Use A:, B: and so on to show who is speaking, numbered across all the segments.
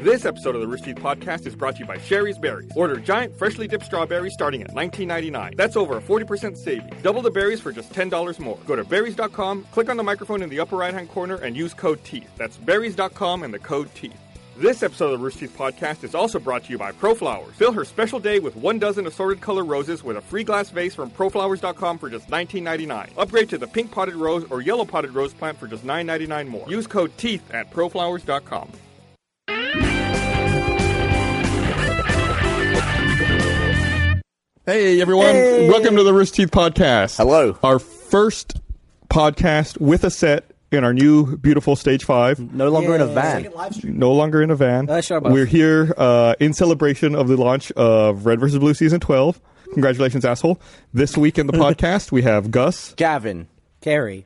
A: This episode of the Rooster Teeth Podcast is brought to you by Sherry's Berries. Order giant, freshly dipped strawberries starting at $19.99. That's over a 40% savings. Double the berries for just $10 more. Go to berries.com, click on the microphone in the upper right hand corner, and use code TEETH. That's berries.com and the code TEETH. This episode of the Rooster Teeth Podcast is also brought to you by ProFlowers. Fill her special day with one dozen assorted color roses with a free glass vase from ProFlowers.com for just $19.99. Upgrade to the pink potted rose or yellow potted rose plant for just $9.99 more. Use code TEETH at ProFlowers.com. Hey everyone, welcome to the Rooster Teeth Podcast.
B: Hello.
A: Our first podcast with a set in our new beautiful Stage 5
B: No longer in a van.
A: no longer in a van.
C: Nice job, boss.
A: We're here uh, in celebration of the launch of Red vs. Blue Season 12. Congratulations, asshole. This week in the podcast, we have Gus
B: Gavin.
C: Carrie.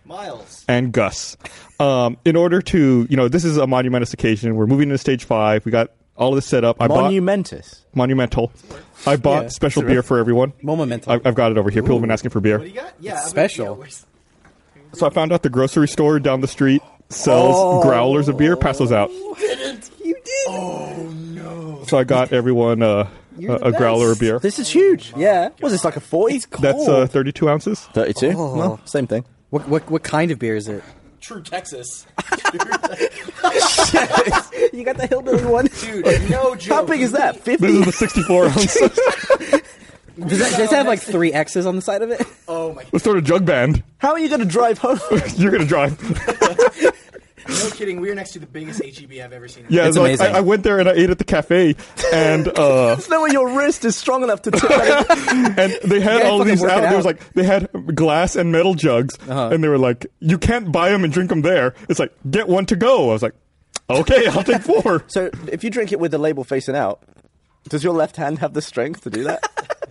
A: and Gus. Um, in order to, you know, this is a monumentous occasion. We're moving into Stage 5. We got all of this set up. I bought
B: Monumentous.
A: monumental. I bought
C: Yeah.
A: special beer for everyone.
C: Momentum.
A: I- I've got it over here. People have been asking for beer.
D: Yeah,
C: Special.
A: So I found out the grocery store down the street sells
C: Oh.
A: growlers of beer. Pass those out. You did Oh no! So I got everyone uh, a, a growler of beer.
C: this is huge. Yeah.
B: Was this like a 40?
A: That's uh, 32 ounces.
B: 32?
C: No,
B: same thing.
C: Oh. What, what what kind of beer is it?
D: True Texas.
C: you got the hillbilly one.
D: Dude, no joke.
B: How big is that? 50?
A: This is the 64 ounce.
C: Does that does it have like three X's on the side of it?
D: Oh my god.
A: Let's start a jug band.
B: How are you going to drive home?
A: You're gonna drive.
D: No kidding. We are next to the biggest HEB I've ever seen.
A: Yeah,
C: It's
A: so, like,
C: amazing.
A: I, I went there and I ate at the cafe, and uh,
B: There's no way your wrist is strong enough to turn it.
A: and they had
C: gotta
A: all
C: fucking
A: these
C: work
A: out.
C: it
A: There was
C: out. Uh-huh.
A: like they had glass and metal jugs, and they were like, "You can't buy them and drink them there." It's like get one to go. I was like, "Okay, I'll take four.
B: So if you drink it with the label facing out, does your left hand have the strength to do that?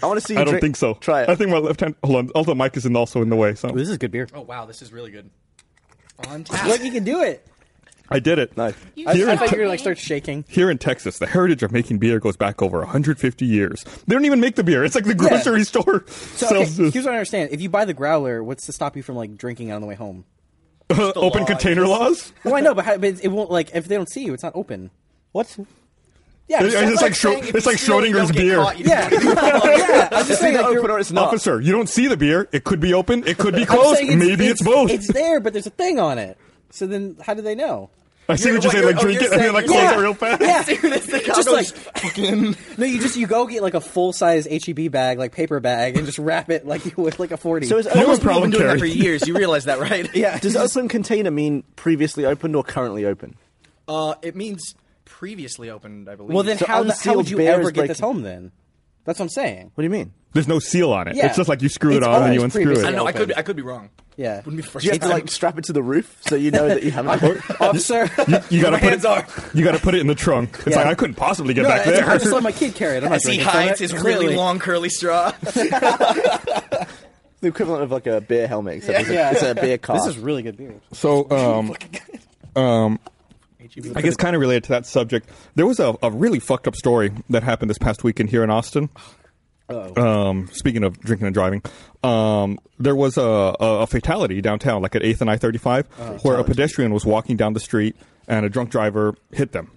B: I want to see you
A: I don't
B: drink-
A: think so.
B: Try it.
A: I think my left hand. Hold on. Although Mike is in also in the way, so
C: This is good beer.
D: Oh wow, this is really good. On tap.
C: Look, you can do it.
A: I did it.
B: Nice.
C: I,
A: Here,
C: I
A: in
C: thought
A: te-
C: you were gonna, like start shaking.
A: here in Texas, the heritage of making beer goes back over 150 years. They don't even make the beer. It's like the grocery store uh,
C: So okay,
A: sells
C: here's
A: this
C: what I understand. If you buy the growler, what's to stop you from like drinking on the way home?
A: open
D: law,
A: container laws.
C: Well, I know, but, how, but it won't like if they don't see you, it's not open.
B: What?
C: Yeah,
A: It's
C: just-
A: like Schro-
D: saying if
A: it's
D: you
A: like
D: steal it, you
A: Schrodinger's
D: don't get
A: beer.
D: caught, you
C: yeah,
D: don't get caught.
C: yeah. I'm just
B: It's
C: saying,
B: either
C: like,
A: uh,
C: you're-
B: open or it's not.
A: Officer, you don't see the beer. It could be open. It could be
C: I'm
A: closed.
C: saying it's-
A: Maybe it's,
C: it's
A: both.
C: It's there, but there's a thing on it. So then, how do they know?
A: I see what you
D: You're-
A: say.
D: what
A: Like
D: you're-
A: drink
D: oh,
A: it and
D: you're
A: then like close
D: saying-
A: it real fast.
C: Yeah.
D: Dude, the
C: just
D: Chicago's-
C: like no, you just you go get like a full size HEB bag, like paper bag, and just wrap it like you would like a forty.
B: So
D: uh,
B: it's
A: No
B: open-
A: one problem
D: for
A: carry.
D: years. You realize that, right?
C: yeah,
B: does open container mean previously opened or currently open?
D: Uh, it means previously opened, I believe.
C: well then
B: So
C: how, the, how
B: unsealed
C: would you
B: bear
C: ever
B: is
C: get this
B: breaking-
C: home then? That's what I'm saying.
B: What do you mean?
A: There's no seal on it.
C: Yeah.
A: It's just like you screw it
C: It's
A: on and
C: always
A: you unscrew
C: previously
D: I don't
A: it.
D: know. I
C: open.
D: could. I could be wrong.
C: Yeah,
D: Wouldn't be the first
B: Do you have to
D: time.
B: like strap it to the roof so you know that you haven't opened it?
C: officer.
A: You gotta
D: My
A: put
D: hands
A: it,
D: are-
A: You gotta put it in the trunk. It's
C: Yeah.
A: like I couldn't possibly get
C: No,
A: back
C: I-
A: there.
C: I just let my kid carry it. I'm not
D: As he
C: drinking from
D: hides
C: it,
D: his really
C: clearly.
D: long curly straw.
B: the equivalent of like a beer helmet, except it's, a,
C: Yeah.
B: it's a beer car.
C: This is really good beer.
A: So, um, um,
C: E
A: I guess kind of related to that subject, there was a, a really fucked up story that happened this past weekend here in Austin. Um, speaking of drinking and driving, um, there was a, a, a fatality downtown, like at 8th and I 35, where a pedestrian was walking down the street and a drunk driver hit them,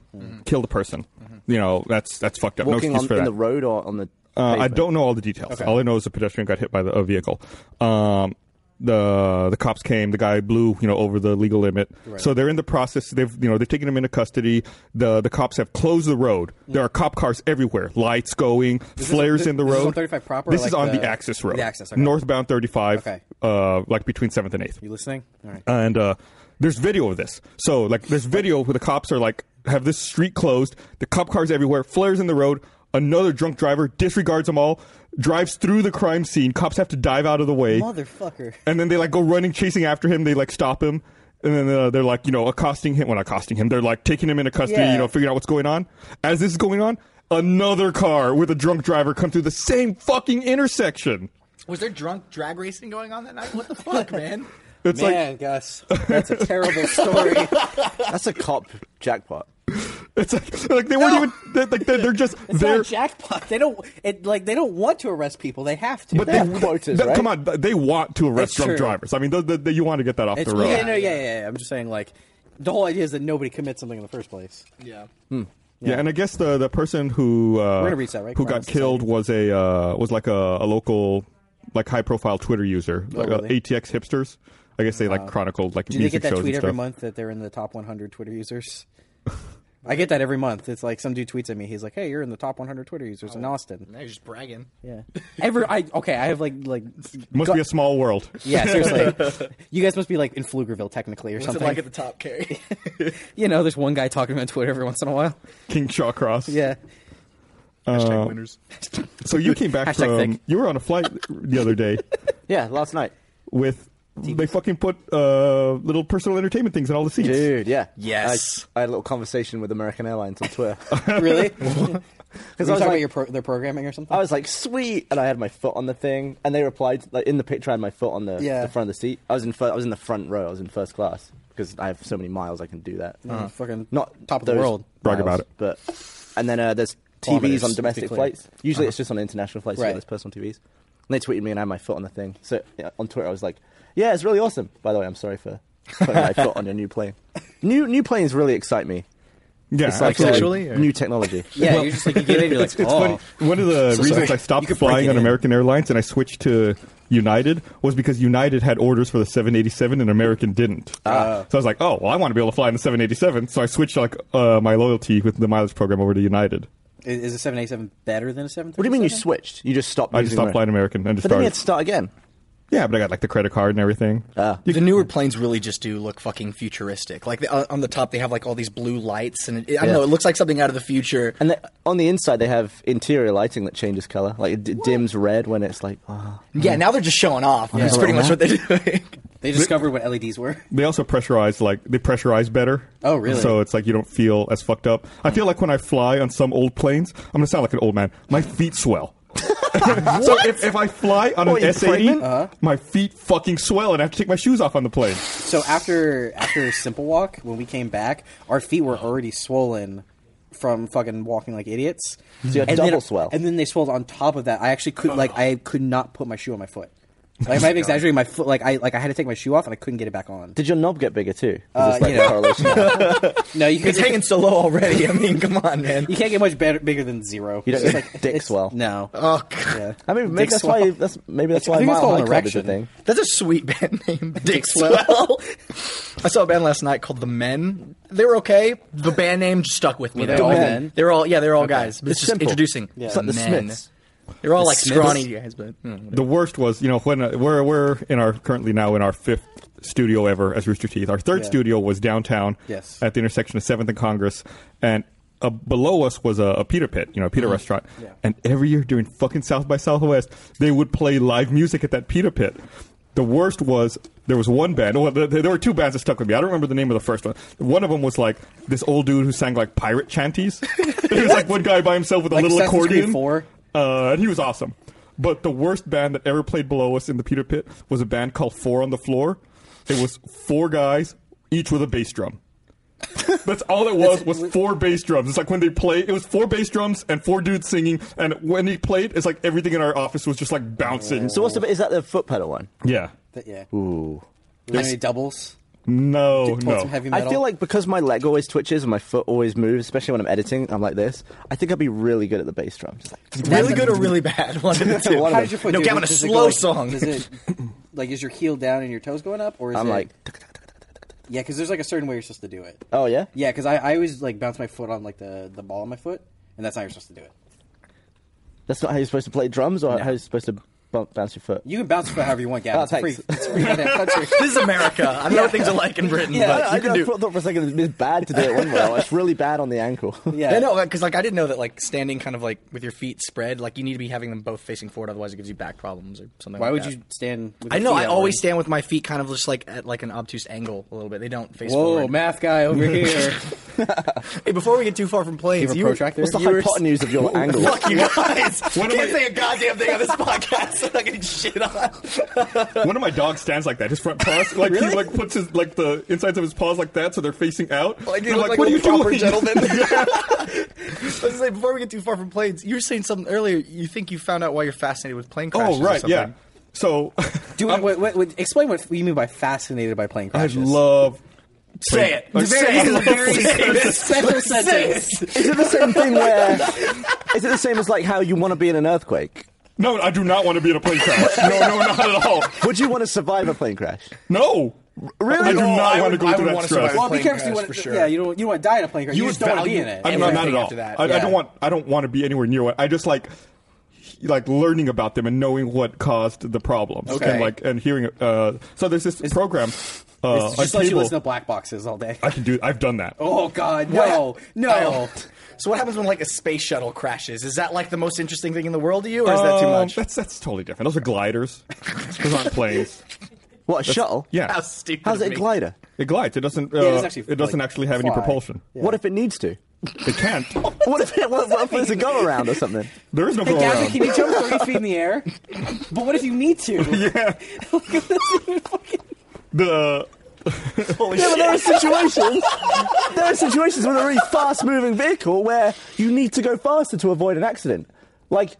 A: killed a person. You know, that's that's fucked up.
B: walking
A: no excuse
B: on,
A: for that.
B: in the road or on the.
A: Uh, I
B: pavement?
A: don't know all the details. All I know is a pedestrian got hit by the, a vehicle. Um, the the cops came. The guy blew you know over the legal limit. So they're in the process. They've you know they've taken him into custody. The the cops have closed the road. There are cop cars everywhere. Lights going, flares
C: this-
A: in the
C: this Mm. is
A: road.
C: on 35 proper or
A: This is
C: like
A: on the,
C: the-
A: access road.
C: the access, okay.
A: northbound thirty five.
C: Okay.
A: Uh, like between seventh and eighth
C: You listening? All right.
A: and uh, there's video of this. So like there's video where the cops are like have this street closed, the cop cars everywhere, flares in the road. Another drunk driver disregards them all, drives through the crime scene. Cops have to dive out of the way,
C: Motherfucker.
A: and then they like go running, chasing after him. They like stop him, and then uh, they're like you know accosting him. Well, not accosting him. They're like taking him into custody.
C: Yeah.
A: You know, figuring out what's going on. As this is going on, another car with a drunk driver come through the same fucking intersection.
D: Was there drunk drag racing going on that night? What the fuck, man?
A: It's like
C: Man, Gus, that's a terrible story.
B: That's a cop jackpot.
A: it's like, like they weren't even they're, like they're, they're just
C: It's
A: they're
C: not jackpot. They don't. It like they don't want to arrest people. They have to.
A: But
B: They
A: they,
B: have
A: th-
B: quotas, right?
A: Come on, th- they want to arrest
C: It's
A: drunk
C: true.
A: drivers. I mean, th th th- you want to get that off
C: It's,
A: the road.
E: Hmm.
C: yeah, no, yeah, yeah, yeah. I'm just saying, like, the whole idea is that nobody commits something in the first place.
D: Yeah.
A: Yeah. and I guess the the person who uh,
C: We're gonna reach that, right?
A: who
C: Crime
A: got
C: Society.
A: killed was a uh, was like a, a local like high profile Twitter user, like uh,
C: Oh, really?
A: ATX hipsters. I guess they like chronicled like
C: Do they
A: music
C: get that
A: shows
C: tweet
A: and
C: every
A: stuff.
C: month that they're in the top 100 Twitter users? I get that every month. It's like some dude tweets at me. He's like, "Hey, you're in the top 100 Twitter users
A: Oh,
C: in Austin."
E: Now you're just bragging.
C: Yeah. Every I okay, I have like like
A: Must
C: gut-
A: be a small world.
C: yeah, seriously. you guys must be like in Pflugerville technically or
E: What's
C: something.
E: it like at the top, Carrie?
C: you know, there's one guy talking on Twitter every once in a while.
A: King Shaw Cross.
C: Yeah.
E: Hashtag winners.
A: So you came back
C: Hashtag
A: from
C: thick.
A: you were on a flight the other day
B: Yeah, last night.
A: with they fucking put uh, little personal entertainment things in all the seats.
B: Dude, yeah.
E: Yes.
B: I, I had a little conversation with American Airlines on Twitter.
C: Really? Because I was
B: was
C: talking about
B: like-
C: your pro- their programming or something.
B: I was like, sweet, and I had my foot on the thing, and they replied like in the picture. I had my foot on the,
C: Yeah.
B: the front of the seat. I was in fir- I was in the front row. I was in first class because I have so many miles I can do that.
C: Mm, fucking
B: Not
C: Uh-huh. top of the
B: those
C: world.
A: Uh-huh. Brag about it.
B: but and then uh, there's
C: Kilometers,
B: TVs on
C: let's be
B: domestic
C: clear.
B: flights. Usually it's just on international flights.
C: uh-huh. Right.
B: Right. There's personal TVs. And they tweeted me, and I had my foot on the thing. So yeah, on Twitter, I was like, "Yeah, it's really awesome." By the way, I'm sorry for putting my foot on your new plane. New new planes really excite me.
A: Yeah,
B: It's like
A: absolutely.
E: sexually,
B: uh,
E: or-
B: new technology.
C: Yeah, you're just like you get in, you're like,
A: It's
C: oh,
A: funny. One of the reasons I stopped flying on American Airlines and I switched to United was because United had orders for the 787 and American didn't.
B: Ah.
A: So I was like, oh, well, I want to be able to fly in the 787. So I switched like uh, my loyalty with the mileage program over to United.
C: is is a 787 better than a 737?
B: What do you mean you switched? You just stopped.
A: I just
B: using
A: stopped
B: American.
A: flying American and just
B: But then Ah. you had
A: started.
B: to start again.
A: yeah, but I got like the credit card and everything.
E: the newer planes really just do look fucking futuristic. Like the, uh, on the top, they have like all these blue lights, and it, I don't
B: Yeah.
E: know, it looks like something out of the future.
B: And the, on the inside, they have interior lighting that changes color. Like it d- dims red when it's like, oh.
E: yeah, now they're just showing off. That's
B: Yeah.
E: pretty much what they're doing.
C: They discovered what LEDs were.
A: they also pressurize like they pressurize better.
C: Oh, really?
A: So it's like you don't feel as fucked up. I feel like when I fly on some old planes, I'm gonna sound like an old man. My feet swell. so if, if I fly on
B: What,
A: an
B: you
A: S80,
B: pregnant?
A: my feet fucking swell, and I have to take my shoes off on the plane.
C: So after after Simple Walk, when we came back, our feet were already swollen from fucking walking like idiots. So
B: you had double
C: then,
B: swell.
C: And then they swelled on top of that. I actually could like I could not put my shoe on my foot. Like, I might be exaggerating my foot. Like I like I had to take my shoe off and I couldn't get it back on.
B: Did your knob get bigger too?
C: Uh,
B: Is this like
C: you know.
B: a correlation?
C: No, you
E: It's hanging
C: can't.
E: so low already. I mean, come on, man.
C: You can't get much better, bigger than zero.
B: You don't
C: It's
B: get
C: like-
B: dick
C: it's-
B: swell.
C: No.
E: Oh, God.
C: Yeah.
B: I mean, maybe
C: Dick
B: that's
C: swell.
B: why. That's maybe that's
C: I
B: why
C: think it's
B: mile
C: called an
B: high club is a
C: erection.
B: thing.
E: That's a sweet band name, Dick Swell. I saw a band last night called The Men. They were okay. The band name just stuck with me.
C: they
E: though.
C: all men?
E: They're all yeah, they're all guys. But it's,
B: It's
E: just
B: simple.
E: introducing.
B: Yeah. It's like the
E: men.
B: Smiths.
E: They're all like
C: Smiths?
E: scrawny guys, but mm.
A: The worst was, you know, when uh, we're we're in our currently now in our fifth studio ever as Rooster Teeth. Our third
C: Yeah.
A: studio was downtown,
C: Yes.
A: at the intersection of Seventh and Congress, and uh, below us was a, a Peter Pit, you know, a Peter
C: Mm-hmm.
A: restaurant. And every year during fucking South by Southwest, they would play live music at that Peter Pit. The worst was there was one band. Well, there, there were two bands that stuck with me. I don't remember the name of the first one. One of them was like this old dude who sang like pirate chanties. it was like one guy by himself with a
C: Like
A: little
C: Assassin's Creed
A: accordion.
C: four?
A: Uh, and he was awesome. But the worst band that ever played below us in the Peter Pit was a band called Four on the Floor. It was four guys, each with a bass drum. That's all it was was four bass drums. It's like when they played, it was four bass drums and four dudes singing. And when he played, it's like everything in our office was just like bouncing.
B: So what's the? Is that the foot pedal one?
A: yeah,
C: But, yeah.
B: Ooh.
C: Any doubles?
A: no,
C: Pull some
A: no.
C: heavy
B: I
C: metal?
B: feel like because my leg always twitches and my foot always moves, especially when I'm editing, I'm like this. I think I'd be really good at the bass drum. Just like,
E: really good or really bad. One of the two.
B: One
C: How
B: of
C: did your foot
E: No,
C: do?
E: get on a
C: Does it
E: slow
C: go, like,
E: song.
C: Is it like is your heel down and your toes going up, or is
B: I'm
C: it,
B: like,
C: yeah? Because there's like a certain way you're supposed to do it.
B: oh yeah,
C: Yeah, because I, I always like bounce my foot on like the, the ball on my foot, and that's how you're supposed to do it.
B: That's not how you're supposed to play drums, or how you're supposed to bump, bounce your foot.
C: You can bounce your foot however you want, Gavin.
B: Oh,
C: it's a free,
B: thanks.
C: it's a free goddamn country.
E: This is America. I know what things are like in Britain,
C: Yeah,
E: but
B: I,
E: you can
B: I
E: do.
B: thought for a second it's bad to do it one way. or It's really bad on the ankle.
C: Yeah,
E: I know because like I didn't know that like standing kind of like with your feet spread like you need to be having them both facing forward otherwise it gives you back problems or something.
C: Why
E: like
C: would
E: that.
C: you stand? With
E: I
C: your
E: know.
C: feet
E: I
C: out
E: always
C: like-
E: stand with my feet kind of just like at like an obtuse angle a little bit. They don't face
C: Whoa,
E: forward.
C: math guy over here.
E: Hey, before we get too far from planes,
C: have a
E: you were-
C: protractor?
B: What's the
E: you were-
B: hypotenuse of your angle?
E: Fuck you guys!
A: What am
E: Can't
A: I-
E: say a goddamn thing on this podcast. I'm not getting shit on.
A: One of my dogs stands like that. His front paws, like he like puts his like the insides of his paws like that, so they're facing out.
E: Like you
A: And I'm
E: look like, a proper gentleman.
A: Yeah.
E: I was gonna say before we get too far from planes, you were saying something earlier. You think you found out why you're fascinated with plane crashes?
A: Oh
E: or
A: right,
E: something.
A: yeah. So
C: Do it, wait, wait, wait, explain what you mean by fascinated by plane
A: I
C: crashes.
A: love
D: Say it.
E: It's very-
D: Say it.
E: very- it's a special
D: Say it.
E: sentence.
B: Is it the same thing where? Is it the same as like how you want to be in an earthquake?
A: No, I do not want to be in a plane crash. No, no, not at all.
B: Would you want to survive a plane crash?
A: No.
B: Really?
A: I do
B: Oh,
A: not
D: I
A: want to
D: would-
A: go
D: I
A: through
D: would
A: that
D: wanna
A: stress.
D: survive.
C: Well, be
D: Plane
C: careful.
D: crash
C: You want,
D: for sure.
C: Yeah, you don't. You want to die in a plane crash. You,
D: would
C: just don't want to be
D: value
C: in it.
A: I'm not, not
D: everything
A: at all.
D: after that.
A: I, I
D: Yeah.
A: don't want. I don't want to be anywhere near what. I just like, he- like learning about them and knowing what caused the problem.
C: Okay.
A: And like and hearing. Uh, so there's this program. Uh,
C: It's
A: on
C: just let you
A: cable.
C: listen to black boxes all day.
A: I can do. I've done that.
C: Oh God, no, no.
D: So what happens when like a space shuttle crashes? Is that like the most interesting thing in the world to you, or is that too
A: Um,
D: much?
A: That's that's totally different. Those are gliders. Those aren't planes.
B: What a shuttle?
A: Yeah,
D: How stupid.
B: How's
D: of
B: it a
D: me.
B: glider?
A: it glides. It doesn't. Uh,
C: it doesn't actually,
A: it doesn't
C: like,
A: actually have any
C: fly.
A: propulsion.
B: What if it needs to?
A: It can't.
B: What if it, what, what if there's a go around or something?
A: There is no
C: Hey,
A: go
C: Gavin,
A: around.
C: can you jump thirty feet in the air? But what if you need to?
A: Yeah. The
D: Holy
B: Yeah, but
D: shit.
B: there are situations. there are situations with a really fast-moving vehicle where you need to go faster to avoid an accident. Like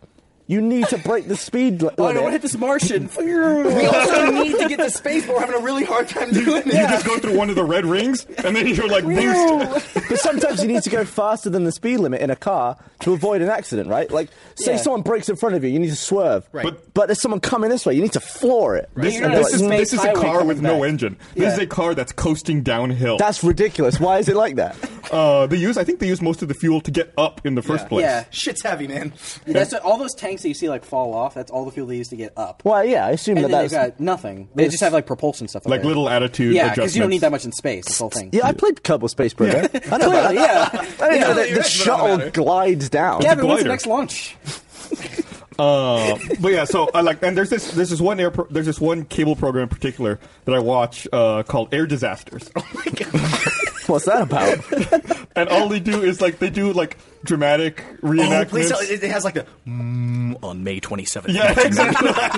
B: you need to break the speed li- limit.
C: Oh no! What hit this Martian?
E: We also need to get to space, but we're having a really hard time doing
A: you
E: it.
A: just go through one of the red rings and then you're like boost.
B: But sometimes you need to go faster than the speed limit in a car to avoid an accident, right? Like, say
C: Yeah.
B: someone breaks in front of you, you need to swerve.
D: Right.
B: But, but there's someone coming this way, you need to floor it.
A: This,
C: You're not
A: this
C: a
A: is,
C: space
A: this is a
C: highway
A: car
C: coming
A: with no
C: back.
A: engine. This is
C: Yeah.
A: a car that's coasting downhill.
B: That's ridiculous. Why is it like that?
A: uh, they use, I think they use most of the fuel to get up in the first place.
C: Yeah,
D: Shit's heavy, man.
C: that's all those tanks that you see like fall off. That's all the fuel they use to get up.
B: Well, yeah, I assume
C: and
B: that
C: then they've
B: that's.
C: got nothing. They just have like propulsion stuff. up
A: Like
C: there.
A: little attitude
C: Yeah,
A: adjustments.
C: because you don't need that much in space. This whole thing.
B: yeah, I played Kerbal Space Program. I know about that.
C: Clearly, yeah.
B: I didn't know
D: Yeah, you're
B: that the
D: right, it doesn't
B: shuttle
D: matter.
B: glides down.
C: Gavin, when's
A: glider.
C: the next launch?
A: Uh, but yeah, so I like, and there's this there's this one air pro- there's this one cable program in particular that I watch uh, called Air Disasters,
B: What's that about?
A: and all they do is like they do like dramatic
D: Oh,
A: reenactments.
D: please tell, it it has like the mm, on May 27th.
A: yeah,
D: 1999.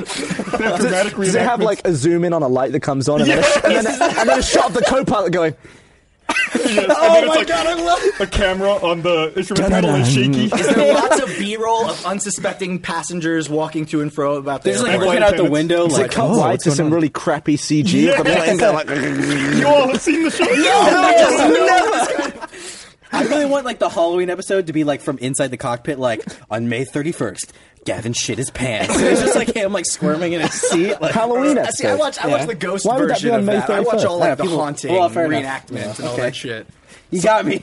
A: exactly. they have dramatic
B: Does it have
A: reenactments.
B: like a zoom in on a light that comes on and, then, a, and, then, a, and then a shot of the co pilot going,
A: Yes, and then
D: Oh
A: it's,
D: my
A: like,
D: god, I love it.
A: a camera on the instrument panel is shaky.
D: Is there lots of B-roll of unsuspecting passengers walking to and fro about their
C: Just like
A: Airplane
C: looking out the
A: attendants.
C: window,
B: does it
C: like oh,
B: cut wide to some really crappy CG of the plane going like,
A: you all have seen the show.
C: I really want like the Halloween episode to be like from inside the cockpit, like on May thirty first. Gavin shit his pants. And it's just like him, like squirming in his seat. Like,
B: Halloween
D: I see. I
B: episode.
D: watch. I watch the ghost
B: Why would that be
D: version
B: on
D: of
B: May
D: that. I watch
B: 31st?
D: all like
C: Yeah,
D: the
C: people-
D: haunting
C: well, fair enough.
D: reenactments
C: Yeah,
D: and all
C: okay.
D: that shit.
C: You got me.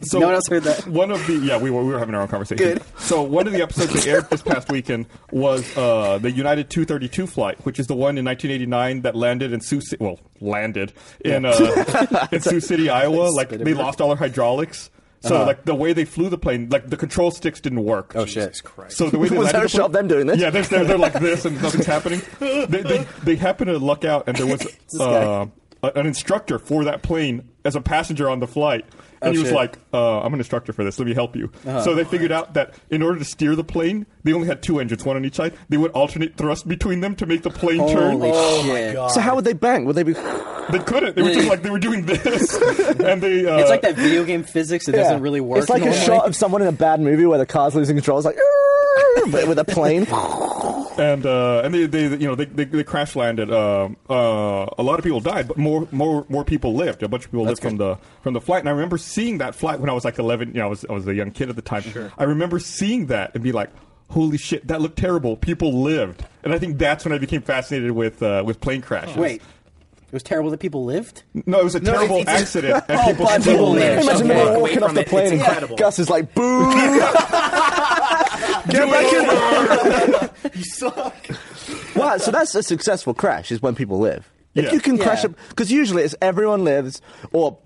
A: So
C: no one else heard that.
A: One of the yeah, we were we were having our own conversation.
D: Good.
A: So one of the episodes that aired this past weekend was uh, the United 232 flight, which is the one in 1989 that landed in Sioux City. Well, landed in uh, in Sioux City, Iowa. Like they lost all their hydraulics. So like the way they flew the plane, like the control sticks didn't work. Oh
C: shit. Jesus
D: Christ.
A: So the way they
B: Was
A: landed
B: there a
A: the plane-
B: shot of them doing this?
A: Yeah, they're, they're, they're like this and nothing's happening. They, they, they happen to luck out and there was uh, a- an instructor for that plane as a passenger on the flight. And he was
C: Oh, shit. Uh-huh.
A: like, uh, I'm an instructor for this. Let me help you. So they figured out that in order to steer the plane, they only had two engines, one on each side. They would alternate thrust between them to make the plane turn.
C: Holy
D: Oh
C: shit!
D: my god.
B: So how would they bank? Would they be?
A: They couldn't. They were just like they were doing this, and they. Uh,
C: It's like that video game physics. It doesn't really work.
B: It's like
C: normally.
B: a shot of someone in a bad movie where the car's losing control. It's like, "Arr!" but with a plane.
A: and uh, and they, they you know they, they, they crash landed. Um, uh, a lot of people died, but more more more people lived. A bunch of people lived from the from the flight. And I remember seeing that flight when I was like eleven. You know, I was I was a young kid at the time. I remember seeing that and be like, "Holy shit, that looked terrible." People lived, and I think that's when I became fascinated with uh, with plane crashes.
C: Wait, it was terrible that people lived.
A: no, it was a
D: No,
A: terrible
D: it's- it's-
A: accident, and
C: Oh,
A: people
C: but
A: still
C: people
A: lived.
C: lived.
B: Imagine them
D: Okay.
B: all
D: Away
B: walking
D: from
B: off the
D: it,
B: plane
D: it's
B: and
D: incredible.
B: Gus is like, boo! Get back in!
D: you suck.
B: Wow, so that's a successful crash, is when people live. If
A: Yeah.
B: you can crash
C: Yeah.
B: up, because usually it's everyone lives or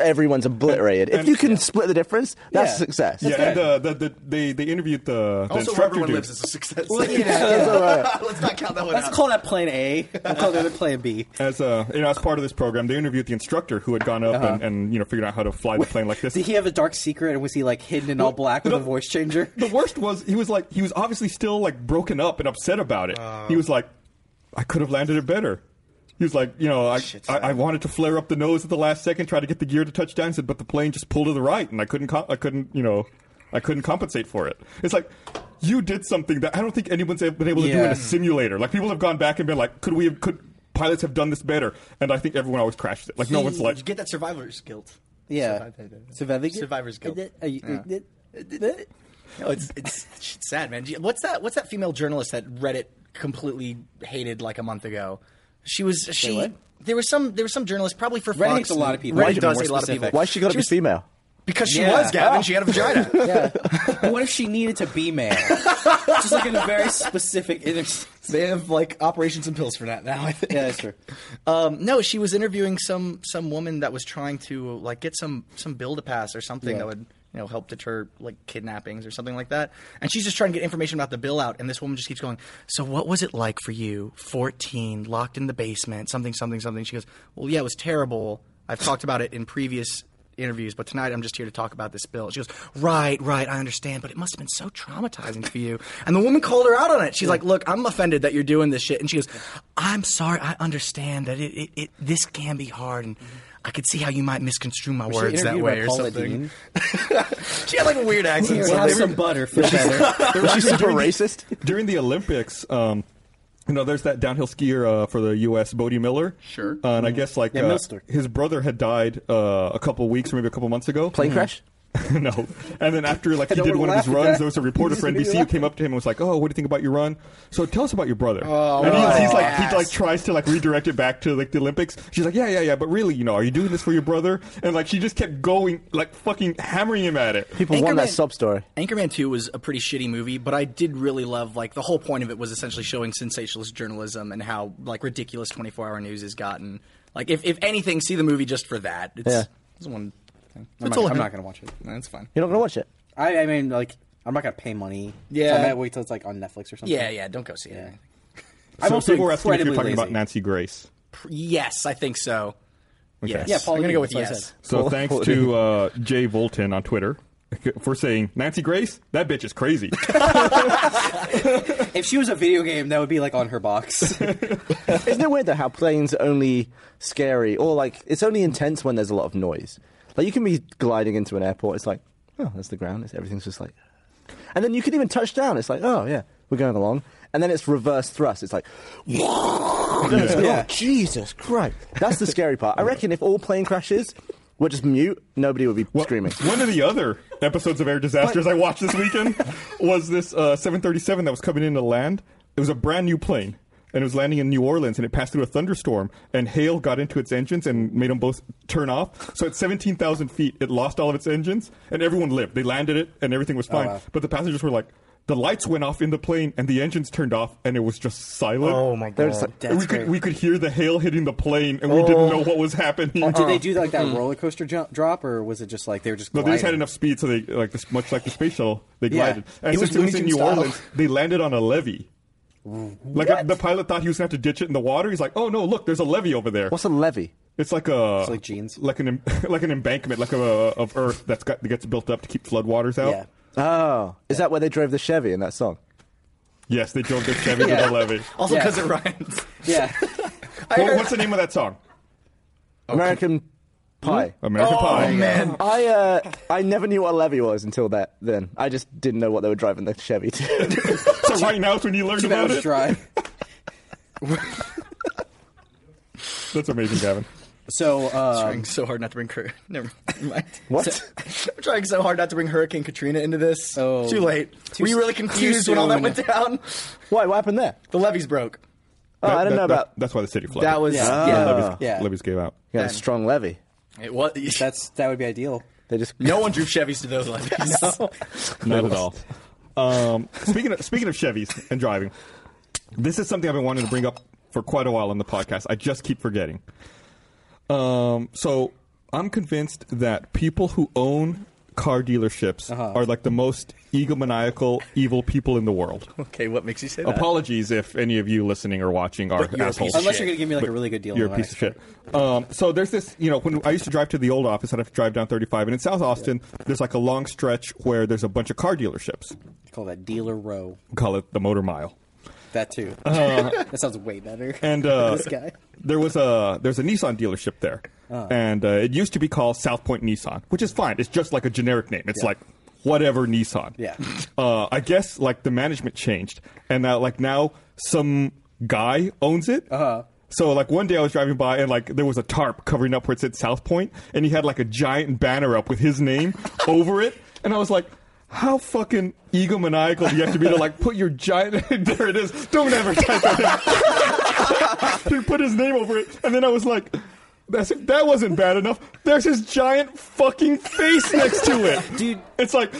B: everyone's obliterated. If
A: And-
B: you can split the difference, that's
C: Yeah.
B: success.
A: Yeah, and uh, the, the, they they interviewed the, the
D: Also,
A: instructor
D: everyone
A: dude.
D: lives as a success. Let's not count that one
C: Let's
D: out.
C: call that Plan A. We'll call the other Plan B.
A: as uh, you know, as part of this program, they interviewed the instructor who had gone up and, and you know figured out how to fly the plane like this.
C: Did he have a dark secret, and was he like hidden in all black with a voice changer?
A: the worst was he was like he was obviously still like broken up and upset about it. he was like, I could have landed it better. He was like, you know, I, I, I wanted to flare up the nose at the last second, try to get the gear to touch down. He said, but the plane just pulled to the right, and I couldn't, co- I couldn't, you know, I couldn't compensate for it. It's like you did something that I don't think anyone's been able to do in
C: Yeah.
A: a simulator. Like people have gone back and been like, could we have could pilots have done this better, and I think everyone always crashes it. Like no one's
E: you
A: like,
E: get that survivor's guilt.
C: Yeah. Survivor Guild?
E: Survivor's Guild.
C: Uh, you- uh,
E: No, Oh, it's it's it's sad, man. What's that? What's that female journalist that Reddit completely hated like a month ago? She was she.
C: what?
E: There was some there was some journalist probably for
C: Reddit
E: Fox.
C: hates a lot of people.
E: Reddit
C: Why-
E: does
C: more
E: hate a lot of
C: specific.
E: people.
B: Why she got to be
E: was-
B: female?
E: Because she
C: Yeah.
E: was Gavin. She had a vagina.
C: Yeah. But what if she needed to be male? Just like in a very specific. Yeah,
E: They have like operations and pills for that now. I think.
C: that's true.
E: Um, no, she was interviewing some some woman that was trying to like get some some bill to pass or something
C: Yeah.
E: that would you know help deter like kidnappings or something like that. And she's just trying to get information about the bill out, and this woman just keeps going. So what was it like for you? Fourteen, locked in the basement, something, something, something. She goes, well, yeah, it was terrible. I've talked about it in previous interviews, but tonight I'm just here to talk about this bill. She goes, right, right, I understand, but it must have been so traumatizing for you. And the woman called her out on it. She's like, look, I'm offended that you're doing this shit. And she goes, I'm sorry, I understand that it, it, it this can be hard, and I could see how you might misconstrue my words that
C: interviewed
E: way
C: by
E: or
C: Paula
E: something.
C: Dean?
E: she had like a weird accent.
C: Here,
E: so
C: have
E: they were-
C: some butter. Feel better.
B: Was she super racist?
A: during the Olympics, um, you know, there's that downhill skier uh, for the U.S. Bodie Miller.
E: Sure.
A: Uh, and I guess like
B: Yeah,
A: uh,
B: Milster.
A: his brother had died uh, a couple weeks or maybe a couple months ago. Mm-hmm.
B: Plane crash?
A: no. And then after like he
B: don't
A: did one of his
B: laugh at
A: runs,
B: that.
A: there was a reporter
B: Just
A: for
B: made me
A: NBC who
B: laugh.
A: came up to him and was like, "Oh, what do you think about your run?" So tell us about your brother. Oh, and he's, he's like he like tries to like redirect it back to like the Olympics. She's like, "Yeah, yeah, yeah, but really, you know, are you doing this for your brother?" And like she just kept going like fucking hammering him at it.
B: People want that
E: Anchorman.
B: sub story.
E: Anchorman 2 was a pretty shitty movie, but I did really love like the whole point of it was essentially showing sensationalist journalism and how like ridiculous 24-hour news has gotten. Like if, if anything, see the movie just for that. It's,
B: Yeah.
E: it's one thing.
C: I'm
E: It's
C: not,
E: all
C: I'm
E: good.
C: not gonna watch it.
E: That's fine.
B: You're not gonna watch it.
C: I, I mean, like, I'm not gonna pay money.
E: Yeah.
C: So I might wait till it's like on Netflix or something.
E: Yeah, yeah, don't go see it. or
C: Yeah.
E: anything.
C: I'm
A: so
C: also
A: people were asking if you're
C: incredibly
A: talking about
C: lazy.
A: Nancy Grace.
E: Pr- Yes, I think so. Yes.
C: Yeah, Paul
E: I'm going to
C: Dean,
E: go with
C: that's what I
E: yes.
C: said.
A: So
B: Paul-
A: thanks
B: Paul-
A: to uh, Jay Volton on Twitter for saying Nancy Grace, that bitch is crazy.
C: If she was a video game, that would be like on her box.
B: Isn't it weird though how planes are only scary or like it's only intense when there's a lot of noise? Like you can be gliding into an airport, it's like, oh, that's the ground. It's, everything's just like, and then you can even touch down. It's like, oh yeah, we're going along, and then it's reverse thrust. It's like, and it's like,
C: Yeah.
B: oh Jesus Christ, that's the scary part. I reckon if all plane crashes were just mute, nobody would be
A: Well,
B: screaming.
A: One of the other episodes of Air Disasters I watched this weekend was this uh, 737 that was coming in to land. It was a brand new plane, and it was landing in New Orleans, and it passed through a thunderstorm, and hail got into its engines and made them both turn off. So at 17,000 feet, it lost all of its engines, and everyone lived. They landed it, and everything was fine.
C: wow.
A: But the passengers were like, the lights went off in the plane, and the engines turned off, and it was just silent.
E: Oh my god.
B: They're just like,
C: That's
A: we could
C: great.
A: we could hear the hail hitting the plane, and we didn't know what was happening.
E: Oh,
C: Oh, Did they do like that roller coaster jump, drop, or was it just like they were just?
A: No, they just had
C: gliding?
A: enough speed, so they like this, much like the space shuttle, they
C: Yeah.
A: glided. And
E: It was
A: since it was
E: Looney
A: in
E: Tunes
A: New
E: style.
A: Orleans, they landed on a levee. Like the pilot thought he was going to have to ditch it in the water. He's like, "Oh no, look, there's a levee over there.
B: What's a levy?
A: it's like a
C: like jeans.
A: like an em- like an embankment, like a of earth that's got that gets built up to keep floodwaters out."
C: Yeah.
B: Oh, is that where they drove the Chevy in that song?
A: Yes, they drove their Chevy to the levee.
E: Also
C: Yeah.
E: because it rhymes.
C: Yeah.
A: What- what's the name of that song?
B: American Pie.
A: American Pie.
B: I uh, I never knew what a levy was until that. Then I just didn't know what they were driving the Chevy to.
A: So right now, it's when you learn
C: That
A: about
C: was
A: it,
C: dry.
A: that's amazing, Gavin.
C: So uh,
E: trying so hard not to bring her. Never mind.
B: What?
E: So- I'm trying so hard not to bring Hurricane Katrina into this.
C: Oh.
E: too late.
C: Too
E: Were you really
C: s- too
E: confused when all that
C: soon.
E: went down?
B: Why? What happened there?
E: The levees broke.
B: Oh, I
A: That-
B: don't know
A: that-
B: about. Ah.
A: That's why the city flooded.
E: That was
C: Yeah.
E: yeah.
A: The levees,
C: Yeah.
A: levees gave out.
B: You got a strong levy.
E: It was.
C: that's that would be ideal.
B: They just
E: no one drew Chevys to those levees.
A: Not at all. Um, speaking of, speaking of Chevys and driving, this is something I've been wanting to bring up for quite a while on the podcast. I just keep forgetting. Um, so I'm convinced that people who own car dealerships
E: Uh-huh.
A: are like the most egomaniacal, evil people in the world.
E: okay, what makes you say that?
A: Apologies if any of you listening or watching are
E: But you're a piece
A: assholes.
E: of
C: Unless
E: Shit.
C: you're gonna give me like a really good deal.
A: You're a
C: on
A: piece of
C: that.
A: shit. Um, so there's this, you know, when I used to drive to the old office, I'd have to drive down 35, and in South Austin, there's like a long stretch where there's a bunch of car dealerships.
C: Call that dealer row.
A: We call it the motor mile.
C: That too. that sounds way better.
A: Uh-huh. And uh,
C: This guy.
A: there was a there's a Nissan dealership there, and uh, it used to be called South Point Nissan, which is fine. It's just like a generic name. It's
C: Yeah.
A: like whatever Nissan.
C: Yeah.
A: Uh, I guess like the management changed, and now like now some guy owns it. Uh huh. So like one day I was driving by and like there was a tarp covering up where it said South Point and he had like a giant banner up with his name over it and I was like how fucking egomaniacal do you have to be to like put your giant there it is don't advertise that he put his name over it and then I was like that's that wasn't bad enough there's his giant fucking face next to it
C: Dude.
A: it's like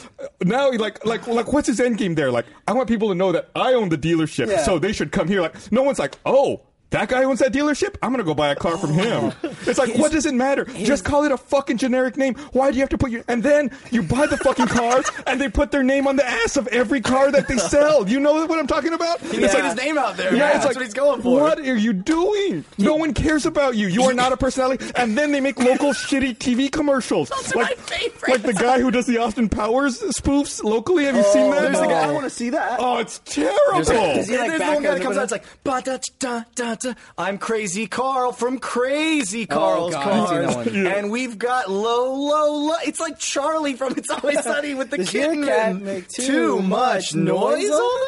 A: now like like like what's his end game there like I want people to know that I own the dealership
C: Yeah.
A: so they should come here like no one's like oh that guy owns that dealership. I'm gonna go buy a car from him. It's like, what does it matter? Just call it a fucking generic name. Why do you have to put your? And then you buy the fucking car, and they put their name on the ass of every car that they sell. You know what I'm talking about? It's
D: Put
A: like,
D: his name out there.
A: yeah,
D: man.
A: it's
D: that's
A: like,
D: what he's going for.
A: What are you doing? No one cares about you. You are not a personality. And then they make local shitty TV commercials.
D: Those are
A: like,
D: my favorites.
A: like the guy who does the Austin Powers spoofs locally. Have you
D: Oh,
A: seen that?
B: There's a guy- I want to see that.
A: Oh, it's terrible.
C: does he, like,
E: There's the
C: back
E: one guy
C: up
E: that comes
C: the window?
E: out. It's like, ba da da da da. I'm Crazy Carl from Crazy Carl's
C: God, I've seen that
E: Cars,
C: one.
E: and we've got low, low, low. It's like Charlie from It's Always Sunny with the
C: Does your
E: kitten.
C: cat
E: and
C: make too
E: much
C: much noise
E: noise
C: all
E: all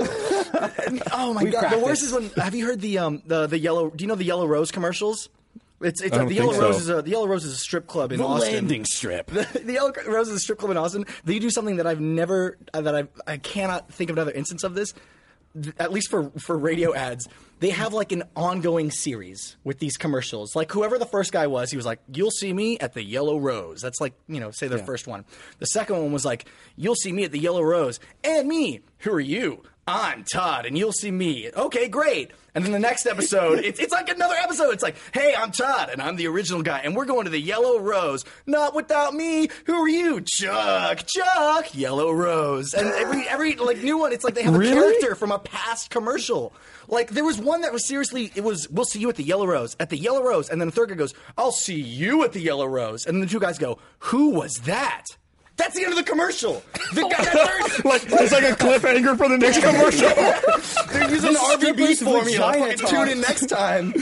E: the time? oh my
C: We
E: god! The worst
C: practiced.
E: is when. Have you heard the um the the yellow? Do you know the Yellow Rose commercials? It's it's
A: I
E: uh,
A: don't
E: the Yellow
A: think
E: Rose
A: so.
E: is a the Yellow Rose is a strip club in
C: The
E: Austin
C: landing strip.
E: the Yellow Rose is a strip club in Austin. They do something that I've never, uh, that I I cannot think of another instance of this. th- At least for for radio ads, they have like an ongoing series with these commercials. Like whoever the first guy was, he was like, "You'll see me at the Yellow Rose." That's like you know, say their first one. The second one was like, "You'll see me at the Yellow Rose." And me, who are you? I'm Todd, and you'll see me. Okay, great. And then the next episode, it's, it's like another episode. It's like, hey, I'm Todd, and I'm the original guy, and we're going to the Yellow Rose. Not without me. Who are you, Chuck? Chuck, Yellow Rose. And every every like new one, it's like they have
A: Really?
E: a character from a past commercial. Like there was one that was seriously, it was, we'll see you at the Yellow Rose, at the Yellow Rose, and then the third guy goes, I'll see you at the Yellow Rose, and then the two guys go, who was that? That's the end of the commercial. The guy, that third,
A: like it's like a cliffhanger for the next commercial.
E: They're using
C: This
E: RBB
C: stripper's
E: formula.
C: vagina
E: Fucking
C: talk.
E: tune in next time.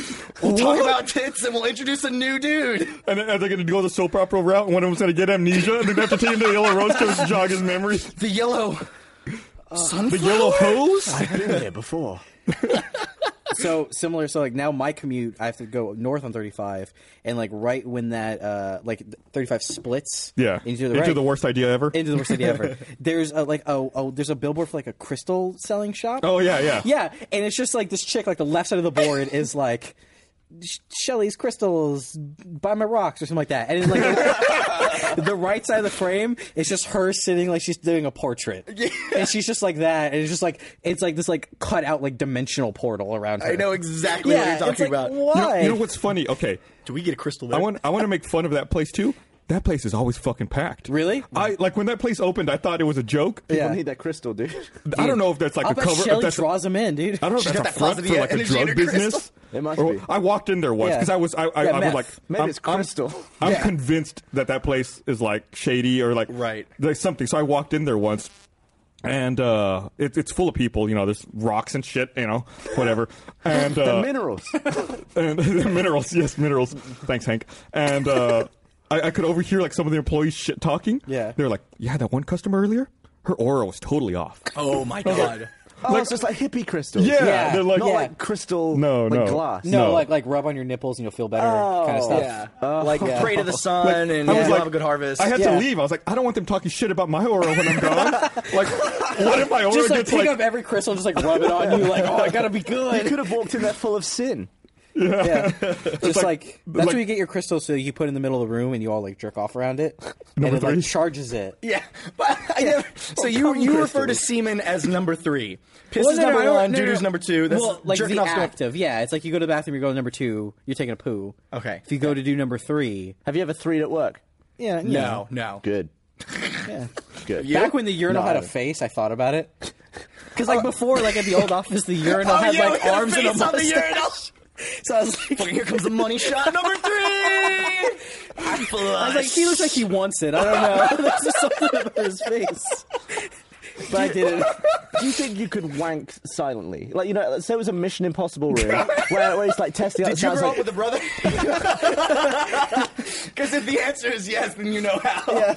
E: We'll
A: What?
E: talk about tits and we'll introduce a new dude.
A: and, then- and they're going to go the soap opera route, and one of them's going to get amnesia, and they're going to have to take him to the yellow rose to jog his memory.
E: The yellow Uh,
A: The yellow hose.
B: I've been there before.
C: so similar. So like now my commute, I have to go north on 35, and like right when that uh like 35 splits,
A: Yeah,
C: into the
A: Into
C: right,
A: the worst idea ever.
C: into the worst city ever. There's a, like a, a there's a billboard for like a crystal selling shop.
A: Oh, yeah, yeah.
C: yeah. And it's just like this chick, like the left side of the board is like. "Sh- Shelly's crystals, buy my rocks or something like that, and it's like the right side of the frame is just her sitting like she's doing a portrait, and she's just like that, and it's just like it's like this like cut out like dimensional portal around her.
E: I know exactly what
C: Yeah,
E: you're talking
C: it's like,
E: about.
A: you, know,
C: Why?
A: you know what's funny? Okay,
E: Do we get a crystal
A: I want I want to make fun of that place too. That place is always fucking packed.
C: Really?
A: I like when that place opened. I thought it was a joke.
C: Yeah.
B: I need that crystal, dude.
A: I don't know if that's like
C: I'll
A: a
C: bet
A: cover. If
C: Shelly
A: that's
C: draws them in, dude.
A: I don't know if
E: She's
A: that's a
E: got that
A: front for
E: positive
A: like a
E: energy in her
A: drug business.
E: crystal.
B: It must be.
A: I walked in there once
C: Yeah.
A: because I was I, I,
C: Yeah,
A: I was
C: meth.
A: like
B: Maybe
A: I'm-
B: it's
A: I'm-
B: crystal.
A: I'm,
C: Yeah.
A: convinced that that place is like shady or like
E: Right.
A: like something. So I walked in there once. And uh, it, it's full of people, you know. There's rocks and shit, you know, whatever. And uh,
B: The minerals.
A: and minerals, yes, minerals. Thanks, Hank. And uh, I, I could overhear like some of the employees shit talking.
C: Yeah.
A: they're like, "Yeah, that one customer earlier, her aura was totally off."
E: Oh my god.
B: Oh, it's just like hippie crystals.
A: Yeah,
C: Yeah.
A: they're like,
B: Not
C: Yeah.
B: like crystal,
A: No,
B: like
A: no.
B: glass.
C: No,
A: No.
C: like like rub on your nipples and you'll feel better,
B: Oh.
C: kind of stuff.
E: Yeah. like
A: Oh.
E: pray to the sun
A: like,
E: and
A: I was
E: you'll
A: like,
E: have a good harvest.
A: I had
C: Yeah.
A: to leave. I was like, I don't want them talking shit about my aura when I'm gone. like, what if my aura
C: Just like
A: gets
C: pick
A: like?
C: up every crystal, and just like rub it on you, like oh, I gotta be
B: You
C: good.
B: could have walked in there full of sin.
C: Yeah, just
A: like-
C: like,
A: like-
C: that's where you get your crystals. So you put it in the middle of the room and you all like jerk off around it, and it
A: three.
C: like charges it.
E: yeah, but I never. So you you refer to semen as number three. Piss
C: Well,
E: is
C: no, no,
E: number
C: no,
E: one.
C: no,
E: doo doo's
C: no.
E: number two. That's
C: well, like
E: jerking
C: the
E: off's going-
C: active. Yeah, it's like you go to the bathroom, you go to number two, you're taking a poo.
E: Okay.
C: If you go to do number three,
B: Have you ever threed at work?
C: yeah, you
E: No,
C: know.
E: no.
B: Good.
C: Yeah.
B: Good.
C: Back when the urinal
B: No, I
C: had a
B: haven't.
C: face, I thought about it. Because like before, like at the old office, the urinal had
E: Oh, yeah, we
C: like
E: got a
C: arms and a
E: face on the urinal.
C: mustache. So I was like,
E: Fucking here comes the money shot number three.
C: I was like, he looks like he wants it. I don't know. There's just something about his face. But I did it.
B: Do you think you could wank silently? Like, you know, let's say it was a Mission Impossible room where, where it's like testing out the
E: Did you
B: sounds
E: grow up
B: like,
E: with a brother? Because if the answer is yes, then you know how.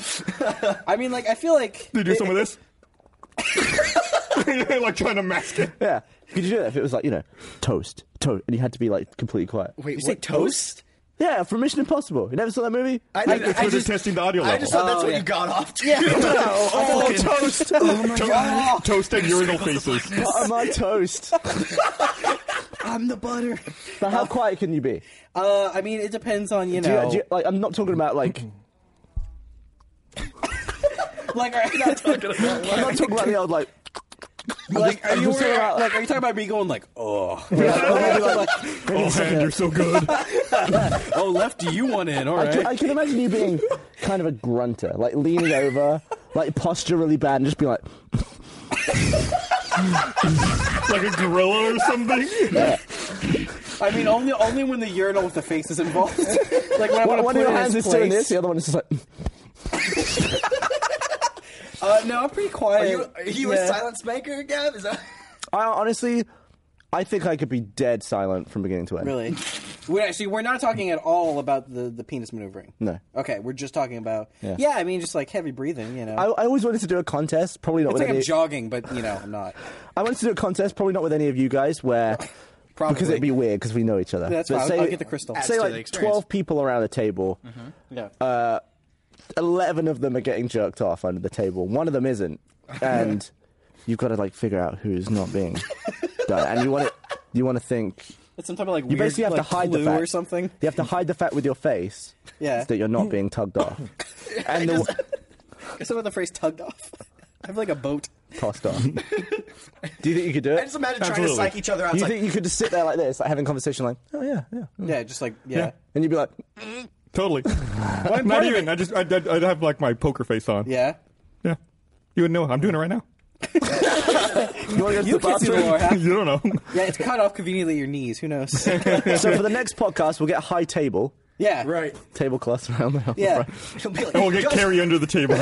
C: I mean, like, I feel like
A: They do some of this. like trying to mask it.
B: Yeah. Could you do that if it was like, you know, toast, toast, and you had to be like completely quiet?
D: Wait,
C: You
D: what
C: say toast?
B: Yeah, from Mission Impossible. You never saw that movie?
D: I,
A: Like,
D: didn't-
A: it's
D: I
A: where they're
D: just,
A: testing the audio
D: I
A: level.
D: just thought that's what
C: yeah.
D: you got off to. Yeah.
B: oh, toast!
A: To- Toast and urinal faces.
B: I'm on toast.
C: I'm the butter.
B: But how quiet can you be?
C: Uh, I mean, it depends on you
B: Do you,
C: know,
B: do you- like, I'm not talking about like.
C: like, are,
B: I'm not talking about the old like.
C: like, are
B: I'm
C: you
B: just
C: worried,
B: talking about-
C: like, are you talking about me going like, oh,
A: Oh, hand, you're so good.
C: oh, lefty, you want in? All
B: I
C: right.
B: can, I can imagine you being kind of a grunter, like leaning over, like posture really bad, and just be like,
A: like a gorilla or something.
C: I mean, only only when the urinal with the face is involved. like when I
B: one,
C: want
B: one
C: to
B: of your
C: put it
B: hands
C: in
B: is
C: its
B: doing
C: place.
B: this, the other one is just like,
C: Uh, no, I'm pretty quiet.
D: Are you, are you
C: Yeah.
D: a silent spanker, Gav? Is that...
B: I honestly, I think I could be dead silent from beginning to end.
C: Really? we actually we're not talking at all about the the penis maneuvering.
B: No.
C: Okay, we're just talking about yeah.
B: Yeah.
C: I mean, just like heavy breathing. You know,
B: I, I always wanted to do a contest, probably not
C: it's
B: with
C: like I'm
B: any.
C: jogging, but you know, I'm not.
B: I wanted to do a contest, probably not with any of you guys, where
C: Probably.
B: because it'd be weird because we know each other.
C: That's
B: But
C: fine, I'll-
B: say-
C: I'll get the crystal. Adds
B: Say
D: to the
B: like
D: experience. Mm-hmm.
B: twelve people around a table,
C: Yeah.
B: Uh, eleven of them are getting jerked off under the table, one of them isn't, and you've got to like figure out who's not being done, and you want to you want to think.
C: it's some type of like
B: You
C: weird,
B: basically have
C: like,
B: to hide
C: clue
B: the fact
C: or something.
B: You have to hide the fact with your face
C: Yeah.
B: that you're not being tugged off and the
C: Something about the phrase "tugged off." I have like a boat.
B: tossed off. Do you think you could do it?
D: I just imagine trying to
A: Absolutely.
D: psych each other out. It's
B: you
D: like,
B: think you could just sit there like this, like having conversation, like, oh yeah, yeah,
C: Yeah, just like yeah.
B: and you'd be like,
A: Totally. Not even. I just. I'd, I'd I'd have like my poker face on.
C: Yeah.
A: Yeah. You would know. I'm doing it right now.
B: you want to go to the
C: You can't do
B: bathroom?
C: the lower half.
A: you don't know.
C: Yeah, it's cut off conveniently at your knees. Who knows?
B: so for the next podcast, we'll get a high table,
C: yeah.
B: tablecloths around the house.
C: Yeah.
D: He'll be like,
A: And we'll get
D: Gus,
A: Carrie under the table.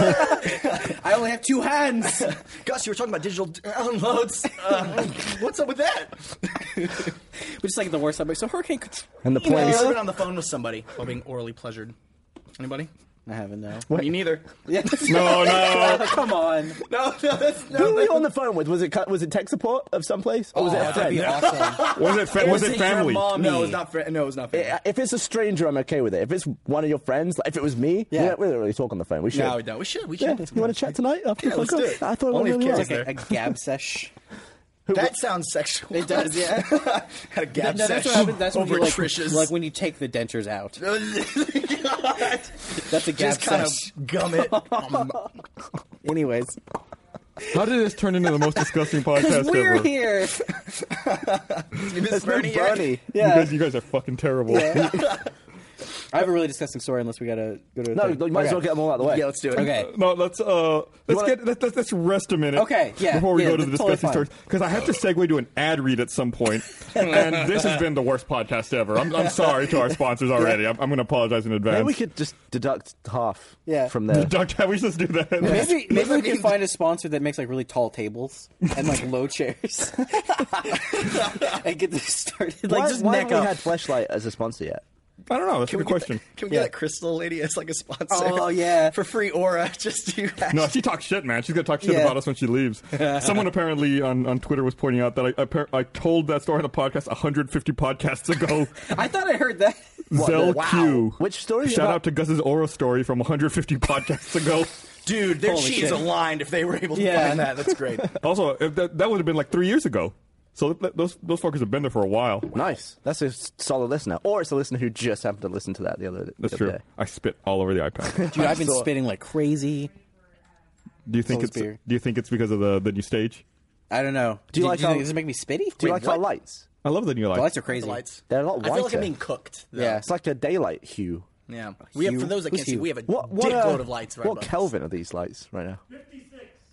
C: I only have two hands.
D: Gus, you were talking about digital downloads. Uh, what's up with that?
C: Which is like the worst subject. So Hurricane.
B: And the
D: You know,
B: planes.
D: I've ever been on the phone with somebody while being orally pleasured. Anybody?
C: I haven't though.
D: Me neither.
C: Yeah.
A: no, no.
C: Oh, come on.
D: No, no, that's no.
B: Who were you on the phone with? Was it cu- was it tech support of some place, or was it a friend?
C: Oh, awesome.
A: Was it? Fa- was it family?
D: No, it's not. Fr- no, it's not. Family.
B: Uh, If it's a stranger, I'm okay with it. If it's one of your friends, like if it was me,
C: Yeah.
B: we don't we don't really talk on the phone. We should.
D: no, no, we should. We should.
B: Yeah, you want to chat tonight? After
D: Yeah,
B: the
D: let's
B: podcast?
D: do it.
B: I thought
D: Only
B: it
D: if
B: went really
D: Kara's
B: well.
C: Like a, a gab sesh.
D: That sounds sexual.
C: It does, yeah.
D: Had a
C: No,
D: gap
C: no, that's
D: sesh
C: what happens. That's when
D: over
C: you like,
D: Trish's.
C: like when you take the dentures out.
D: God.
C: That's a gab
D: Just kind
C: sesh.
D: of gum it. Oh
C: Anyways,
A: How did this turn into the most disgusting podcast
C: we're
A: ever?
C: here.
D: Miss Bernie.
B: Bernie.
A: You,
C: Yeah.
A: guys, you guys are fucking terrible.
C: I have a really disgusting story. Unless we gotta go to. a
B: No, you
C: thing.
B: might as
C: Okay.
B: well get them all out of the way.
D: Yeah, let's do it.
C: Okay.
A: No, let's uh, let's
B: wanna-
A: get let's, let's, let's rest a minute.
C: Okay, yeah,
A: Before we
C: yeah,
A: go to the
C: that's totally
A: disgusting
C: fine.
A: stories, because I have to segue to an ad read at some point, and this has been the worst podcast ever. I'm, I'm sorry to our sponsors already. I'm, I'm going to apologize in
B: Maybe
A: advance.
B: we could just deduct half
C: Yeah.
B: from there.
A: Doctor, we should just do that.
C: Maybe maybe we can find a sponsor that makes like really tall tables and like low chairs, and get this started. Like
B: why
C: just
B: why
C: neck
B: haven't
C: up.
B: we had Fleshlight as a sponsor yet?
A: I don't know. That's a good question.
D: Can we get that crystal lady as like a sponsor?
C: Oh, yeah.
D: For free aura, just do that.
A: No, she talks shit, man. She's gonna talk shit
C: Yeah.
A: about us when she leaves. Someone apparently on, on Twitter was pointing out that I appar- I told that story on the podcast 150 podcasts ago.
C: I thought I heard that.
A: Zell
B: Wow.
A: Q.
B: Which story
A: Shout
B: about-
A: out to Gus's Aura story from 150 podcasts ago.
D: Dude, their
C: Holy
D: cheese
C: shit.
D: aligned if they were able to
C: Yeah.
D: find that. That's great.
A: also, if that, that would have been like three years ago. So th- those those fuckers have been there for a while.
B: Nice. That's a s- solid listener. Or it's a listener who just happened to listen to that the other,
A: That's
B: the
A: true.
B: other day.
A: I spit all over the iPad.
C: Dude, I've been
B: saw it.
C: spitting like crazy.
A: Do you think
C: It's
A: it's
C: all spear.
A: Do you think it's because of the the new stage?
C: I don't know.
B: Do you
C: Did-
B: like
C: think-
B: how-
C: Does it make me spitty?
B: Do you like our lights?
A: I love the new light.
C: The lights are crazy.
D: Lights.
B: They're a lot
D: I feel like
B: whiter.
D: I'm being cooked. Though.
C: Yeah.
B: It's like a daylight hue.
D: Yeah. We have, for those that
C: Who's
D: can't see,
C: Hugh?
D: we have a
B: What what
D: dickload
B: uh,
D: of lights right
B: What
D: above us.
B: Kelvin are these lights right now?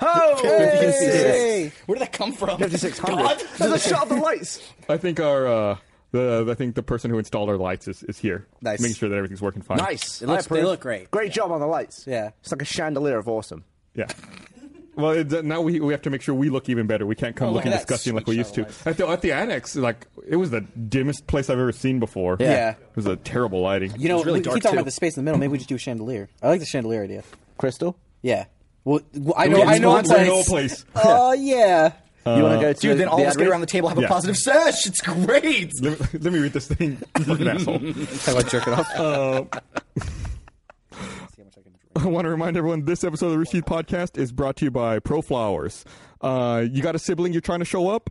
D: Oh!
C: Hey!
D: Where did that come from?
B: Fifty six
D: God.
B: hundred. There's a shot of the lights.
A: I think our uh, the I think the person who installed our lights is, is here.
C: Nice.
A: Making sure that everything's working fine.
B: Nice.
C: It looks-
B: I approve.
C: they look great.
B: Great job on the lights.
C: Yeah.
B: It's like a chandelier of awesome.
A: Yeah. Well, it, uh, now we, we have to make sure we look even better. We can't come
C: Oh,
A: looking
C: look at that
A: disgusting like we
D: sweet
A: used to.
D: satellite.
A: At the, at the annex, like it was the dimmest place I've ever seen before.
C: Yeah. Yeah.
A: it was a terrible lighting.
C: You know,
D: It's really
C: we
D: dark,
C: keep talking
D: too.
C: about the space in the middle. Maybe we just do a chandelier. I like the chandelier idea.
B: Crystal.
C: Yeah. Well, well, I know.
A: It's
C: I know.
A: not
C: It's
A: the
C: like,
A: real place.
C: Oh yeah.
B: you want to go to
E: Dude,
B: the,
E: then all
B: the
E: of us
B: ad
E: get
B: read?
E: around the table, have
A: Yeah.
E: a positive sesh. It's great.
A: Let me, let me read this thing. You Fucking asshole. Uh,
C: Talk about jerking off.
A: I want to remind everyone this episode of the Receipt Podcast is brought to you by Pro Flowers. Uh, you got a sibling you're trying to show up?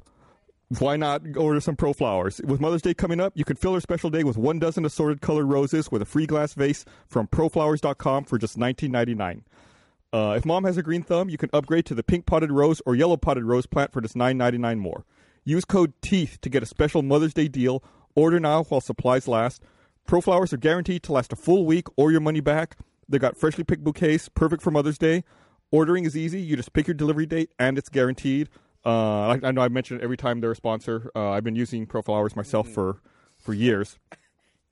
A: Why not order some Pro Flowers? With Mother's Day coming up, you can fill her special day with one dozen assorted colored roses with a free glass vase from proflowers.com for just $19.99. Uh, if mom has a green thumb, you can upgrade to the pink potted rose or yellow potted rose plant for just $9.99 more. Use code TEETH to get a special Mother's Day deal. Order now while supplies last. Proflowers are guaranteed to last a full week or your money back. They got freshly picked bouquets, perfect for Mother's Day. Ordering is easy. You just pick your delivery date and it's guaranteed. Uh, I, I know I mentioned it every time they're a sponsor. Uh, I've been using Proflowers myself for, for years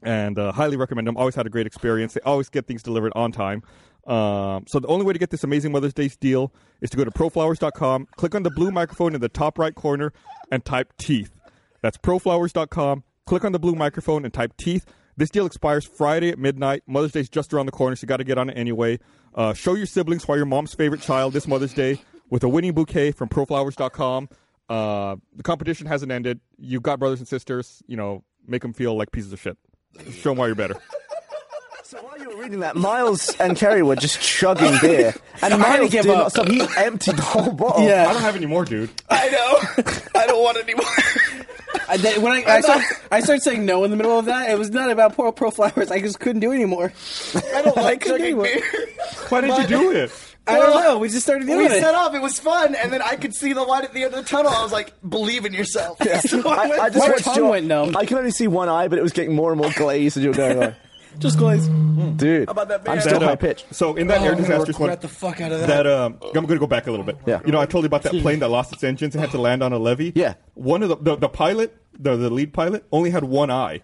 A: and uh, highly recommend them. Always had a great experience. They always get things delivered on time. Um, so the only way to get this amazing Mother's Day deal is to go to proflowers.com, click on the blue microphone in the top right corner, and type teeth. That's proflowers.com. Click on the blue microphone and type teeth. This deal expires Friday at midnight. Mother's Day's just around the corner, so you got to get on it anyway. Uh, show your siblings why your mom's favorite child this Mother's Day with a winning bouquet from proflowers.com. Uh, the competition hasn't ended. You've got brothers and sisters. You know, make them feel like pieces of shit. Show them why you're better.
B: So while you were reading that, Miles and Kerry were just chugging beer, and Miles
C: give
B: did
C: up.
B: not stop. He emptied the whole bottle.
A: I
C: yeah.
A: don't have any more, dude.
E: I know. I don't want anymore.
C: I, then, when I, I, started, I started saying no in the middle of that, it was not about poor pro flowers. I just couldn't do it anymore.
E: I don't like
C: Couldn't
E: chugging
C: do
E: beer.
C: it.
A: Why did you do it?
C: I don't know. We just started doing
E: We
C: it.
E: set off. It was fun, and then I could see the light at the end of the tunnel. I was like, "Believe in yourself." So I
B: I,
E: went-
B: I just
C: My
B: watched
C: tongue
B: your,
C: went numb.
B: I could only see one eye, but it was getting more and more glazed as you were going on.
C: Just glaze. Hmm.
B: Dude,
E: about that
B: I'm
E: beer?
B: still
A: That, uh,
B: high Oh, pitched.
A: So in that air disaster one,
E: regret the fuck out of
A: that um, I'm going to go back a little bit.
B: Yeah.
A: You know, I told you about that plane that lost its engines and had to land on a levee.
B: Yeah.
A: One of the the, the pilot, the, the lead pilot, only had one eye.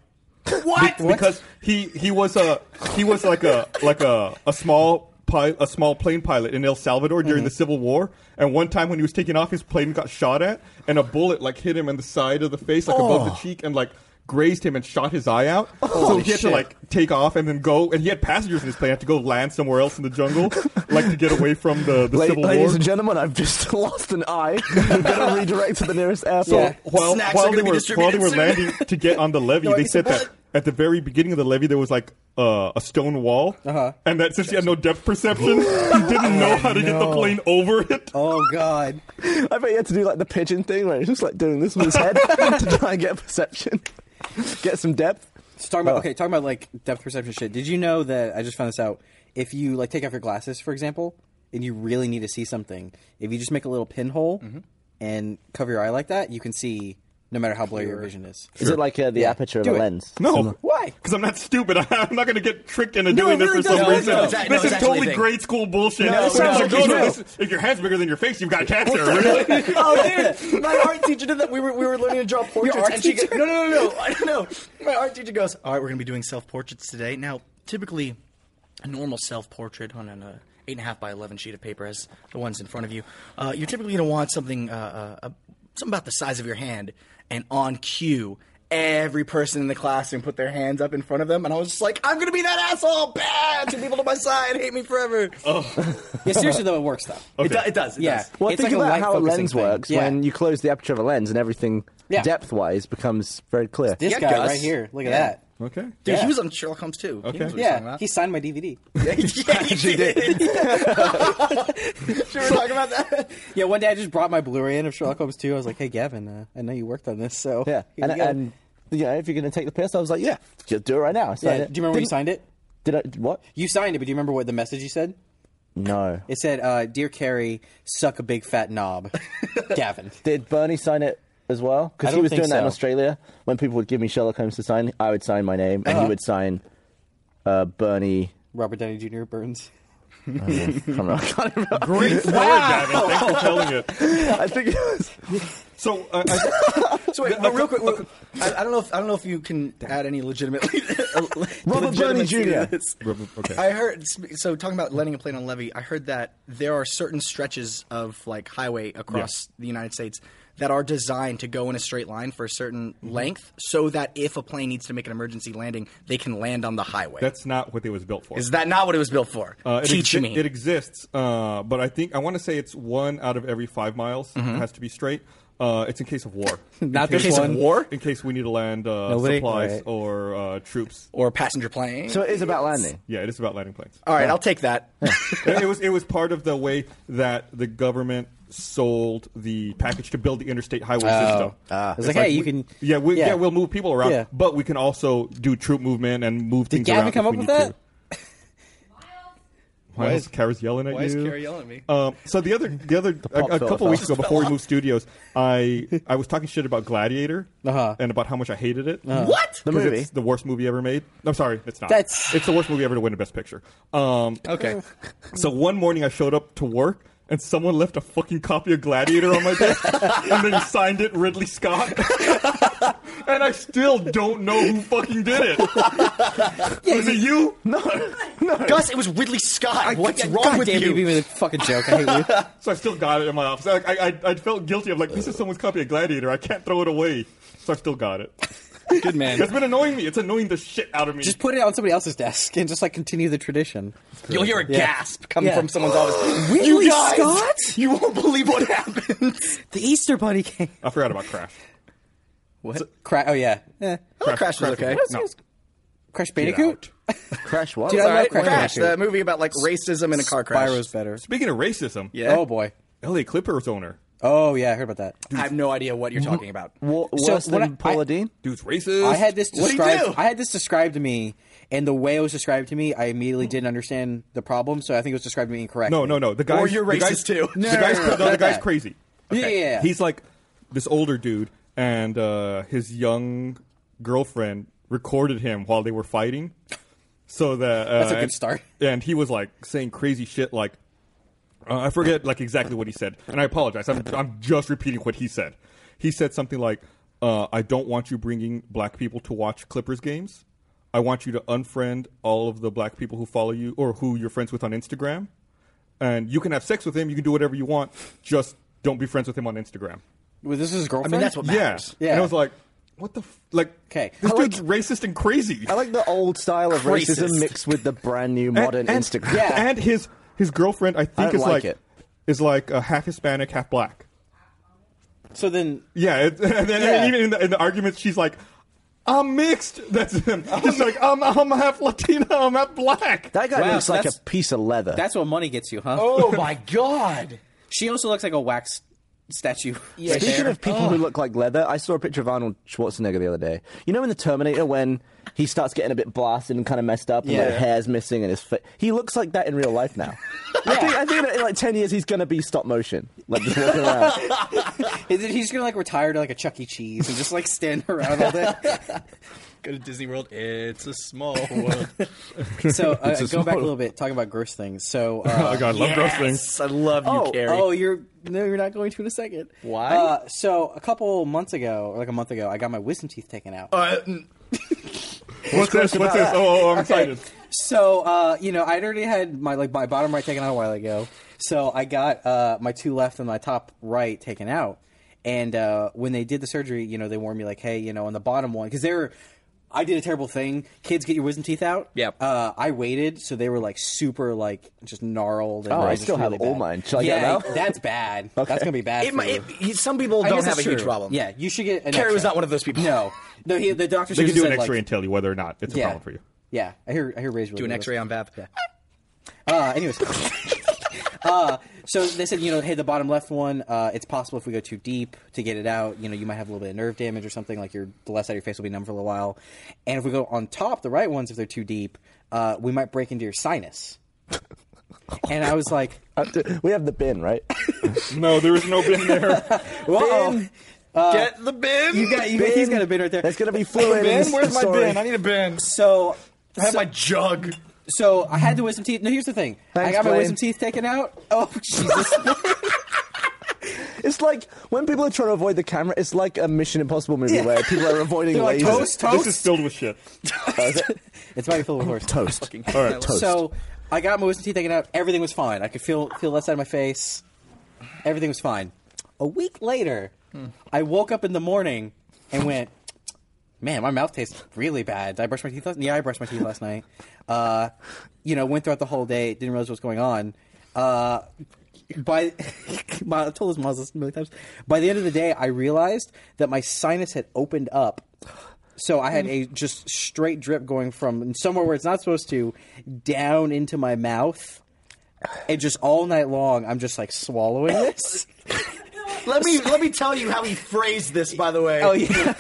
E: what?
A: because he he was a he was like a like a a small pi- a small plane pilot in El Salvador during
B: Mm-hmm.
A: the Civil War. And one time when he was taking off, his plane got shot at, and a bullet like hit him in the side of the face, like above
B: Oh.
A: the cheek, and like grazed him and shot his eye out. so he had to like take off and then go. And he had passengers in his plane had to go land somewhere else in the jungle, like to get away from the, the
B: La-
A: Civil
B: ladies
A: War.
B: and gentlemen, I've just lost an eye. We've got to redirect to the nearest airport.
A: while,
E: Snacks
A: while
E: are
A: they
E: gonna be
A: were while they
E: distributed
A: were
E: soon.
A: landing to get on the levee, they
E: it's
A: said
E: a
A: that at the very beginning of the levee there was like uh, a stone wall, uh-huh. and that since he had no depth perception, he didn't know how to get the plane over it.
C: Oh, God.
B: I bet you had to do like the pigeon thing where he's just like doing this with his head to try and get perception, get some depth.
C: So talking
E: Oh.
C: about okay, talking about like depth perception shit. Did you know that I just found this out? If you like take off your glasses, for example, and you really need to see something, if you just make a little pinhole
E: Mm-hmm.
C: and cover your eye like that, you can see no matter how blurry your vision is.
B: Is it like uh, the aperture of
C: Do
B: a
C: it.
B: lens?
A: No,
C: Why?
A: Because I'm not stupid. I'm not going to get tricked into doing
E: it
A: this
E: really
A: for some
E: doesn't. No,
A: reason.
E: no, it's act- no,
A: this is
E: it's actually a
A: totally
E: thing.
A: grade school bullshit.
E: No, it
A: It's
E: sounds
A: like,
E: like
A: no, no,
E: it's
A: this is- if your hand's bigger than your face, you've got cancer. really?
E: oh, dude, my art teacher did that. We were we were learning to draw portraits,
C: art
E: and she
C: teacher?
E: go- no no no no I don't know. My art teacher goes, "All right, we're gonna be doing self portraits today." Now, typically, a normal self portrait on an uh, eight and a half by eleven sheet of paper, as the ones in front of you, uh, you're typically gonna want something uh, uh, uh, something about the size of your hand, and on cue. Every person in the classroom put their hands up in front of them, and I was just like, "I'm gonna be that asshole!" Bad, two people to my side, hate me forever.
C: Yeah, seriously though, it works though.
E: It, do- it does. It
C: Yeah.
E: does.
B: Well,
C: It's
B: think
C: like a
B: about
C: light
B: how a
C: focusing
B: lens
C: thing.
B: works
C: Yeah.
B: when you close the aperture of a lens and everything
C: Yeah.
B: depth-wise becomes very clear.
C: This
E: Yeah,
C: guy
E: Gus.
C: right here, look at
E: Yeah.
C: that.
A: okay.
E: Dude,
C: Yeah.
E: he was on Sherlock Holmes too.
A: Okay.
C: Yeah, he signed my DVD.
E: yeah, he did. Should we talk about that?
C: yeah, one day I just brought my Blu-ray in of Sherlock Holmes 2. I was like, hey Gavin, uh, I know you worked on this, so
B: Yeah,
C: here
B: and,
C: we go.
B: and you know, if you're going to take the piss, I was like, yeah, just do it right now. I
C: yeah,
B: signed
C: do you
B: it.
C: remember when you
B: Didn't-
C: signed it?
B: Did I what?
C: You signed it, but do you remember what the message you said?
B: No.
C: It said, uh, "Dear Carrie, suck a big fat knob, Gavin."
B: Did Bernie sign it as well?
C: I
B: Because he
C: don't
B: was
C: think
B: doing that in
C: so.
B: Australia when people would give me Sherlock Holmes to sign. I would sign my name,
C: Uh-huh.
B: and he would sign uh, Bernie.
C: Robert Downey Jr. Burns.
B: I don't know, I can't remember.
A: Great story, Gavin. Thanks for telling it.
B: I think it was.
A: So, uh, I,
E: So wait, but real quick, I, I don't know if I don't know if you can add any legitimately.
B: Robert Downey
E: legitimacy
B: Jr..
E: to this.
A: Robert- okay.
E: I heard so talking about landing a plane on levee. I heard that there are certain stretches of like highway across the United States that are designed to go in a straight line for a certain length, so that if a plane needs to make an emergency landing, they can land on the highway.
A: That's not what it was built for.
E: Is that not what it was built for?
A: Uh, it
E: Teach
A: exi-
E: me.
A: It exists, uh, but I think I want to say it's one out of every five miles has to be straight. Uh, it's in case of war.
C: Mm-hmm. Not
A: in
C: this
A: case
C: one.
A: Of war. In case we need to land uh,
C: Nobody-
A: supplies
C: Alright.
A: or uh, troops.
E: or a passenger plane.
B: So it is about landing.
A: Yeah, it is about landing planes.
C: Oh,
E: All right, I'll take that.
A: it, it was it was part of the way that the government sold the package to build the interstate highway
C: Oh,
A: system.
C: Ah. It's like, hey, you
A: we-
C: can-
A: Yeah, we, yeah.
C: yeah.
A: we'll move people around,
C: Yeah.
A: but we can also do troop movement and move
C: Did
A: things
C: Gavin
A: around.
C: come
A: if
C: up
A: we
C: with
A: need to.
C: that?
A: Why is Kara's yelling at
E: why
A: you?
E: is Kara yelling at me?
A: Um, so the other, the other, a,
B: pop
A: a
B: fell
A: couple
B: off.
A: weeks ago, before we moved studios, I I was talking shit about Gladiator
C: Uh-huh.
A: and about how much I hated it.
E: What?
B: The
A: 'Cause
B: movie.
A: It's the worst movie ever made. I'm sorry, it's not.
C: That's-
A: It's the worst movie ever to win a Best Picture. Um,
E: Okay.
A: so one morning I showed up to work and someone left a fucking copy of Gladiator on my desk and then signed it Ridley Scott. and I still don't know who fucking did it. Was it you? No.
E: Gus, it was Ridley Scott. What's wrong
C: God
E: with
C: damn
E: you?
C: you beat me with a fucking joke. I hate you.
A: So I still got it in my office. Like, I, I, I felt guilty. I'm like, this is someone's copy of Gladiator. I can't throw it away. So I still got it.
E: Good man.
A: It's been annoying me. It's annoying the shit out of me.
C: Just put it on somebody else's desk and just like continue the tradition.
E: You'll hear a gasp coming
C: Yeah.
E: from someone's office.
C: Ridley
E: you guys,
C: Scott?
E: You won't believe what happened.
C: The Easter Bunny came.
A: I forgot about Crash.
C: What? Cra- oh yeah. Eh.
E: Crash, was okay.
A: No.
C: Crash Bandicoot.
B: Crash what?
C: Dude, I
E: All right,
C: love
E: Crash,
C: Crash.
E: the movie about like racism and a car crash.
C: Spyro's better.
A: Speaking of racism,
E: Yeah.
C: Oh boy.
A: LA Clippers owner.
C: Oh yeah, I heard about that.
E: I have no idea what you're talking about.
B: Wa-
C: So
B: worse
C: when
B: than
C: I-
B: Paula
C: I-
B: Dean?
A: Dude's racist.
C: I had this
E: What do you do?
C: described. I had this described to me, and the way it was described to me, I immediately didn't understand the problem. So I think it was described to me incorrectly.
A: No, no, no. The guy.
E: you're
A: the
E: racist
A: guy's,
E: too.
A: The
C: No, no,
A: guy's,
C: no, no,
A: no, the
C: not
A: guy's
C: that.
A: crazy.
C: Yeah, yeah, yeah.
A: He's like this older dude, and uh, his young girlfriend recorded him while they were fighting. So that uh,
C: That's a good
A: and-
C: start.
A: And he was like saying crazy shit, like uh, I forget like exactly what he said, and I apologize. I'm I'm just repeating what he said. He said something like, uh, "I don't want you bringing black people to watch Clippers games. I want you to unfriend all of the black people who follow you or who you're friends with on Instagram, and you can have sex with him. You can do whatever you want. Just don't be friends with him on Instagram."
C: Well, this is his girlfriend.
E: I mean, that's what matters.
A: Yeah.
C: Yeah.
A: And I was like, "What the f-? like?
C: 'Kay.
A: this
C: I
A: dude's racist and crazy."
B: I like the old style of racism
E: Racist.
B: mixed with the brand new modern
A: and,
B: Instagram.
C: Yeah.
A: And his his girlfriend, I think,
B: don't
A: is
B: like
A: like,
B: it.
A: is like uh, half Hispanic, half black.
C: So then,
A: Yeah, it, and then
C: Yeah.
A: even in the, in the arguments, she's like, "I'm mixed." That's him. Just like I'm, I'm half Latina, I'm half black.
B: That guy
C: Wow,
B: looks
C: so
B: like a
C: that's-
B: piece of leather.
C: that's what money gets you, huh?
E: Oh my god.
C: She also looks like a wax statue.
E: Yeah.
B: Speaking
E: Fair.
B: of people who look like leather, I saw a picture of Arnold Schwarzenegger the other day. You know in the Terminator when he starts getting a bit blasted and kind of messed up, and
C: Yeah.
B: like, hair's missing and his face. He looks like that in real life now. I think I think that in like ten years he's gonna be stop motion, like just walking around.
C: And then he's gonna like retire to like a Chuck E. Cheese and just like stand around all day.
E: Go to Disney World. It's a small world.
C: So uh, going back a little bit, talking about gross things. So uh,
A: Oh, God, I love those things.
E: I love you,
C: oh,
E: Carrie.
C: oh, you're no, you're not going to in a second.
E: Why?
C: Uh, so a couple months ago, or like a month ago, I got my wisdom teeth taken out.
E: Uh, n-
A: What's this? What's this? Oh, oh, I'm excited.
C: So uh, you know, I'd already had my like my bottom right taken out a while ago. So I got uh, my two left and my top right taken out. And uh, when they did the surgery, you know, they warned me like, hey, you know, on the bottom one because they were. I did a terrible thing. Kids, get your wisdom teeth out.
E: Yep.
C: Uh, I waited, so they were like super, like just gnarled. And,
B: Oh, I
C: like, just
B: still have
C: really
B: all
C: bad.
B: mine. Shall I get
C: yeah,
B: it out?
C: that's bad. That's gonna be bad.
E: it,
C: for
E: might-
C: you.
E: it, he- some people
C: I
E: don't
C: guess
E: have a
C: that's
E: huge
C: true.
E: problem.
C: Yeah, you should get. An
E: Carrie was
C: X-ray.
E: not one of those people.
C: No, no. He, the doctor.
A: They can do an X-ray and tell you whether or not it's a problem for you.
C: Yeah, I hear. I hear. Ray's really
E: Do an
C: good.
E: X-ray on Vav.
C: Uh, anyways. Uh, so they said, you know, hey, the bottom left one, uh, it's possible if we go too deep to get it out, you know, you might have a little bit of nerve damage or something. Like your the left side of your face will be numb for a little while, and if we go on top, the right ones, if they're too deep, uh, we might break into your sinus. and I was like,
B: we have the bin, right?
A: No, there is no bin there.
C: whoa,
E: Get the bin.
C: you got, you got, he's got a bit right there.
B: That's gonna be fluid. in this story.
E: need a bin.
C: so.
E: I have
C: so-
E: my jug.
C: So I had the wisdom teeth. No, here's the thing. I
B: Thanks,
C: got my
B: Blaine.
C: wisdom teeth taken out. Oh Jesus!
B: It's like when people are trying to avoid the camera. It's like a Mission Impossible movie where people are avoiding
C: They're like,
B: lasers.
C: toast, toast.
A: This is filled with shit.
C: it's mighty full of horse.
B: toast.
A: All right.
C: So I got my wisdom teeth taken out. Everything was fine. I could feel feel the left side of my face. Everything was fine. A week later, I woke up in the morning and went, man, my mouth tastes really bad. Did I brush my teeth last? Yeah, I brushed my teeth last night. Uh, you know, went throughout the whole day, didn't realize what was going on. Uh, by, my, I told this mom this a million times. By the end of the day, I realized that my sinus had opened up. So I had a just straight drip going from somewhere where it's not supposed to down into my mouth. And just all night long, I'm just like swallowing this.
E: Let me let me tell you how he phrased this. By the way,
C: oh, yeah.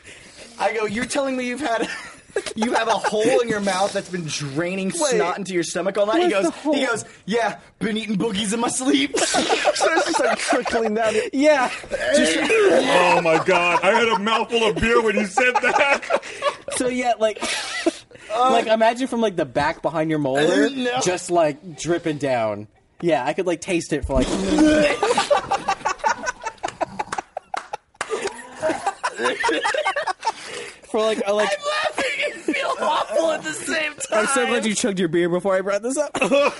E: I go, you're telling me you've had. You have a hole in your mouth that's been draining snot into your stomach all night. He
C: where's the
E: goes,
C: hole?
E: he goes, yeah, been eating boogies in my sleep.
B: so it's just like trickling down.
C: Yeah.
A: Oh my god, I had a mouthful of beer when you said that.
C: So yeah, like, like imagine from like the back behind your molar,
E: No.
C: just like dripping down. Yeah, I could like taste it for like. For like, I like
E: feel awful at the same time.
C: I'm so glad you chugged your beer before I brought this up. so,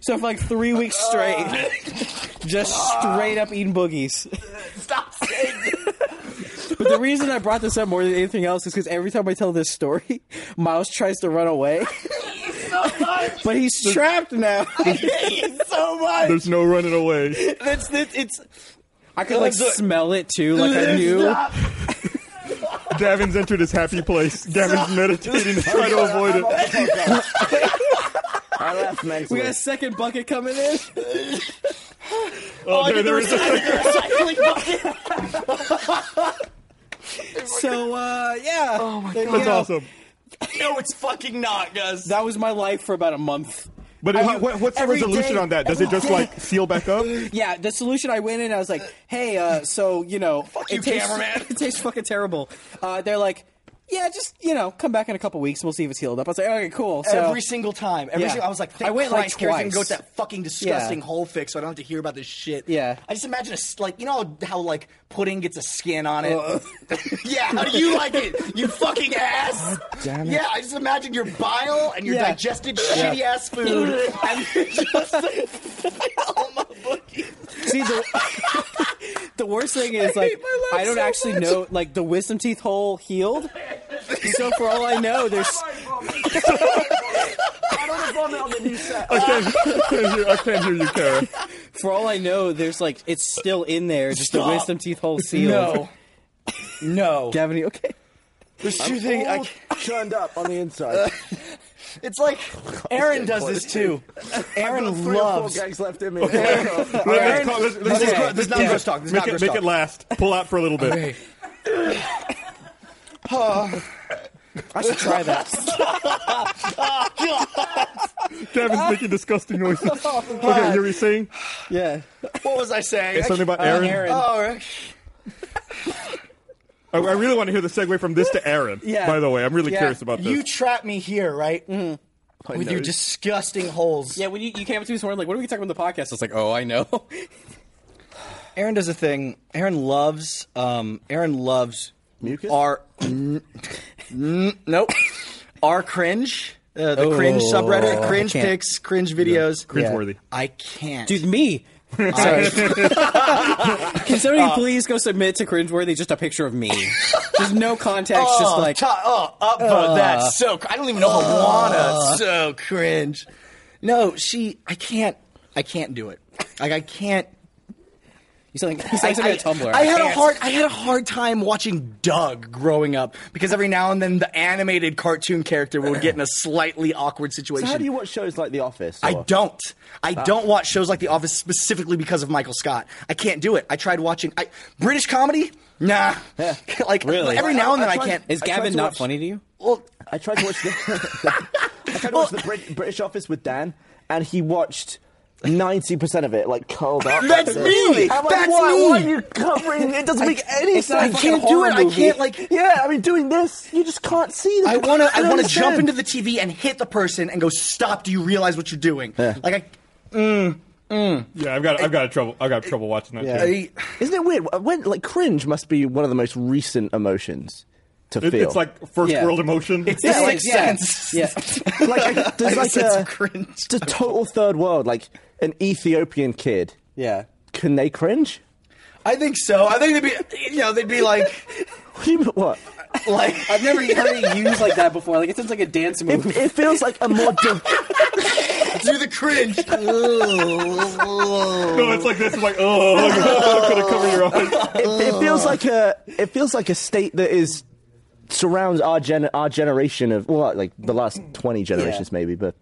C: so for like three weeks straight, just straight up eating boogies.
E: Stop saying
C: But the reason I brought this up more than anything else is because every time I tell this story, Miles tries to run away,
E: so much.
C: but he's trapped now.
E: so much.
A: There's no running away.
C: That's it's, it's. I could like
E: Ugh, look.
C: smell it too. Like I knew.
E: Stop.
A: Gavin's entered his happy place. Gavin's meditating to try to avoid it.
B: I left
C: We
B: mentally.
C: got a second bucket coming in.
A: Oh, there, there is a
C: So uh, yeah. Oh my god,
A: That's awesome.
E: No, it's fucking not, Gus.
C: That was my life for about a month.
A: But
C: I
A: how,
C: mean,
A: what, what's the
C: every
A: resolution
C: day-
A: on that? Does it just like seal back up?
C: Yeah, the solution I went in, I was like, hey, uh, so you know,
E: you,
C: it tastes,
E: cameraman.
C: it tastes fucking terrible. Uh, they're like, yeah, just you know, come back in a couple weeks and we'll see if it's healed up. I was like, okay, cool. So,
E: every single time. Every
C: Yeah.
E: single, I was like,
C: I went, like,
E: Christ, Gary, I can go
C: twice.
E: to that fucking disgusting
C: Yeah.
E: hole fix, so I don't have to hear about this shit.
C: Yeah.
E: I just imagine a s like you know how like pudding gets a skin on it. yeah, how do you like it? You fucking ass.
C: damn it.
E: Yeah, I just imagine your bile and your
C: Yeah.
E: digested shitty ass food, and you're just like, all my bookies.
C: See the the worst thing is like
E: my life
C: I don't
E: so
C: actually know like the wisdom teeth hole healed. So for all I know, there's
A: I can't, I can't hear, I can't hear you, Kara.
C: for all I know, there's like it's still in there, just
E: Stop.
C: the wisdom teeth hole sealed.
E: no.
C: Gavin, you okay?
E: There's two things. I, can't-
B: churned up on the inside.
E: it's like Aaron does this too. Aaron
B: Three or four
E: loves.
B: gags left in me.
A: Let's,
E: right.
A: talk- let's- let's
E: This is
A: talk-
E: gro- this is not
A: yeah.
E: gross talk. This is
A: make
E: not
A: it,
E: gross
A: make
E: talk.
A: it last. Pull out for a little bit.
C: I should try that.
A: Gavin's making disgusting noises.
E: Oh,
A: Okay, you were saying
C: yeah.
E: What was I saying?
A: It's something about Aaron.
C: Aaron.
E: Oh, right.
A: I, I really want to hear the segue from this to Aaron.
C: Yeah.
A: By the way, I'm really
C: Yeah.
A: curious about this.
E: you trap me here, right? With your
B: nose.
E: disgusting holes.
C: Yeah, when you, you came up to me this morning, like, what are we talking about in the podcast? I was like, oh, I know.
E: Aaron does a thing. Aaron loves. Um, Aaron loves.
B: Mucus?
E: Our n- n- nope. Our cringe. Uh, the cringe
C: Oh,
E: subreddit,
C: I
E: cringe
C: can't.
E: pics, cringe videos.
A: Cringeworthy.
E: I can't.
C: Dude, me. Sorry. Can somebody
E: Uh,
C: please go submit to Cringeworthy just a picture of me? There's no context,
E: oh,
C: just like
E: to- oh, upvote. that's so. Cr- I don't even know Alana. So Uh. cringe. No, she. I can't. I can't do it. Like I can't.
C: you sound like, you sound like somebody at Tumblr.
E: I had a
C: Can't.
E: hard I had a hard time watching Doug growing up because every now and then the animated cartoon character would get in a slightly awkward situation.
B: So how do you watch shows like The Office?
E: I
B: or-
E: don't. I don't watch shows like The Office specifically because of Michael Scott. I can't do it. I tried watching I, British comedy. Nah. like
C: Really?
E: every now and then
B: I-
E: I,
B: I tried-
E: can't.
C: Is
B: I tried
C: Gavin
B: to
C: not
B: watch-
C: funny to you?
E: well,
B: I tried to watch the, I tried to watch the Brit- British Office with Dan, and he watched ninety percent of it, like curled up.
E: That's
B: like
E: me!
B: this. I'm like,
E: That's
B: why,
E: me!
B: Why are you covering? It doesn't make any
C: it's not a
B: sense.
E: I can't do it. I can't like.
B: Yeah, I mean, doing this, you just can't see. The
E: I want to. I
B: don't
E: want to jump
B: understand.
E: into the TV and hit the person and go, "Stop! Do you realize what you're doing?" Like I.
A: yeah, I've got I've got trouble I've got trouble watching that.
B: Yeah.
A: too.
E: I
B: Isn't it weird? When like cringe must be one of the most recent emotions to
A: It-
B: feel.
A: it's like first
C: Yeah.
A: world emotion.
E: It's
C: Yeah,
E: like
C: yeah.
E: sense.
C: Yeah.
B: like I- there's
E: I
B: like
E: said some
B: a,
E: cringe.
B: the total third world, like an Ethiopian kid.
C: Yeah.
B: Can they cringe?
E: I think so. I think they'd be, you know, they'd be like,
B: What? do you- what?
E: like
C: I've never heard it used like that before. Like it sounds like a dance move.
B: It feels like a more. De-
E: do the cringe.
A: No, it's like this. It's like, oh, I'm gonna cover your eyes.
B: it, it feels like a. It feels like a state that is surrounds our gen our generation of well, like the last twenty generations maybe, but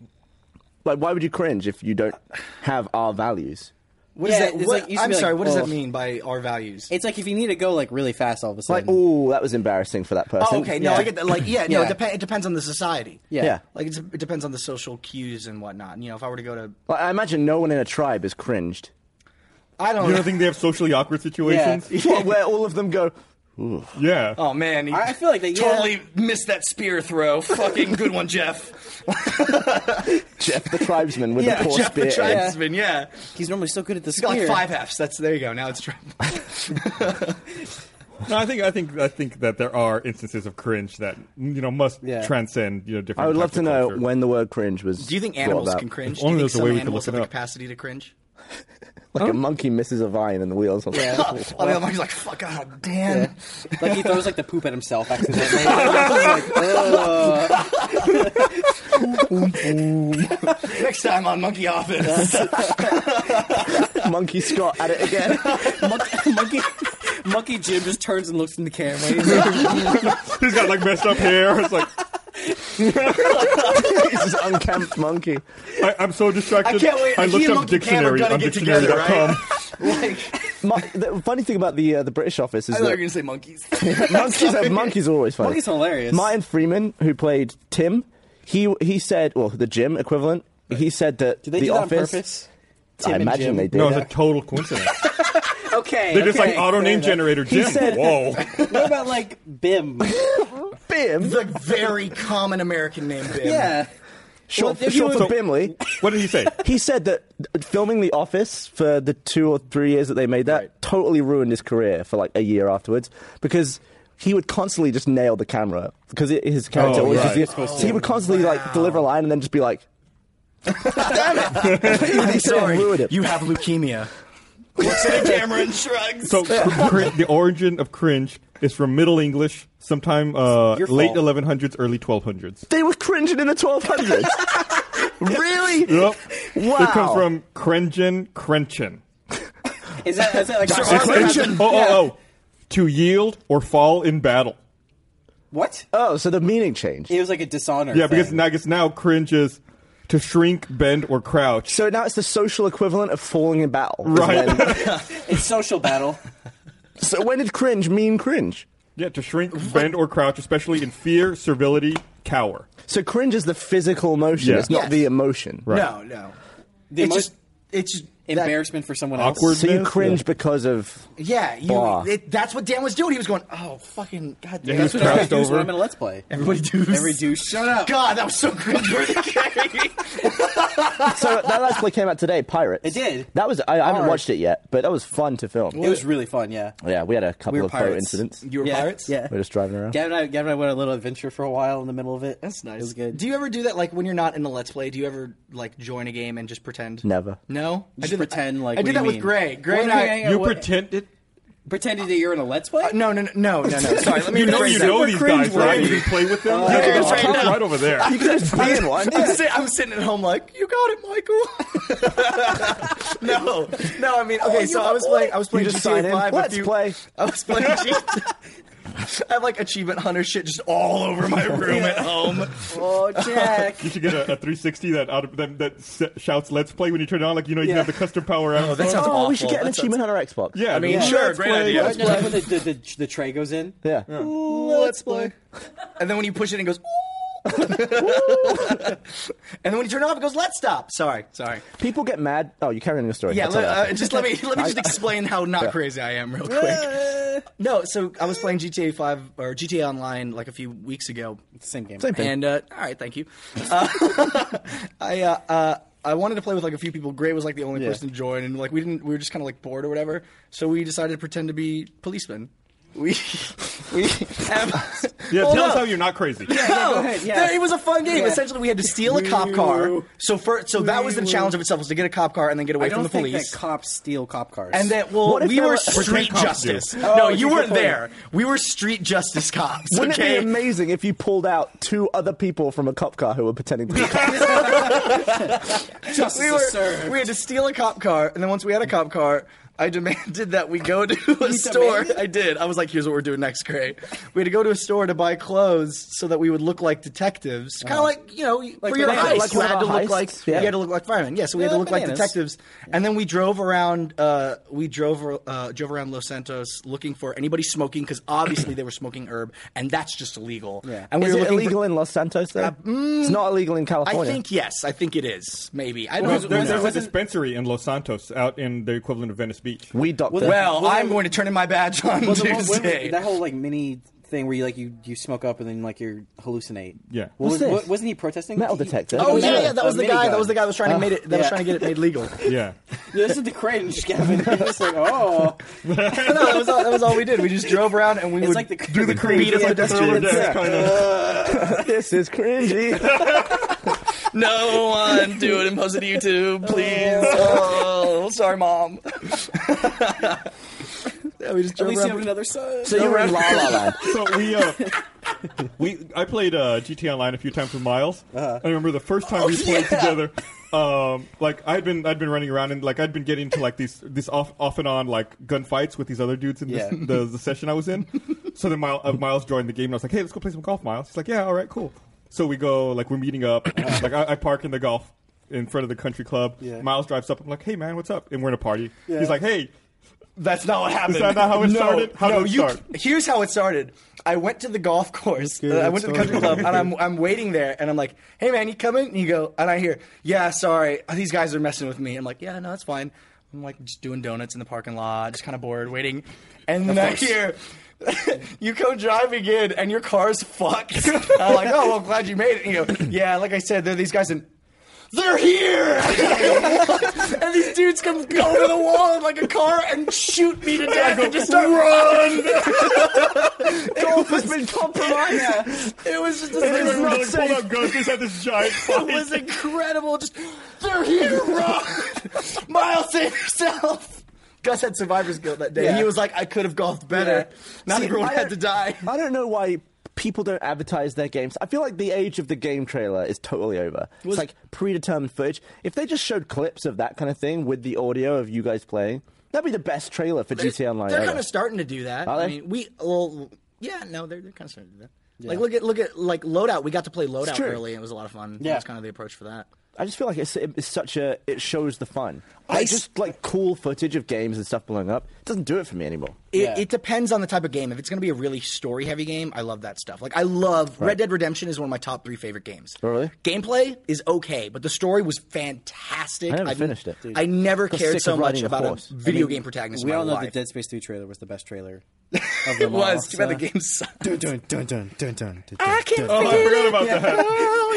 B: like, why would you cringe if you don't have our values?
E: What
C: Yeah,
E: is that?
C: it's
E: What,
C: like- it used to
E: I'm
C: be like,
E: sorry. what does
C: oh.
E: that mean by our values?
C: It's like if you need to go like really fast all of a
B: Like,
C: sudden.
B: oh, that was embarrassing for that person.
E: Mm. oh, okay. No,
C: yeah.
E: I get that. Like, yeah, no,
C: Yeah.
E: it, dep- it depends on the society.
C: yeah.
B: yeah.
E: Like, it's, it depends on the social cues and whatnot. You know, if I were to go to,
B: Like, I imagine no one in a tribe is cringed.
E: I don't.
A: You
E: know.
A: don't think they have socially awkward situations?
B: Well, where all of them go,
A: Yeah.
E: Oh man, he
C: I feel like they- yeah.
E: totally missed that spear throw. Fucking good one, Jeff.
B: Jeff the tribesman with
E: yeah,
B: the poor
E: Jeff
B: spear.
E: the tribesman. Yeah,
C: He's normally so good at the
E: oh. he's got
C: spear.
E: like five Fs. That's there you go. Now it's tri-
A: No, I think I think I think that there are instances of cringe that you know must
C: Yeah.
A: transcend you know different.
B: I would love
A: types
B: to
A: of
B: know
A: culture.
B: when the word cringe was.
E: Do you think
B: brought
E: animals
B: about.
E: can
A: If
E: cringe? Do you
A: only
E: think
A: there's a
E: some
A: way we could
E: animals
A: look
E: have
A: it
E: the
A: up.
E: capacity to cringe?
B: Like a monkey misses a vine and the wheels. Are
C: Yeah.
E: Oh, the monkey's like, fuck, God, damn.
C: like he throws like the poop at himself accidentally. Like, ugh.
E: Next time on Monkey Office.
B: Monkey Scott at it again.
C: monkey, monkey, monkey Jim just turns and looks in the camera. He's like,
A: he's got like messed up hair. It's like
B: He's this unkempt monkey.
A: I, I'm so distracted.
E: I can't wait. He
A: looked
E: and
A: up
E: Monkey Cam are
A: dictionary
E: gonna
A: on
E: get together,
A: dictionary.com.
E: right? like,
B: Mon- the funny thing about the uh, the British office is
E: I thought you were
B: that
E: going to say monkeys.
B: monkeys are, monkeys are always funny.
C: Monkey's hilarious.
B: Martin Freeman, who played Tim, he he said, well, the Jim equivalent. He said that
C: Did they
B: the
C: do that
B: office.
C: on purpose?
B: I
C: Tim and
B: imagine
C: Jim.
B: they did.
A: No, it's a total coincidence.
C: Okay.
A: They're just
C: okay,
A: like auto name
C: fair enough.
A: generator Jim.
B: said-
A: Whoa.
C: What about like Bim?
B: Bim,
E: the very common American name, Bim.
C: yeah.
B: short,
C: Well, if
B: short
C: you-
B: for Bimley.
A: what did he say?
B: He said that filming The Office for the two or three years that they made that totally ruined his career for like a year afterwards because he would constantly just nail the camera because it- his character
A: Oh,
B: always
A: right.
B: just, so he would constantly like deliver a line and then just be like, "Damn it!" He sort of
E: Sorry,
B: ruined it.
E: you have leukemia. Looks at the camera and shrugs.
A: So cr- cr- the origin of cringe is from Middle English, sometime uh,
C: Your
A: late
C: fault.
A: 1100s, early 1200s.
B: they were cringing in the 1200s. really?
A: Yep.
B: Wow.
A: It comes from crengen, crenchen.
C: Is that, is that like Sir
A: It's, it's, oh, oh, oh. To yield or fall in battle.
C: What?
B: Oh, so the meaning changed.
C: It was like a dishonor.
A: Yeah, because
C: thing.
A: now, I guess now cringe is to shrink, bend, or crouch.
B: So now it's the social equivalent of falling in battle. is
A: Right.
B: when-
C: it's social battle.
B: so when did cringe mean cringe?
A: yeah, to shrink, bend, or crouch, especially in fear, servility, cower.
B: So cringe is the physical motion.
A: Yeah.
B: It's not
E: Yes.
B: the emotion.
A: Right.
E: No, no.
C: The
E: it's
C: most
E: just, it's just
C: embarrassment for someone
A: Awkward.
C: else.
B: So you
A: Yeah.
B: cringe because of
E: That, yeah,
B: Blah.
E: you. It, that's what Dan was doing. He was going, oh fucking god.
A: Yeah,
E: damn
A: he was
E: it."
C: That's what every
A: Crouched
C: douche
A: over.
C: when I'm in a Let's Play.
E: Everybody do.
C: Every douche. Shut up.
E: God, that was so cringeworthy.
B: so that last play came out today, Pirates.
C: It did.
B: That was I, I haven't
C: Hard.
B: watched it yet, but that was fun to film.
C: It was really fun, yeah.
B: yeah, we had a couple
C: We were
B: of boat
C: pirates.
B: incidents.
E: you were
C: yeah.
E: pirates.
C: Yeah.
B: We are just driving around.
C: Gavin and, I, Gavin and I went on a little adventure for a while in the middle of it.
E: That's nice.
C: It was good.
E: Do you ever do that? Like when you're not in a let's play, do you ever like join a game and just pretend?
B: Never.
E: No. I did
C: Just
E: that-
C: pretend like
E: I
C: what do
E: did
C: you
E: that with
C: mean?
E: Gray. Gray
C: Well,
E: and
C: no, hang
E: I.
C: on,
A: You Uh,
C: what-
A: pretended.
C: pretended that you're in a Let's Play.
E: Uh, No, no, no, no, no, no. Sorry, let me
A: You know
E: rephrase
A: you
E: that.
A: know these guys, right?
C: cringe-worthy.
A: You play with them.
E: yeah,
A: There's
E: yeah,
A: a
E: yeah.
A: cop right over there.
B: You could just be in one.
E: I'm, si- I'm sitting at home like, you got it, Michael. no, no. I mean, okay. so I was playing. I was playing
B: You just
E: GTA
B: sign in.
E: 5 a
B: Let's
E: few-
B: play.
E: I was playing. G- I have like achievement hunter shit just all over my room at home.
C: Oh, Jack.
A: You should get a, a 360 that out of, that, that s- shouts "Let's play" when you turn it on. Like you know, you can have the custom power out.
E: that sounds
B: oh,
E: awful.
B: we should get an
E: That sounds-
B: achievement on our Xbox.
A: yeah,
E: I mean,
A: dude.
E: sure,
A: Let's
E: great
A: play,
E: idea.
A: let's
C: No, like when the, the, the, the tray goes in.
B: Yeah.
E: Let's play. And then when you push it, it goes. "Ooh." and then when you turn it off, it goes. Let's stop. Sorry, sorry.
B: People get mad. Oh, you carry on your story.
E: Yeah,
B: I'll tell
E: let,
B: you
E: uh,
B: after.
E: just let me let me just explain how not crazy I am real quick. No, so I was playing GTA Five or GTA Online like a few weeks ago,
C: Same game.
B: Same thing.
E: and uh, all right, thank you. Uh, I uh, uh, I wanted to play with like a few people. Gray was like the only
C: Yeah.
E: person to join, and like we didn't we were just kind of like bored or whatever. So we decided to pretend to be policemen. We We,
A: Yeah,
E: Hold
A: tell us
E: up.
A: how you're not crazy.
E: no,
C: ahead, yeah.
E: there- it was a fun game. Essentially, we had to steal a cop car. So for, so that was the challenge of itself was to get a cop car and then get away
C: I
E: from
C: don't
E: the
C: think
E: police.
C: that cops steal cop cars.
E: and that well,
B: What if
E: we
B: there
E: were
B: were-
E: street
A: cops
E: justice.
A: do.
E: no,
C: Oh,
E: you
C: good
E: weren't
C: point.
E: there. We were street justice cops.
B: Wouldn't
E: uh, okay?
B: it be amazing if you pulled out two other people from a cop car who were pretending to be cops?
C: justice
E: we,
C: is
E: were-
C: served.
E: we had to steal a cop car, and then once we had a cop car, I demanded that we go to a store.
C: demanded?
E: I did. I was like, "Here's what we're doing next, Gray." We had to go to a store to buy clothes so that we would look like detectives, kind of like you know, for your
C: Uh-huh. like-
E: heist,
C: like
E: you
B: one of
E: had to
B: our heists,
E: look like
B: yeah.
E: you had to look like firemen. Yeah, so we had
C: Yeah,
E: to look like
C: bananas.
E: detectives, and then we drove around. Uh, we drove uh, drove around Los Santos looking for anybody smoking because obviously they were smoking herb, and that's just illegal.
C: Yeah.
E: and we
B: Is
E: were
B: it
E: looking for-
B: illegal in Los Santos,
C: Uh,
B: though?
C: mm,
B: it's not illegal in
E: I
B: California.
E: think yes. I think it is. Maybe I
A: Well,
E: don't.
A: there's,
E: know.
A: there's a dispensary in Los Santos out in the equivalent of Venice Beach.
B: Weed doctor.
E: Well,
C: Well,
E: I'm
C: then-
E: going to turn in my badge on
C: Well, the one- when-
E: Tuesday.
C: that whole like mini thing where you like you, you smoke up and then like you hallucinate.
A: Yeah.
C: What
B: What's
C: was,
B: this?
C: what, wasn't he protesting?
B: Metal
C: He-
B: detector.
E: oh
B: was
E: yeah,
B: a-
E: yeah, that was
C: a
E: the guy.
C: minigun.
E: That was the guy that was trying to made it. That was
C: yeah.
E: trying to get it made legal.
A: Yeah.
C: This is the cringe, Kevin. You're just like, oh,
E: no, that was all, that was all we did. We just drove around and we
C: it's
E: would
C: like the
E: do the creep.
A: Beat us like the Thriller
E: pedestrians.
A: Deck, kind of.
B: this is cringy.
E: No one do it and post it to YouTube, please. Oh, sorry, mom. yeah, we just
C: At
E: drove
C: least you have
E: around.
C: another son.
B: so you were in La La Land.
A: so we uh, we I played uh, GT Online a few times with Miles. I remember the first time we played together. Um, like I'd been I'd been running around and like I'd been getting into like these these off off and on like gunfights with these other dudes in this,
C: Yeah.
A: the the session I was in. So then Miles, uh, Miles joined the game and I was like, hey, let's go play some golf, Miles. He's like, yeah, all right, cool. So we go like we're meeting up. like I, I park in the golf in front of the country club.
C: Yeah.
A: Miles drives up. I'm like, hey man, what's up? And we're in a party. He's like, hey,
E: That's not what happened.
A: Is that not how it
E: no,
A: started? How did
E: no,
A: it
E: you,
A: start?
E: Here's how it started. I went to the golf course. uh, I went to the country club, and I'm I'm waiting there, and I'm like, "Hey, man, you coming?" And you go, and I hear, "Yeah, sorry, Oh, these guys are messing with me." I'm like, "Yeah, no, that's fine." I'm like just doing donuts in the parking lot, just kind of bored, waiting, and then I hear. you come driving in and your car's fucked. And I'm like, oh, well, I'm glad you made it. And you go, yeah, like I said, there are these guys, and they're here! and these dudes come over the wall in like a car and shoot me to death and just start run.
B: Golf has been compromised.
E: It was just
B: It is
E: this,
B: not
A: like,
B: safe.
A: pulled out guns. Just had this giant
E: it
A: fight.
E: was incredible. Just they're here, run, Miles, save yourself. Gus had survivor's guilt that day.
C: Yeah.
E: He was like, I could have golfed better. Not
B: See,
E: everyone
B: I
E: had to
B: don't-
E: die.
B: I don't know why people don't advertise their games. I feel like the age of the game trailer is totally over. it's like predetermined footage. If they just showed clips of that kind of thing with the audio of you guys playing, that'd be the best trailer for GTA Online.
E: They're
B: ever.
E: kind of starting to do that.
B: Are
E: I
B: they?
E: mean, we well, yeah, no, they're they're kind of starting to do that. Like look at look at like loadout. We got to play loadout
B: true.
E: early. and It was a lot of fun.
C: Yeah.
E: that's kind of the approach for that.
B: I just feel like it's, it's such a it shows the fun.
E: I
B: Like,
E: s-
B: just like cool footage of games and stuff blowing up it doesn't do it for me anymore.
E: It,
C: Yeah.
E: it depends on the type of game. If it's going to be a really story heavy game, I love that stuff. Like I love Red Dead Redemption is one of my top three favorite games.
B: Oh, really?
E: Gameplay is okay, but the story was fantastic.
B: I never finished it. Dude.
E: I never
B: Got
E: cared
B: sick
E: so
B: of
E: much
B: riding a
E: about
B: horse.
E: a video game protagonist.
C: We
E: in my
C: all know the
E: life.
C: Dead Space 3 trailer was the best trailer.
E: it was. Too bad the game sucked.
C: Dun, dun, dun, dun, dun, dun, dun,
E: I can't
A: Oh, I forgot about that.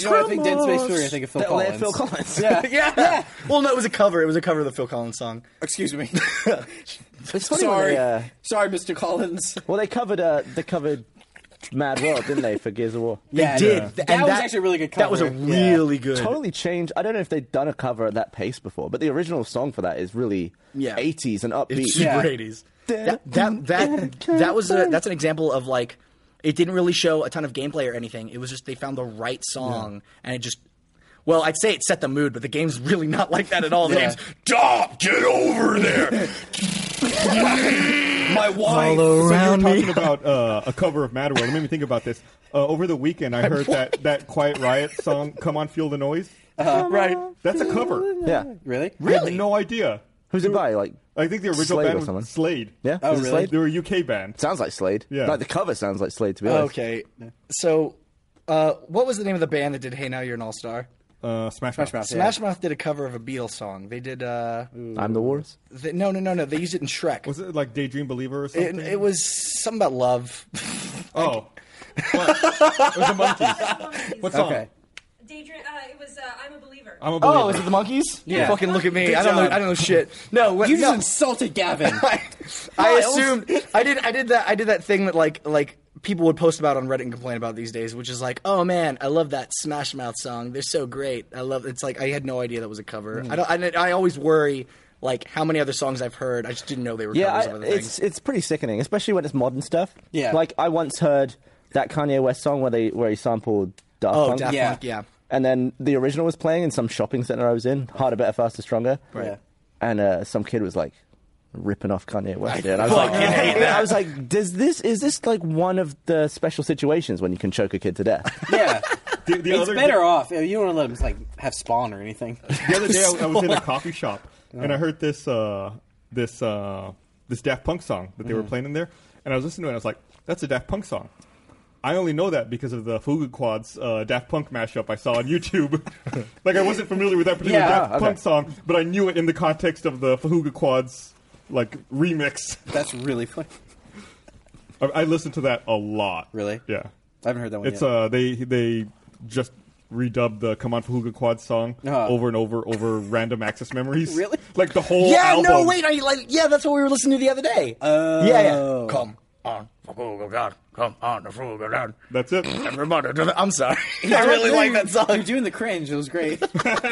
C: You know, I think Dead Space 3, I think of Phil
B: That-
C: Collins.
B: Phil Collins.
C: Yeah.
E: yeah. Well, no, it was a cover. It was a cover of the Phil Collins song.
C: Excuse me.
B: It's funny when
C: Sorry.
B: they, uh,
C: Sorry, Mr. Collins.
B: well, they covered uh, they covered Mad World, didn't they, for Gears of War?
C: Yeah,
E: did.
C: no.
E: Th-
C: That
E: and
C: was actually a really good cover.
E: That was a
C: Yeah.
E: really good.
B: Totally changed. I don't know if they'd done a cover at that pace before, but the original song for that is really
E: Yeah.
B: 80s and upbeat.
E: It's
C: Yeah.
E: super 80s. That, that, that, that was a, that's an example of like, it didn't really show a ton of gameplay or anything. It was just they found the right song and it just, well, I'd say it set the mood, but the game's really not like that at all. The
C: Yeah.
E: game's, Dom, get over there. My wife.
A: so you were talking about uh, a cover of Mad World. It made me think about this. Uh, over the weekend, I heard that, that Quiet Riot song, Come On Feel the Noise.
E: right.
A: That's a cover.
B: yeah.
C: Really?
A: I had
E: Really?
A: no idea.
B: Who's it by? Like,
A: I think the original
B: Slade or
A: band
B: someone.
A: was Slade.
B: yeah?
C: Oh,
B: Is it
C: really?
B: Slade?
A: They were a UK band.
B: Sounds like Slade.
A: Yeah.
B: Like, the cover sounds like Slade, to be honest.
E: Okay. So, uh, what was the name of the band that did Hey Now You're an All Star?
A: Uh, Smash, Mouth.
C: Mouth.
E: Smash Mouth did a cover of a Beatles song. They did, uh,
B: I'm the Walrus.
E: th- no, no, no, no. They used it in Shrek.
A: Was it like Daydream Believer or
E: It,
A: something?
E: it was something about love.
A: oh. What? it was the Monkeys. What song?
C: Okay.
F: Daydream. Uh, it was uh, I'm a believer.
A: I'm a believer.
E: Oh, is it the monkeys?
C: Yeah.
E: Fucking look at me.
D: Good
E: I don't know.
D: job.
E: I don't know shit. No, what,
C: You just
E: no.
C: insulted Gavin.
E: I, I assumed I did. I did that. I did that thing that like like people would post about on Reddit and complain about these days, which is like, oh man, I love that Smash Mouth song. They're so great. I love. It's like I had no idea that was a cover. I don't. I, didn't- I always worry like how many other songs I've heard. I just didn't know they were
B: Yeah,
E: covers
B: I,
E: of other
B: it's
E: things.
B: it's pretty sickening, especially when it's modern stuff.
C: Yeah.
B: Like I once heard that Kanye West song where they where he sampled Daft
E: Oh,
B: Punk.
E: Daft
C: Yeah.
E: Punk. Yeah.
B: And then the original was playing in some shopping center I was in, harder, better, faster, stronger.
C: Right.
B: And uh, some kid was like ripping off Kanye West. dude. And I was like, I was like, does this is this like one of the special situations when you can choke a kid to death?
C: yeah.
A: The- the
C: it's
A: other-
C: better off. You don't want to let him like have spawn or anything.
A: the other day I, I was in a coffee shop and I heard this uh, this uh, this Daft Punk song that they
C: Mm.
A: were playing in there, and I was listening to it. and I was like, "That's a Daft Punk song." I only know that because of the Fugu Quads uh, Daft Punk mashup I saw on YouTube. like I wasn't familiar with that particular
C: Yeah.
A: Daft
B: Ah, okay.
A: Punk song, but I knew it in the context of the Fugu Quads like remix.
C: That's really funny.
A: I, I listened to that a lot.
C: Really?
A: Yeah.
C: I haven't heard that one
A: It's
C: yet.
A: uh they they just redubbed the Come On Fuhuga Quad song
C: Uh-huh.
A: over and over over random access memories.
C: Really?
A: Like the whole
E: Yeah.
A: album.
E: No. Oh, Wait. I like. Yeah. That's what we were listening to the other day. Uh,
C: Oh.
E: yeah. Yeah.
D: Come on, the fool of God. Come on, the fool of God.
A: That's it.
D: Everybody do the- I'm sorry.
E: I really like that
A: uh,
C: You're
E: song.
C: doing the cringe. It was great.
D: Everybody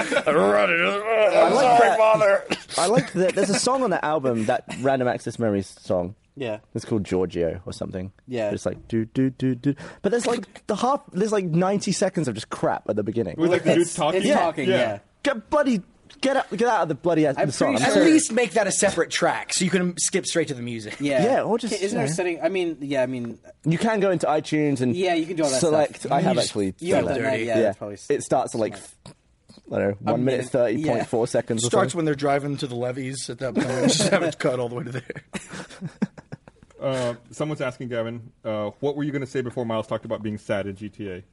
D: do the- I'm
B: like
D: sorry,
B: that.
D: Father.
B: I like that. There's a song on that album, that Random Access Memories song.
C: Yeah.
B: It's called Giorgio or something.
C: Yeah.
B: It's like do do do do. But there's like the half. There's like 90 seconds of just crap at the beginning.
A: With like the dude
C: It's,
A: talking.
C: it's talking. Yeah.
B: Get bloody get out get out of the bloody ass
C: I'm
B: the song.
C: pretty
B: I'm
E: At
C: sure-
B: sorry.
E: least make that a separate track so you can skip straight to the music.
C: Yeah.
B: Yeah, or just-
C: Okay, isn't there
B: yeah.
C: a setting? I mean, yeah. I mean,
B: You can go into iTunes and
C: Yeah, you can do all that
B: select.
C: stuff.
B: I
C: You
B: have
C: just-
B: actually
C: you
B: done
C: have
B: that.
C: done that, yeah, that's probably s-
B: it starts at like f- I don't know one minute
C: minute,
B: thirty
C: yeah.
B: point four seconds. or
E: Starts
B: something.
E: when they're driving to the levees at that point. just have it cut all the way to there.
A: Uh, someone's asking Gavin, uh, what were you going to say before Miles talked about being sad in GTA?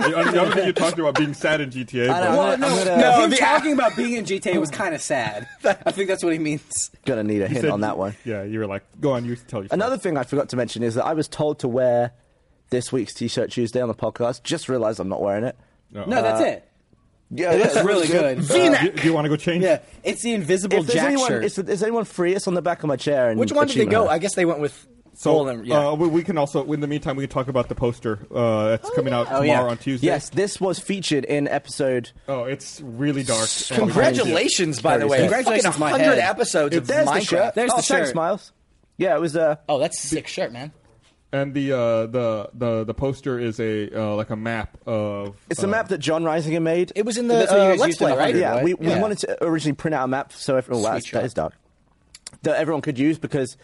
A: I, I don't think you talked about being sad in GTA.
B: I know,
A: but-
B: I'm, gonna, I'm gonna,
E: no.
C: him
E: the-
C: talking about being in GTA was kind of sad. I think that's what he means.
B: gonna need a hint
A: said-
B: on that one.
A: Yeah, you were like, go on, you tell you.
B: Another thing I forgot to mention is that I was told to wear this week's T-shirt Tuesday on the podcast. Just realized I'm not wearing it.
C: No, that's it.
B: Yeah,
C: It looks really good.
A: Uh, Do, do you want to go change?
C: Yeah, it's the invisible
B: If there's
C: jack
B: anyone,
C: shirt.
B: is, is anyone free? It's on the back of my chair. And
E: Which one did they
B: achievement
E: go?
B: hunter.
E: I guess they went with
A: So
E: all of them. Yeah.
A: uh, we, we can also, in the meantime, we can talk about the poster uh, that's coming out tomorrow
C: yeah.
A: on Tuesday.
B: Oh, Yes, this was featured in episode.
A: Oh, it's really dark. and we changed it.
E: Congratulations, by the way.
C: Congratulations,
E: Fucking
C: my
E: 100
C: head.
E: episodes of
B: There's the
E: Minecraft.
B: shirt.
C: There's
B: oh,
C: the
B: thanks,
C: shirt.
B: Miles. Yeah, it was uh,
E: oh, that's a sick shirt, man.
A: And the uh, the the the poster is a uh, like a map of. uh,
B: It's the map that John Reisinger made.
E: It was in
C: That's
E: the
C: what you
E: uh,
C: guys
E: Let's
C: used in
E: Play,
C: the
E: right?
C: hundred,
B: yeah,
C: right?
B: we, we
E: Yeah.
B: wanted to originally print out a map so everyone. Well, that's,
E: Sweet
B: that
E: shot.
B: is dark. That everyone could use because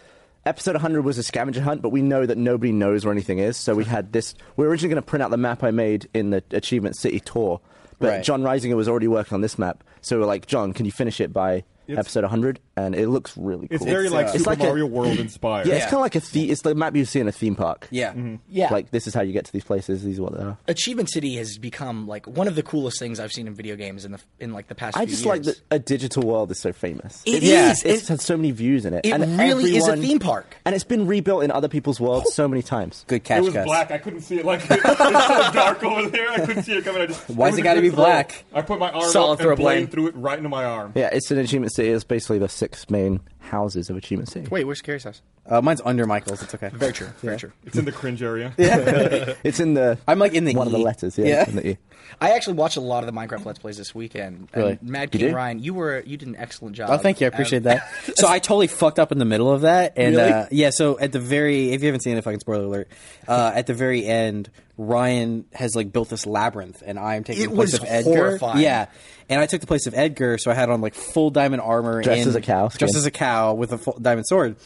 B: episode 100 was a scavenger hunt, but we know that nobody knows where anything is. So we had this. We were originally going to print out the map I made in the Achievement City tour, but
C: Right.
B: John Reisinger was already working on this map. So we were like, John, can you finish it by
A: It's-
B: episode 100? And it looks really cool.
A: It's very like
C: uh,
A: Super
B: it's like a-
A: Mario World inspired.
B: yeah, it's kind of like a. The, it's the map you see in a theme park.
C: yeah,
A: Mm-hmm.
E: Yeah.
B: Like this is how you get to these places. These are what they are.
E: Achievement City has become like one of the coolest things I've seen in video games in the in like the past.
B: I
E: few
B: just
E: years.
B: like that a digital world is so famous.
E: It
B: It's-
E: is.
B: It's
E: It-
B: had so many views in it.
E: it really is a theme park.
B: And it's been rebuilt in other people's worlds so many times.
C: good
A: It
C: catch,
A: was
C: guys.
A: black. I couldn't see it. Like it's so dark over there. I couldn't see it coming. I just.
C: Why's
A: was
C: it
A: a
C: gotta
A: good
C: be
A: throw.
C: black?
A: I put my arm
E: Solid
A: up
E: throw,
A: and blade
E: Blaine.
A: through it right into my arm.
B: Yeah, it's in Achievement City. It's basically the six main houses of Achievement City.
E: Wait, where's Carrie's house?
C: Uh, mine's under Michael's. It's okay.
E: Very true. Very true.
A: It's in the cringe area.
B: It's in the.
C: I'm like in the
B: one of the
C: E.
B: letters. Yeah.
C: Yeah.
B: it's in the E.
E: I actually watched a lot of the Minecraft Let's Plays this weekend. and
C: Really?
E: Mad
B: You
E: King
B: do?
E: Ryan, you were you did an excellent job.
C: Oh, thank you. I appreciate
E: Um,
C: that. So I totally fucked up in the middle of that, and
E: Really?
C: uh, yeah. So at the very, if you haven't seen it, fucking spoiler alert. Uh, at the very end, Ryan has like built this labyrinth, and I am taking
E: It
C: the place
E: was
C: of Edgar.
E: horrifying.
C: Yeah, and I took the place of Edgar, so I had on like full diamond armor,
B: Dressed
C: and-
B: as a cow skin.
C: dressed as a cow with a full diamond sword,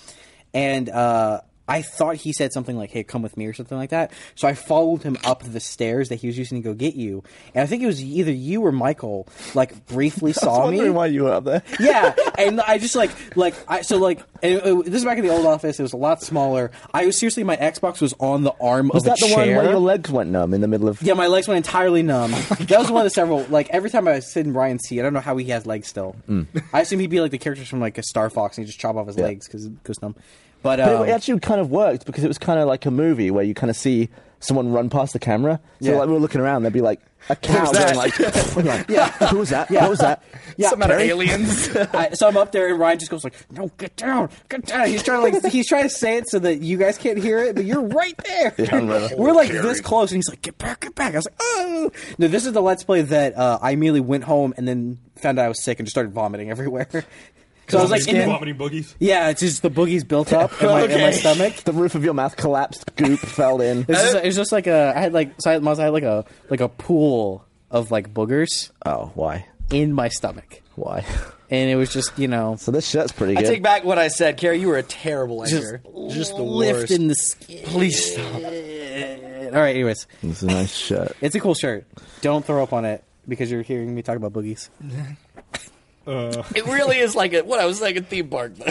C: and. uh I thought he said something like, "Hey, come with me" or something like that. So I followed him up the stairs that he was using to go get you, and I think it was either you or Michael like
B: I
C: briefly
B: was
C: saw me
B: wondering why you were up there.
C: yeah, and I just like like I so like and it- it- this is back in the old office. It was a lot smaller. I was seriously, my Xbox was on the arm
B: Was
C: of
B: that
C: a
B: the one
C: chair.
B: where your Oh legs went numb in the middle of?
C: yeah, my legs went entirely numb. that was one of the several. Like every time I sit in Ryan's seat, I don't know how he has legs still.
B: Mm.
C: I assume he'd be like the characters from like a Star Fox and he just chop off his legs because it goes numb. But, um,
B: But it actually kind of worked because it was kind of like a movie where you kind of see someone run past the camera. So
C: Yeah.
B: like we were looking around, there'd be like a cow
C: that?
B: going like, we're like, yeah, who was that? What was that?
C: Yeah,
E: Some amount of
B: Perry?
E: aliens.
C: I, so I'm up there, and Ryan just goes like, "No, get down, get down." He's trying to like he's trying to say it so that you guys can't hear it, but you're right there. We're like this close, and he's like, "Get back, get back." I was like, "Oh no!" This is the let's play that uh, I immediately went home and then found out I was sick and just started vomiting everywhere. So I was like, in-
A: vomiting boogies.
C: "Yeah, it's just the boogies built up in my, in my
E: Okay.
C: stomach."
B: The roof of your mouth collapsed. Goop fell in.
C: It's just, it's just like a I had like so I had, I had like a like a pool of like boogers
B: Oh, why?
C: in my stomach,
B: Why?
C: and it was just you know
B: So this shirt's pretty
E: I
B: good.
E: take back what I said, Carrie. You were a terrible actor.
C: just the lift in the skin. Please stop. All right, anyways,
B: It's a nice shirt.
C: it's a cool shirt. Don't throw up on it because you're hearing me talk about boogies.
E: It really is like a, what I was like a theme park. though.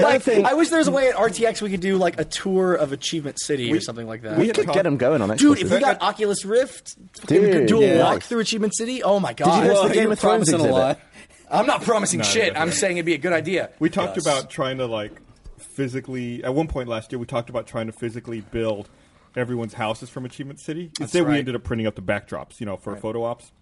E: like,
B: thing-
E: I wish there was a way at RTX we could do like a tour of Achievement City or something like that.
B: We could get him going on it.
E: Dude, if we got Oculus Rift, fucking we could do a
B: Dude,
E: walk
B: nice.
E: through Achievement City. Oh my god!
B: guys- Well,
C: Well,
B: the Game
C: you're
B: of Thrones
C: promising
B: exhibit.
C: a lot.
E: I'm not promising shit.
A: no,
E: I'm
A: no.
E: saying it'd be a good idea.
A: We talked
E: Gus.
A: about trying to like physically. At one point last year, we talked about trying to physically build everyone's houses from Achievement City. Instead, we
E: right.
A: ended up printing up the backdrops, you know, for photo ops.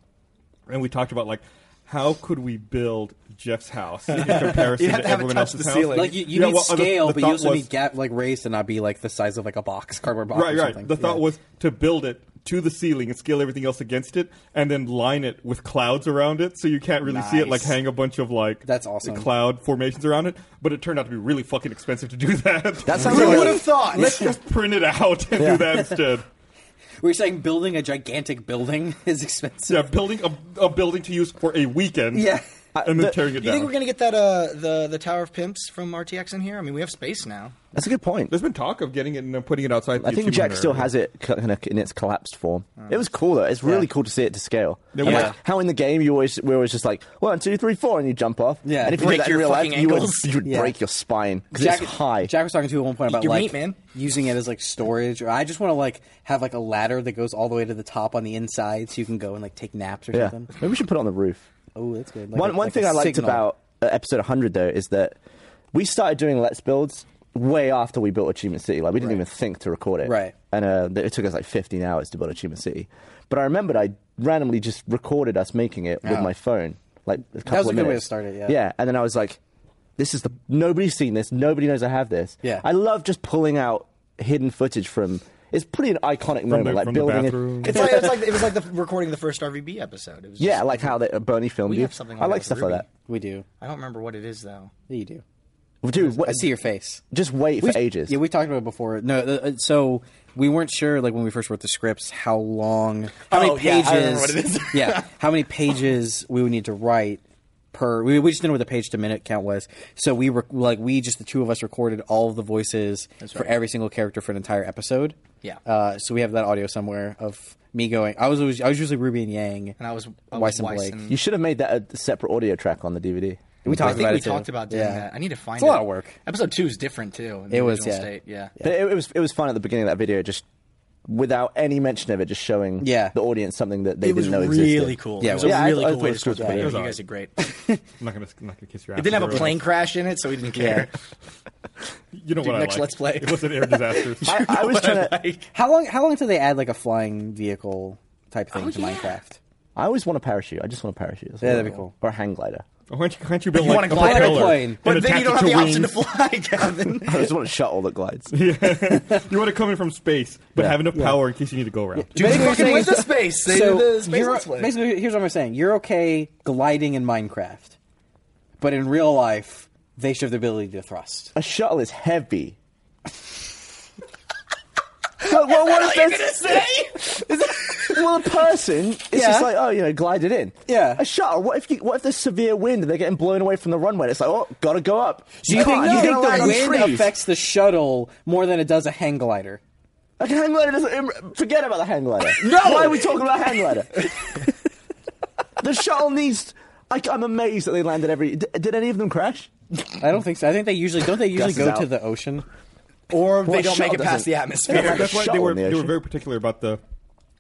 A: And we talked about like how could we build Jeff's house in comparison
E: You'd have
A: to
E: to have it
A: everyone
E: touch
A: else's
E: the
A: house.
E: ceiling.
C: Like you, you
A: Yeah,
C: need
A: well, uh, the-
C: scale,
A: the
C: but you
A: thought
C: also
A: was-
C: need gap like raised to not be like the size of like a box, cardboard box.
A: Right,
C: or
A: right.
C: something.
A: The thought
C: Yeah.
A: was to build it to the ceiling and scale everything else against it, and then line it with clouds around it, so you can't really see it. Like
E: Nice.
A: hang a bunch of like
C: That's awesome.
A: cloud formations around it. But it turned out to be really fucking expensive to do that.
B: That sounds
E: Who
B: like
E: would have thought?
A: Let's just print it out and
B: Yeah.
A: do that instead.
C: Were you saying building a gigantic building is expensive?
A: Yeah, building a, a building to use for a weekend.
C: Yeah.
A: and then
B: the-
A: tearing it
E: You
A: down.
E: think we're gonna get that uh, the the Tower of Pimps from RTX in here? I mean, we have space now.
B: That's a good point.
A: There's been talk of getting it and uh, putting it outside.
B: I
A: the
B: think
A: achievement
B: Jack still
A: area.
B: has it kind of in its collapsed form. It was cool though. It's really cool to see it to scale.
A: Yeah.
B: I'm
A: Yeah.
B: Like, how in the game you always we're always just like one, two, three, four, and you jump off.
C: Yeah.
B: and if you
E: Break
B: did that in
E: your
B: real life,
E: fucking
B: you would,
E: ankles.
B: you would
C: Yeah.
B: break your spine because
C: Jack,
B: it's high.
C: Jack was talking to you at one point about
E: your
C: like
E: meat, man.
C: using it as like storage, or I just want to like have like a ladder that goes all the way to the top on the inside, so you can go and like take naps or
B: yeah,
C: something.
B: maybe we should put it on the roof.
C: Oh, that's good. Like
B: one
C: a-
B: one
C: like a
B: thing I liked
C: signal.
B: about uh, episode 100 though is that we started doing let's builds way after we built Achievement City. Like we didn't even think to record it.
C: Right.
B: And uh, th- it took us like 15 hours to build Achievement City. But I remembered I randomly just recorded us making it with
C: Oh.
B: my phone. Like a couple
C: was
B: of
C: a good way to
B: minutes.
C: start it, yeah.
B: Yeah. And then I was like, this is the nobody's seen this. Nobody knows I have this.
C: Yeah.
B: I love just pulling out hidden footage from. It's pretty an iconic moment,
A: the-
B: like
A: from the
B: building
A: bathroom.
B: it.
E: It's like, it's like it was like the recording the first RVB episode. It was just-
B: Yeah, like how that Bernie filmed
E: We
B: you.
E: have something
B: I
E: like
B: like
E: that
B: stuff like
E: with Ruby.
B: that.
C: we do,
E: I don't remember what it is though.
C: yeah, you do.
B: Dude, what,
C: I see your face.
B: just wait for
C: We-
B: ages.
C: Yeah, we talked about it before. No, uh, uh, so we weren't sure like when we first wrote the scripts how long, how many
E: Oh, yeah,
C: pages,
E: I remember what it is.
C: yeah, how many pages we would need to write per. We, we just didn't know what the page to minute count was, so we were like we just the two of us recorded all of the voices for every single character for an entire episode.
E: Yeah.
C: uh, so we have that audio somewhere of me going. I was always, I was usually Ruby and Yang,
E: And I was, I
C: Weiss
E: was
C: and
E: Weiss
C: Blake.
E: and-
B: You should have made that a separate audio track on the DVD.
C: we talked
E: I think
C: about
E: we
C: it. too.
E: talked about doing
C: Yeah.
E: that. I need to find
C: It's a lot of work.
E: Episode two is different too. in the
C: It was,
E: original
C: yeah.
E: State. Yeah.
B: But it, it was it was fun at the beginning of that video, just without any mention of it, just showing
C: Yeah.
B: the audience something that they
E: It was
B: didn't know
E: really
B: existed.
E: cool.
C: Yeah,
E: it was
C: yeah,
E: a
B: I-
E: really
B: I
E: cool way to
B: thought it was
E: start the
B: cool.
E: video.
A: Yeah.
E: You guys are great. it
A: I'm not gonna, I'm not gonna kiss your ass.
E: didn't have a
A: Everyone
E: plane
A: else.
E: crash in it, so we didn't care.
A: You know what?
E: next
A: I like.
E: Let's Play.
A: It wasn't air disasters.
B: I, I was trying to.
E: Like,
C: How long? How long until they add like a flying vehicle type thing to Minecraft?
B: I always want a parachute. I just want a parachute. That's
C: Yeah,
B: all
C: that'd
B: I
C: be
B: want.
C: cool.
B: Or a hang glider.
A: Why don't you, can't you build
E: you
A: like,
E: want
A: a
E: to glide a
C: plane. plane.
E: plane, but
A: And
E: then
A: attach
E: you don't
A: it
E: have
A: to
E: the option to
A: wings.
E: fly, Kevin.
B: I just want a shuttle that glides.
A: you want to come in from space, but
B: Yeah.
A: have enough power in case you need to go around.
E: Dude, they
C: Basically,
E: fucking
C: you're
E: went to
C: saying-
E: space. They
C: so
E: did the space
C: you're-
E: Let's Play.
C: basically, here's what I'm saying: you're okay gliding in Minecraft, but in real life, they should have the ability to thrust.
B: A shuttle is heavy. But what, what is this? Well, a person is
C: Yeah.
B: just like, oh, you know, glided in.
C: Yeah.
B: A shuttle. What if you, what if there's severe wind and they're getting blown away from the runway? It's like, oh, gotta go up.
C: Do you
B: Can't-
C: think, you
B: you're
C: think
B: gonna land
C: the
B: on
C: wind
B: trees.
C: affects the shuttle more than it does a hang glider?
B: Like a hang glider doesn't. im- Forget about the hang glider. no! Why are we talking about hang glider? the shuttle needs. I, am amazed that they landed every. Did, did any of them crash?
C: I don't think so. I think they usually don't. They usually
B: Gus is
C: go to
B: out.
C: the ocean.
E: Or
B: Well,
E: they don't make
B: shuttle
E: it past
B: doesn't-
E: the atmosphere.
A: That's why they
B: shuttle
A: were
B: in the
A: they were
B: ocean.
A: very particular about the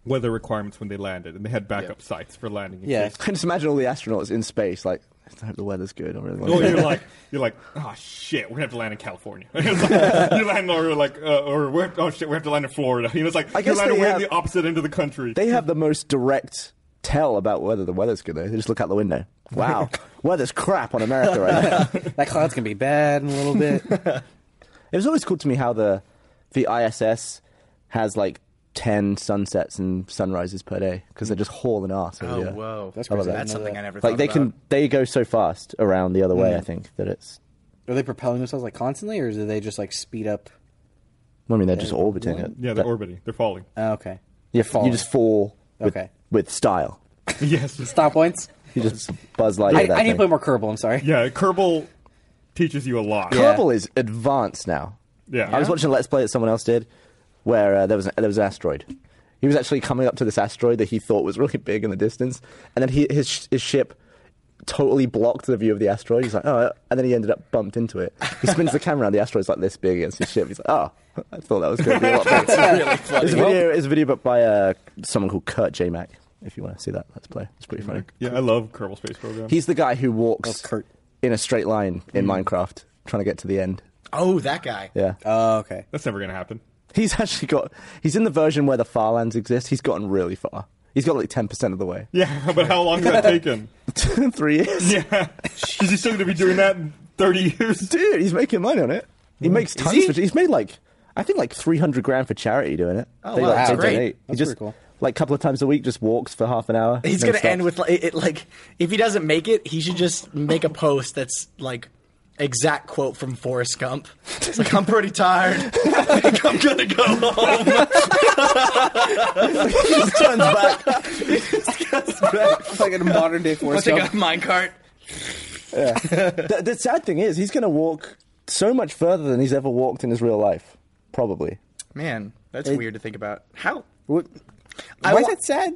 A: weather requirements when they landed, and they had backup sites for landing. in
C: Yeah.
A: case.
B: I can just imagine all the astronauts in space, like I hope the weather's good. I really
A: Well,
B: want to.
A: Oh, you're like, you're like, oh shit, we're gonna have to land in California. It's like, you land, or you're like, uh, or we're, oh shit, we have to land in Florida. You know, it's like
B: I
A: you're
B: guess
A: landing
B: they
A: way in
B: have-
A: the opposite end of the country.
B: They have the most direct tell about whether the weather's good. Though. They just look out the window. Wow, weather's crap on America right now.
C: That cloud's gonna be bad in a little bit.
B: It was always cool to me how the the ISS has like ten sunsets and sunrises per day because they're just hauling ass. over
E: Oh,
B: the Earth.
E: whoa.
C: That's
B: I love
C: crazy.
B: that.
E: That's
C: I know
E: something
C: that.
E: I never
B: Like
E: thought
B: they
E: about.
B: can they go so fast around the other way.
C: Mm.
B: I think that it's.
C: Are they propelling themselves like constantly, or do they just like speed up?
B: I mean, they're just orbiting it.
A: yeah, they're
B: But
A: orbiting. They're falling.
C: Oh, okay.
B: you, you just fall. With,
C: Okay.
B: With style,
A: yes.
C: Stop points.
B: you just buzz like
C: I,
B: that.
C: I need to
B: thing.
C: play more Kerbal. I'm sorry.
A: Yeah, Kerbal teaches you a lot.
C: Yeah.
B: Kerbal is advanced now.
A: Yeah.
B: I was watching a Let's Play that someone else did, where uh, there was an, there was an asteroid. He was actually coming up to this asteroid that he thought was really big in the distance, and then he, his sh- his ship totally blocked the view of the asteroid. He's like, oh, and then he ended up bumped into it. He spins the camera around the asteroid's like this big against his ship. He's like, oh, I thought that was going to be a lot bigger. There's a video, it's a video but by uh, someone called Kurt J Mac. If you want to see that Let's Play, it's pretty funny.
A: Yeah, I love Kerbal Space Program.
B: He's the guy who walks
C: Oh, Kurt.
B: in a straight line in Minecraft, trying to get to the end.
E: Oh, that guy.
B: Yeah.
C: Oh, okay.
A: That's never gonna happen.
B: He's actually got. He's in the version where the far lands exist. He's gotten really far. He's got like ten percent of the way.
A: Yeah, but how long does that take him?
B: Three years,
A: Yeah, is he still gonna be doing that in thirty years?
B: dude. He's mamaking money on it. He makes tons.
E: he?
B: For, he's made like I think like three hundred grand for charity doing it.
E: Oh,
B: they,
E: wow,
B: like,
E: that's
B: they
E: great.
B: donate. he
C: That's
B: just
C: pretty cool.
B: like a couple of times a week just walks for half an hour.
E: He's
B: never
E: gonna end
B: stops.
E: with like, it, like if he doesn't make it, he should just make a post that's like exact quote from Forrest Gump. It's like I'm pretty tired. I think I'm gonna go home.
B: he just turns back.
C: It's like a modern day
E: I'll
C: Forrest
E: take a
C: Gump.
E: minecart.
B: the, the sad thing is, he's gonna walk so much further than he's ever walked in his real life, probably.
E: Man, that's weird to think about. How
C: What?
E: I
C: Why is
E: wa-
C: that sad?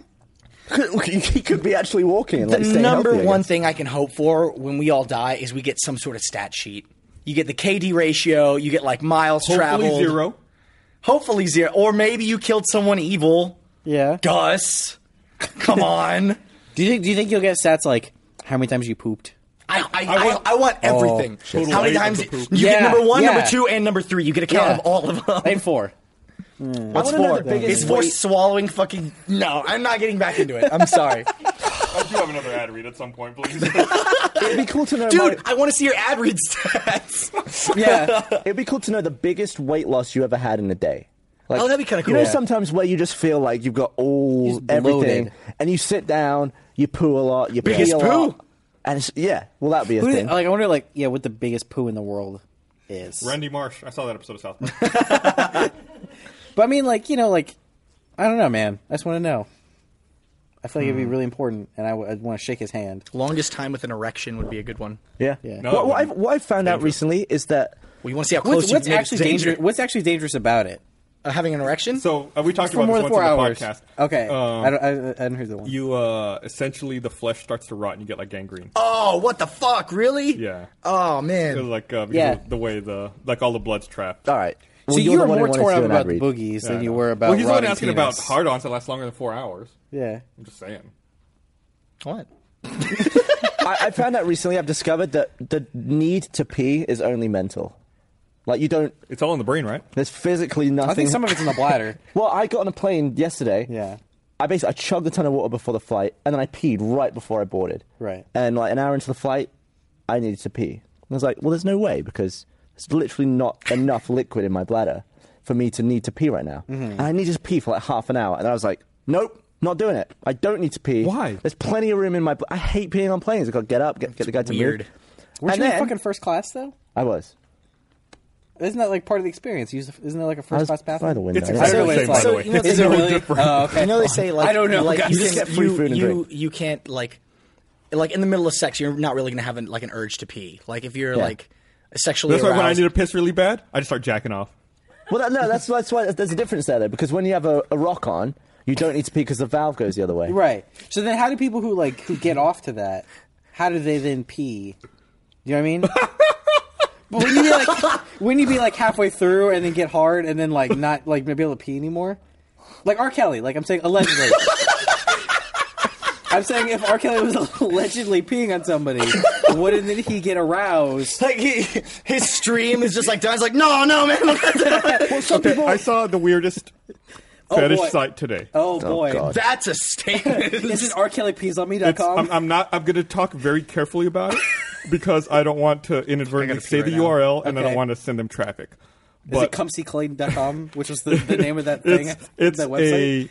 B: he could be actually walking. And, like,
E: the
B: staying
E: number
B: healthy, I
E: one
B: guess.
E: thing I can hope for when we all die is we get some sort of stat sheet. You get the KD ratio. You get like miles
A: Hopefully
E: traveled.
A: zero.
E: Hopefully zero. Or maybe you killed someone evil.
C: Yeah.
E: Gus, come on.
C: Do you think? Do you think you'll get stats like how many times you pooped?
E: I, I,
A: I
E: I,
A: want-
E: want, I, want everything.
A: shit.
E: How many
A: Total
E: times
A: rate of the
E: you
A: poop.
E: get
C: Yeah,
E: number one,
C: yeah.
E: number two, and number three? You get a count of all of them. Hmm.
C: And four.
E: What's
B: wanna know
E: four?
B: the biggest
E: Is four
B: weight-
E: swallowing fucking? No, I'm not getting back into it. I'm sorry,
A: I do have another ad read at some point, please.
B: It'd be cool to know,
E: dude.
B: my-
E: I want to see your ad read stats.
C: Yeah.
B: It'd be cool to know the biggest weight loss you ever had in a day. Like,
E: Oh, that'd be kinda
B: You know,
E: cool.
B: sometimes where you just feel like you've got all
C: Just
B: everything,
C: bloated.
B: and you sit down, you poo a lot, you
E: Biggest
B: pee a
E: poo?
B: lot, and it's, yeah, well, that'd be a
C: Who do they-
B: thing.
C: like I wonder, like yeah, what the biggest poo in the world is.
A: Randy Marsh. I saw that episode of South Park.
C: But I mean, like you know, like I don't know, man. I just want to know. I feel like it'd be really important, and I w- I'd want to shake his hand.
E: Longest time with an erection would be a good one.
B: yeah,
C: Yeah.
B: What, what I've,
A: No,
B: what I've found out
A: dangerous.
B: recently is that
E: We want to see how close
C: What's,
E: you
C: what's actually
E: danger.
C: dangerous? What's actually dangerous about it?
E: Uh, having an erection.
A: So uh, we talked
C: For
A: about
C: more
A: this
C: than
A: once
C: four
A: on the
C: hours.
A: podcast.
C: Okay,
A: Um,
C: I, don't, I, I didn't hear the one.
A: You uh, essentially the flesh starts to rot and you get like gangrene.
E: oh, what the fuck? Really?
A: Yeah.
E: Oh
A: It's
E: man.
A: Like uh, because
C: Uh, Yeah.
A: of the way the like all the blood's trapped.
B: all right, well,
C: so
B: you're
C: you
B: the
C: were
B: one who
C: more
B: wanted to
C: torn
B: do
C: up
B: an
C: about
B: ad
C: the
B: read.
C: boogies
A: Yeah,
C: than
A: I
C: you
A: know.
C: were about.
A: Well, he's the one
C: rotting
A: asking about
C: penis.
A: hard-ons that last longer than four hours.
C: Yeah.
A: I'm just saying.
E: What?
B: I, I found out recently. I've discovered that the need to pee is only mental. Like you don't.
A: It's all in the brain, right?
B: There's physically nothing.
C: I think some of it's in the bladder.
B: Well, I got on a plane yesterday.
C: Yeah.
B: I basically I chugged a ton of water before the flight, and then I peed right before I boarded.
C: Right.
B: And like an hour into the flight, I needed to pee. And I was like, well, there's no way because there's literally not enough liquid in my bladder for me to need to pee right now.
C: Mm-hmm.
B: And I needed to pee for like half an hour, and I was like, nope. Not doing it. I don't need to pee.
A: Why?
B: There's plenty of room in my. bl- I hate peeing on planes. I got to get up, get, get the guy to
E: weird.
B: move.
C: Weren't
B: And
C: you in
B: then-
C: fucking first class though?
B: I was.
C: Isn't that like part of the experience? You Use the, isn't there like
B: I
C: a first
B: was
C: class bathroom?
B: by the window.
A: It's
B: I don't
C: I don't know
A: exactly
B: know.
C: what
A: the
C: it's
A: same, by the way.
E: know they do
C: like. Is it
E: it
C: really?
A: different.
C: Oh, okay.
E: You know they say like
C: I don't know.
E: Like,
C: guys.
E: you,
B: just
E: can-
B: get free
E: you-
B: food and
E: you-
B: drink.
E: you can't like like in the middle of sex. You're not really gonna have an, like an urge to pee. Like if you're
B: Yeah.
E: like sexually
A: That's why when I
E: aroused.
A: need to piss really bad, I just start jacking off.
B: Well, that, no, that's that's why there's a difference there, though, because when you have a, a rock on, you don't need to pee because the valve goes the other way.
C: Right. So then, how do people who like who get off to that? How do they then pee? You know what I mean? but wouldn't you be like, wouldn't you be like halfway through and then get hard and then like not like be able to pee anymore? Like R. Kelly. Like I'm saying allegedly. I'm saying if R. Kelly was allegedly peeing on somebody, wouldn't he get aroused?
E: Like he, his stream is just like Don's like, no, no, man. look at that."
A: I saw the weirdest fetish
C: Oh, boy.
A: site today.
C: Oh boy,
B: God.
E: That's a statement.
C: this is R. Kelly Please on me dot
A: It's- I'm,
C: com.
A: I'm not. I'm going to talk very carefully about it because I don't want to inadvertently
E: gotta pee
A: say the
E: right now.
A: URL and I
C: Okay.
A: don't want to send them traffic.
C: Is it
A: But
C: cumseeclayton.com, which was the, the name of that thing?
A: it's it's
C: that website?
A: a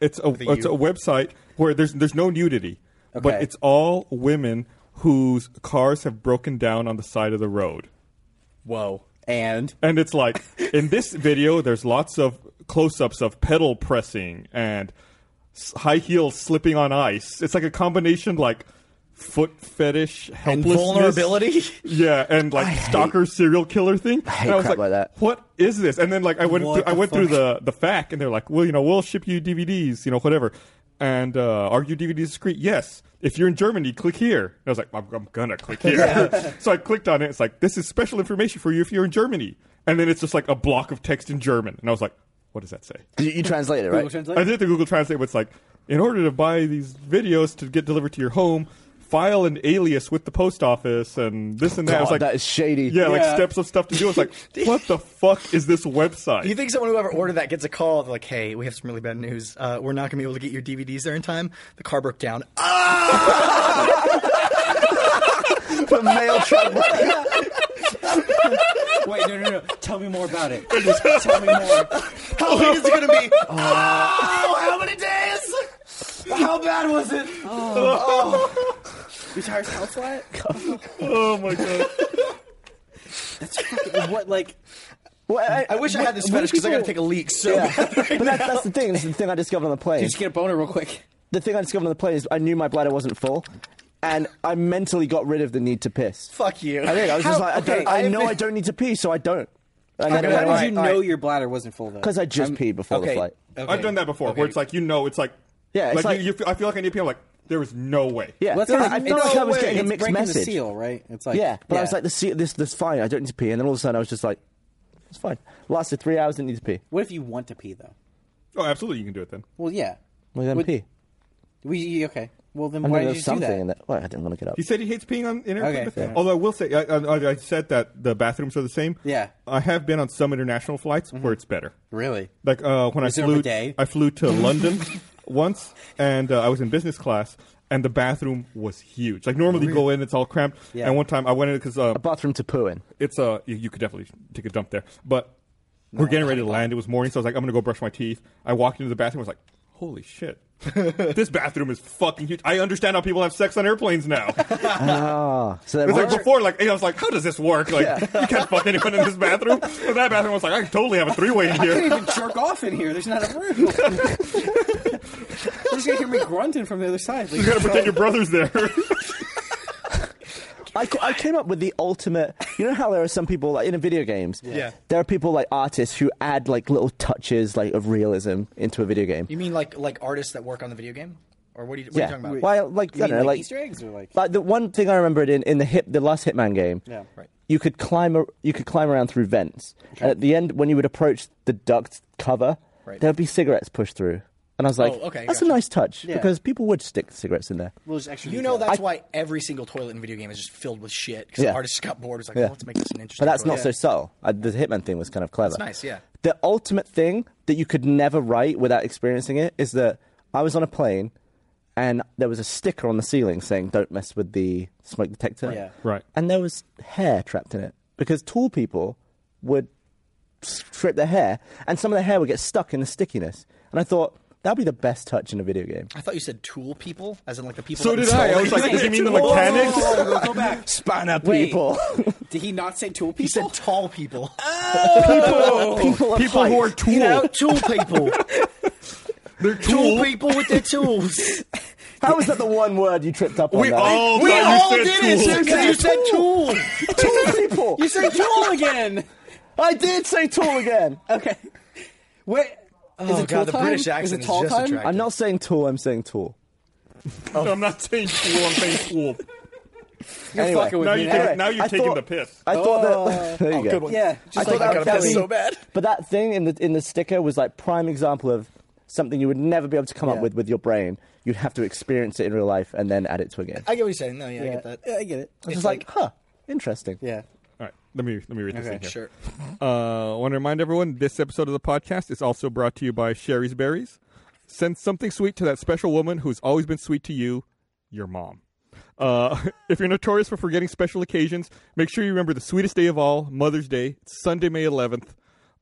A: it's a it's a website where there's there's no nudity,
C: Okay.
A: but it's all women whose cars have broken down on the side of the road.
C: Whoa. And
A: And it's like in this video, there's lots of close-ups of pedal pressing and s- high heels slipping on ice. It's like a combination like foot fetish, helplessness,
E: vulnerability?
A: Yeah, and like stalker serial killer thing. I
B: hate
A: and I was
B: crap
A: like,
B: like that.
A: What is this? And then like I went,
C: What
A: through, I
C: the
A: went through
C: fuck?
A: the the fact, and they're like, well, you know, we'll ship you DVDs, you know, whatever. And uh, are your DVDs discreet? Yes. If you're in Germany, click here. And I was like, I'm, I'm gonna click here. so I clicked on it. It's like this is special information for you if you're in Germany. And then it's just like a block of text in German, and I was like, what does that say?
B: You, you translate it,
C: Google
B: right?
C: Translate.
A: I did the Google Translate, but it's like, in order to buy these videos to get delivered to your home, file an alias with the post office and this and that. I was
B: God,
A: like,
B: that is shady.
A: Yeah, like
C: Yeah.
A: steps of stuff to do. It's like, what the fuck is this website?
E: Do you think someone who ever ordered that gets a call like, "Hey, we have some really bad news. Uh, we're not going to be able to get your DVDs there in time. The car broke down. Ah!
B: The mail trouble.
C: wait, no, no, no. Tell me more about it. Just tell me more.
E: How late is it going to be? oh, how many days? How bad was it?
C: Your tire's house Oh. flat?
A: oh my god!
C: What like?
B: Well, I,
E: I wish I had this
C: what
E: fetish because I got to
C: people-
E: take a leak. So
B: Yeah. but that's, that's the thing. That's the thing I discovered on the plane.
C: You just get a boner real quick.
B: The thing I discovered on the plane is I knew my bladder wasn't full, and I mentally got rid of the need to piss.
E: fuck you.
B: I did. I was just
C: How-
B: like, I,
C: okay,
B: don't, I
C: I've
B: know
C: been-
B: I don't need to pee, so I don't. And
C: How
B: then I went,
C: did you
B: "Alright,
C: know
B: alright."
C: your bladder wasn't full though?
B: 'Cause I just peed before the flight.
A: I've done that before, where it's like you know, it's like
B: Yeah, it's
A: like,
B: like-
A: you, you feel, I feel like I need to pee. I'm like, there is no way.
B: Yeah,
C: Well, that's
B: I, I
C: kinda like-
B: felt
C: it's-
B: like I was
A: no
B: getting
A: way.
B: a
C: It's
B: mixed
C: breaking the
B: message.
C: seal, right? It's like
B: yeah, but I was like, this, seal- this, this fine. I don't need to pee. And then all of a sudden, I was just like, it's fine. Lasted three hours. Didn't need to pee.
C: what if you want to pee though?
A: Oh, absolutely, you can do it then.
C: Well, yeah.
B: Well, then
C: Would-
B: pee.
C: We okay? Well, then
B: I
C: why
B: mean,
C: did
B: there's
C: you do
B: something
C: that?
B: in that. Well, I didn't want to get up.
A: He said he hates peeing on in airplanes.
C: Okay, fair.
A: Although I will say, I, I, I said that the bathrooms are the same.
C: Yeah. Mm-hmm.
A: I have been on some international flights where it's better.
C: Really?
A: Like uh, when
C: Is
A: I
C: there a
A: flew,
C: bidet?
A: I flew to London once, and uh, I was in business class, and the bathroom was huge. Like normally you go in, it's all cramped.
C: Oh, Yeah.
A: And one time I went in because uh,
B: Bathroom to poo in.
A: it's uh, you, you could definitely take a dump there. But we're getting ready to land. It was morning, so I was like, I'm gonna go brush my teeth. I walked into the bathroom. I was like, holy shit. this bathroom is fucking huge. I understand how people have sex on airplanes now.
B: Ah, so there
A: It was
B: were.
A: like before, like I was like, how does this work? Like you can't fuck anyone in this bathroom. But that bathroom I was like, I can totally have a three way in
C: I
A: here.
C: can't even jerk off in here. There's not a room. I'm just gonna hear me grunting from the other side. Like,
A: You gotta pretend your brother's there.
B: I, ca- I came up with the ultimate. You know how there are some people like in video games.
E: Yeah.
B: There are people like artists who add like little touches like of realism into a video game.
E: You mean like like artists that work on the video game, or what are you, what
B: yeah.
E: are you talking about?
B: Well, like
C: You
B: I
C: mean,
B: don't know,
C: like
B: like
C: Easter eggs or like-
B: the one thing I remembered in in the hip the last Hitman game.
C: Yeah. Right.
B: You could climb a, you could climb around through vents, and at the end when you would approach the duct cover,
E: Right.
B: there would be cigarettes pushed through, and I was like,
E: Oh, okay,
B: that's
E: gotcha.
B: a nice touch
C: Yeah.
B: because people would stick cigarettes in there.
C: Well, there's extra
E: You know
C: detail.
E: that's why every single toilet in a video game is just filled with shit because
B: Yeah.
E: the artist got bored. Was like,
B: Yeah.
E: well, let's make this an interesting.
B: But that's not
E: toilet.
B: so subtle. I, the Hitman thing was kind of clever. That's
E: nice, yeah.
B: The ultimate thing that you could never write without experiencing it is that I was on a plane and there was a sticker on the ceiling saying "Don't mess with the smoke detector."
C: Yeah.
A: Right.
B: And there was hair trapped in it because tall people would strip their hair, and some of their hair would get stuck in the stickiness. And I thought that'd be the best touch in a video game.
E: I thought you said tool people, as in like the people.
A: So
E: that
A: did I. I
E: install
A: was like,
E: it.
A: does he mean the
C: Whoa, whoa, whoa,
A: mechanics?
C: whoa, whoa, whoa, go back.
B: Spanner
C: Wait.
B: people,
C: Did he not say tool
E: He
C: people?
E: said tall people.
B: people, people, of
A: People who are
B: height.
A: tool.
E: You know, tool people.
A: They're
E: tool
A: tool.
E: people with their tools.
B: How is that the one word you tripped up on?
A: We
B: there?
A: all
E: we
A: thought
E: all
A: you
E: did
A: said
E: it
A: tool.
E: because you said tool.
B: tool people.
C: You said tool again.
B: I did say tool again.
C: Okay. Wait. is it
E: Oh, God,
C: tool
E: the
C: time?
E: British
C: is it
E: accent is
C: tall
E: just
C: time?
E: attractive.
B: I'm not saying tool. I'm saying tool.
A: I'm not saying tool. I'm saying tool.
C: You're
B: Anyway,
C: fucking with
A: Now
C: me
A: you
C: now.
A: take, now you're
B: I
A: taking
B: thought-
A: the piss.
B: I thought that. there you go.
E: good one.
C: Yeah,
B: oh, I thought
C: just like
B: that
E: I
B: was
E: gotta piss
B: definitely-
E: so bad.
B: But that thing in the in the sticker was like prime example of something you would never be able to come up
C: Yeah.
B: with with your brain. You'd have to experience it in real life and then add it to a game.
E: I get what you're saying. No, yeah, I get that.
C: Yeah, I get it.
B: It's just like, huh, interesting.
C: yeah.
A: All right, let me let me read this in here.
E: Sure.
A: Uh, I want to remind everyone this episode of the podcast is also brought to you by Sherry's Berries. Send something sweet to that special woman who's always been sweet to you, your mom. Uh, if you're notorious for forgetting special occasions, make sure you remember the sweetest day of all, Mother's Day, It's Sunday, May 11th.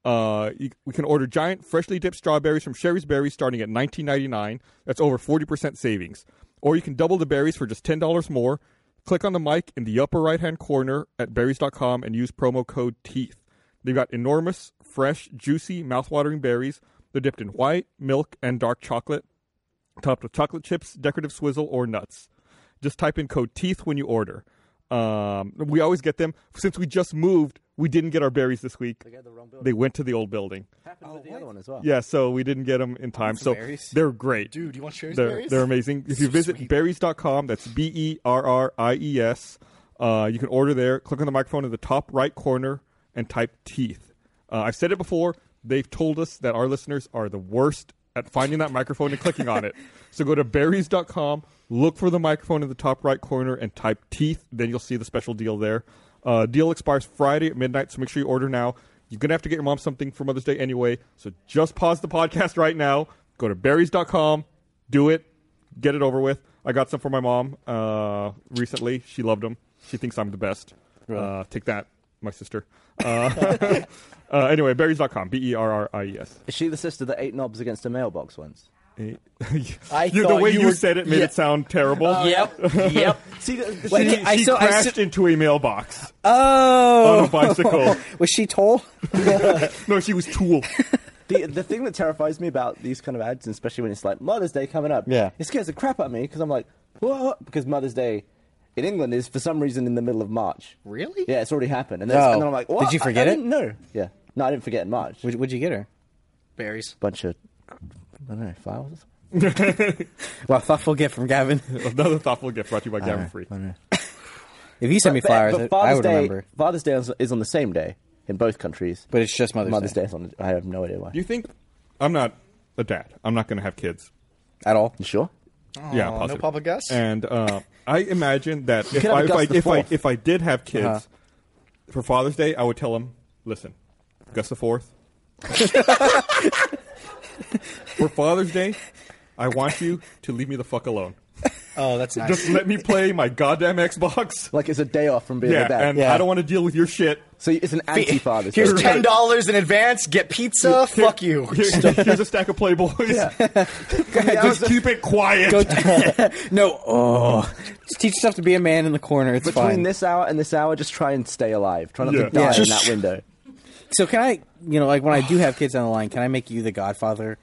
A: Uh, you, we can order giant, freshly dipped strawberries from Sherry's Berries starting at 19.99. That's over 40% savings. Or you can double the berries for just $10 more. Click on the mic in the upper right-hand corner at berries.com and use promo code E TEETH. They've got enormous, fresh, juicy, mouthwatering berries. They're dipped in white, milk, and dark chocolate, topped with chocolate chips, decorative swizzle, or nuts. Just type in code teeth when you order. Um, we always get them. Since we just moved, we didn't get our berries this week. They, went to the old building.
B: Happened with Oh, the other one as well.
A: Yeah, so we didn't get them in time. So
C: berries.
A: they're great.
E: Dude, you want Sherry's
A: they're,
E: berries?
A: They're amazing. If you visit berries.com, that's B E R R I E S, uh, you can order there. Click on the microphone in the top right corner and type teeth. Uh, I've said it before. They've told us that our listeners are the worst at finding that microphone and clicking on it. So go to berries.com, look for the microphone in the top right corner, and type teeth. Then you'll see the special deal there. Uh, deal expires Friday at midnight, so make sure you order now. You're going to have to get your mom something for Mother's Day anyway. So just pause the podcast right now. Go to berries.com, do it, get it over with. I got some for my mom uh, recently. She loved them. She thinks I'm the best. Uh, take that, my sister. Uh, uh, anyway, berries.com, B E R R I E S.
B: Is she the sister that ate knobs against a mailbox once?
A: You-
E: I
A: the
E: thought
A: way you,
E: you were-
A: said it made
E: yeah.
A: it sound terrible.
E: Yep. yep.
B: See, the-
C: Wait,
A: She,
B: she-
C: I
A: she
C: saw- I
A: crashed
C: saw-
A: into a mailbox on
C: Oh,
A: a bicycle.
E: Oh.
C: was she told?
A: no, she was tool.
B: the, the thing that terrifies me about these kind of ads, and especially when it's like Mother's Day coming up,
C: Yeah.
B: it scares the crap out of me because I'm like, what? Because Mother's Day in England is for some reason in the middle of March.
E: Really?
B: Yeah, it's already happened, and, then it's-
C: Oh.
B: and then I'm like,
C: Did
B: what?
C: you
B: I-
C: forget
B: I
C: it?
B: didn't know. Yeah, no, I didn't forget in March.
C: Would, would you get her?
E: Berries.
B: bunch of I don't know files. or something.
C: Well, thoughtful gift from Gavin.
A: Another thoughtful gift brought to you by Gavin Free.
B: I don't know.
C: If you sent me
B: But-
C: flowers,
B: but
C: I- I
B: Father's
C: would
B: Day,
C: remember.
B: Father's Day is- is on the same day in both countries.
C: But it's just Mother's,
B: Mother's Day
C: Day.
B: is on. I have no idea why.
A: You think I'm not a dad? I'm not going to have kids.
C: at all.
B: You sure?
A: yeah,
E: Aw, no
A: positive.
E: Papa Gus?
A: And uh, I imagine that if
B: can have
A: I
B: a
A: if
B: Gus
A: I,
B: the
A: if I
B: Fourth.
A: if I did have kids
C: Uh-huh.
A: for Father's Day, I would tell him, "Listen, Gus the Fourth, for Father's Day, I want you to leave me the fuck alone.
E: Oh, that's nice.
A: Just let me play my goddamn Xbox.
B: Like it's a day off from being
A: Yeah,
B: a dad.
A: and I don't want to deal with your shit."
B: So it's an anti-Father's
E: Here's
B: Day.
E: ten dollars in advance. Get pizza. Fuck you.
A: Here- here's a stack of Playboys. Just keep it quiet.
C: No, oh, just teach yourself to be a man in the corner. It's
B: Between
C: fine.
B: this hour and this hour, just try and stay alive. Try not
A: Yeah.
B: to die
C: Yeah.
B: in
C: Just-
B: that window.
C: so can I, you know, like when I do have kids on the line, can I make you the Godfather,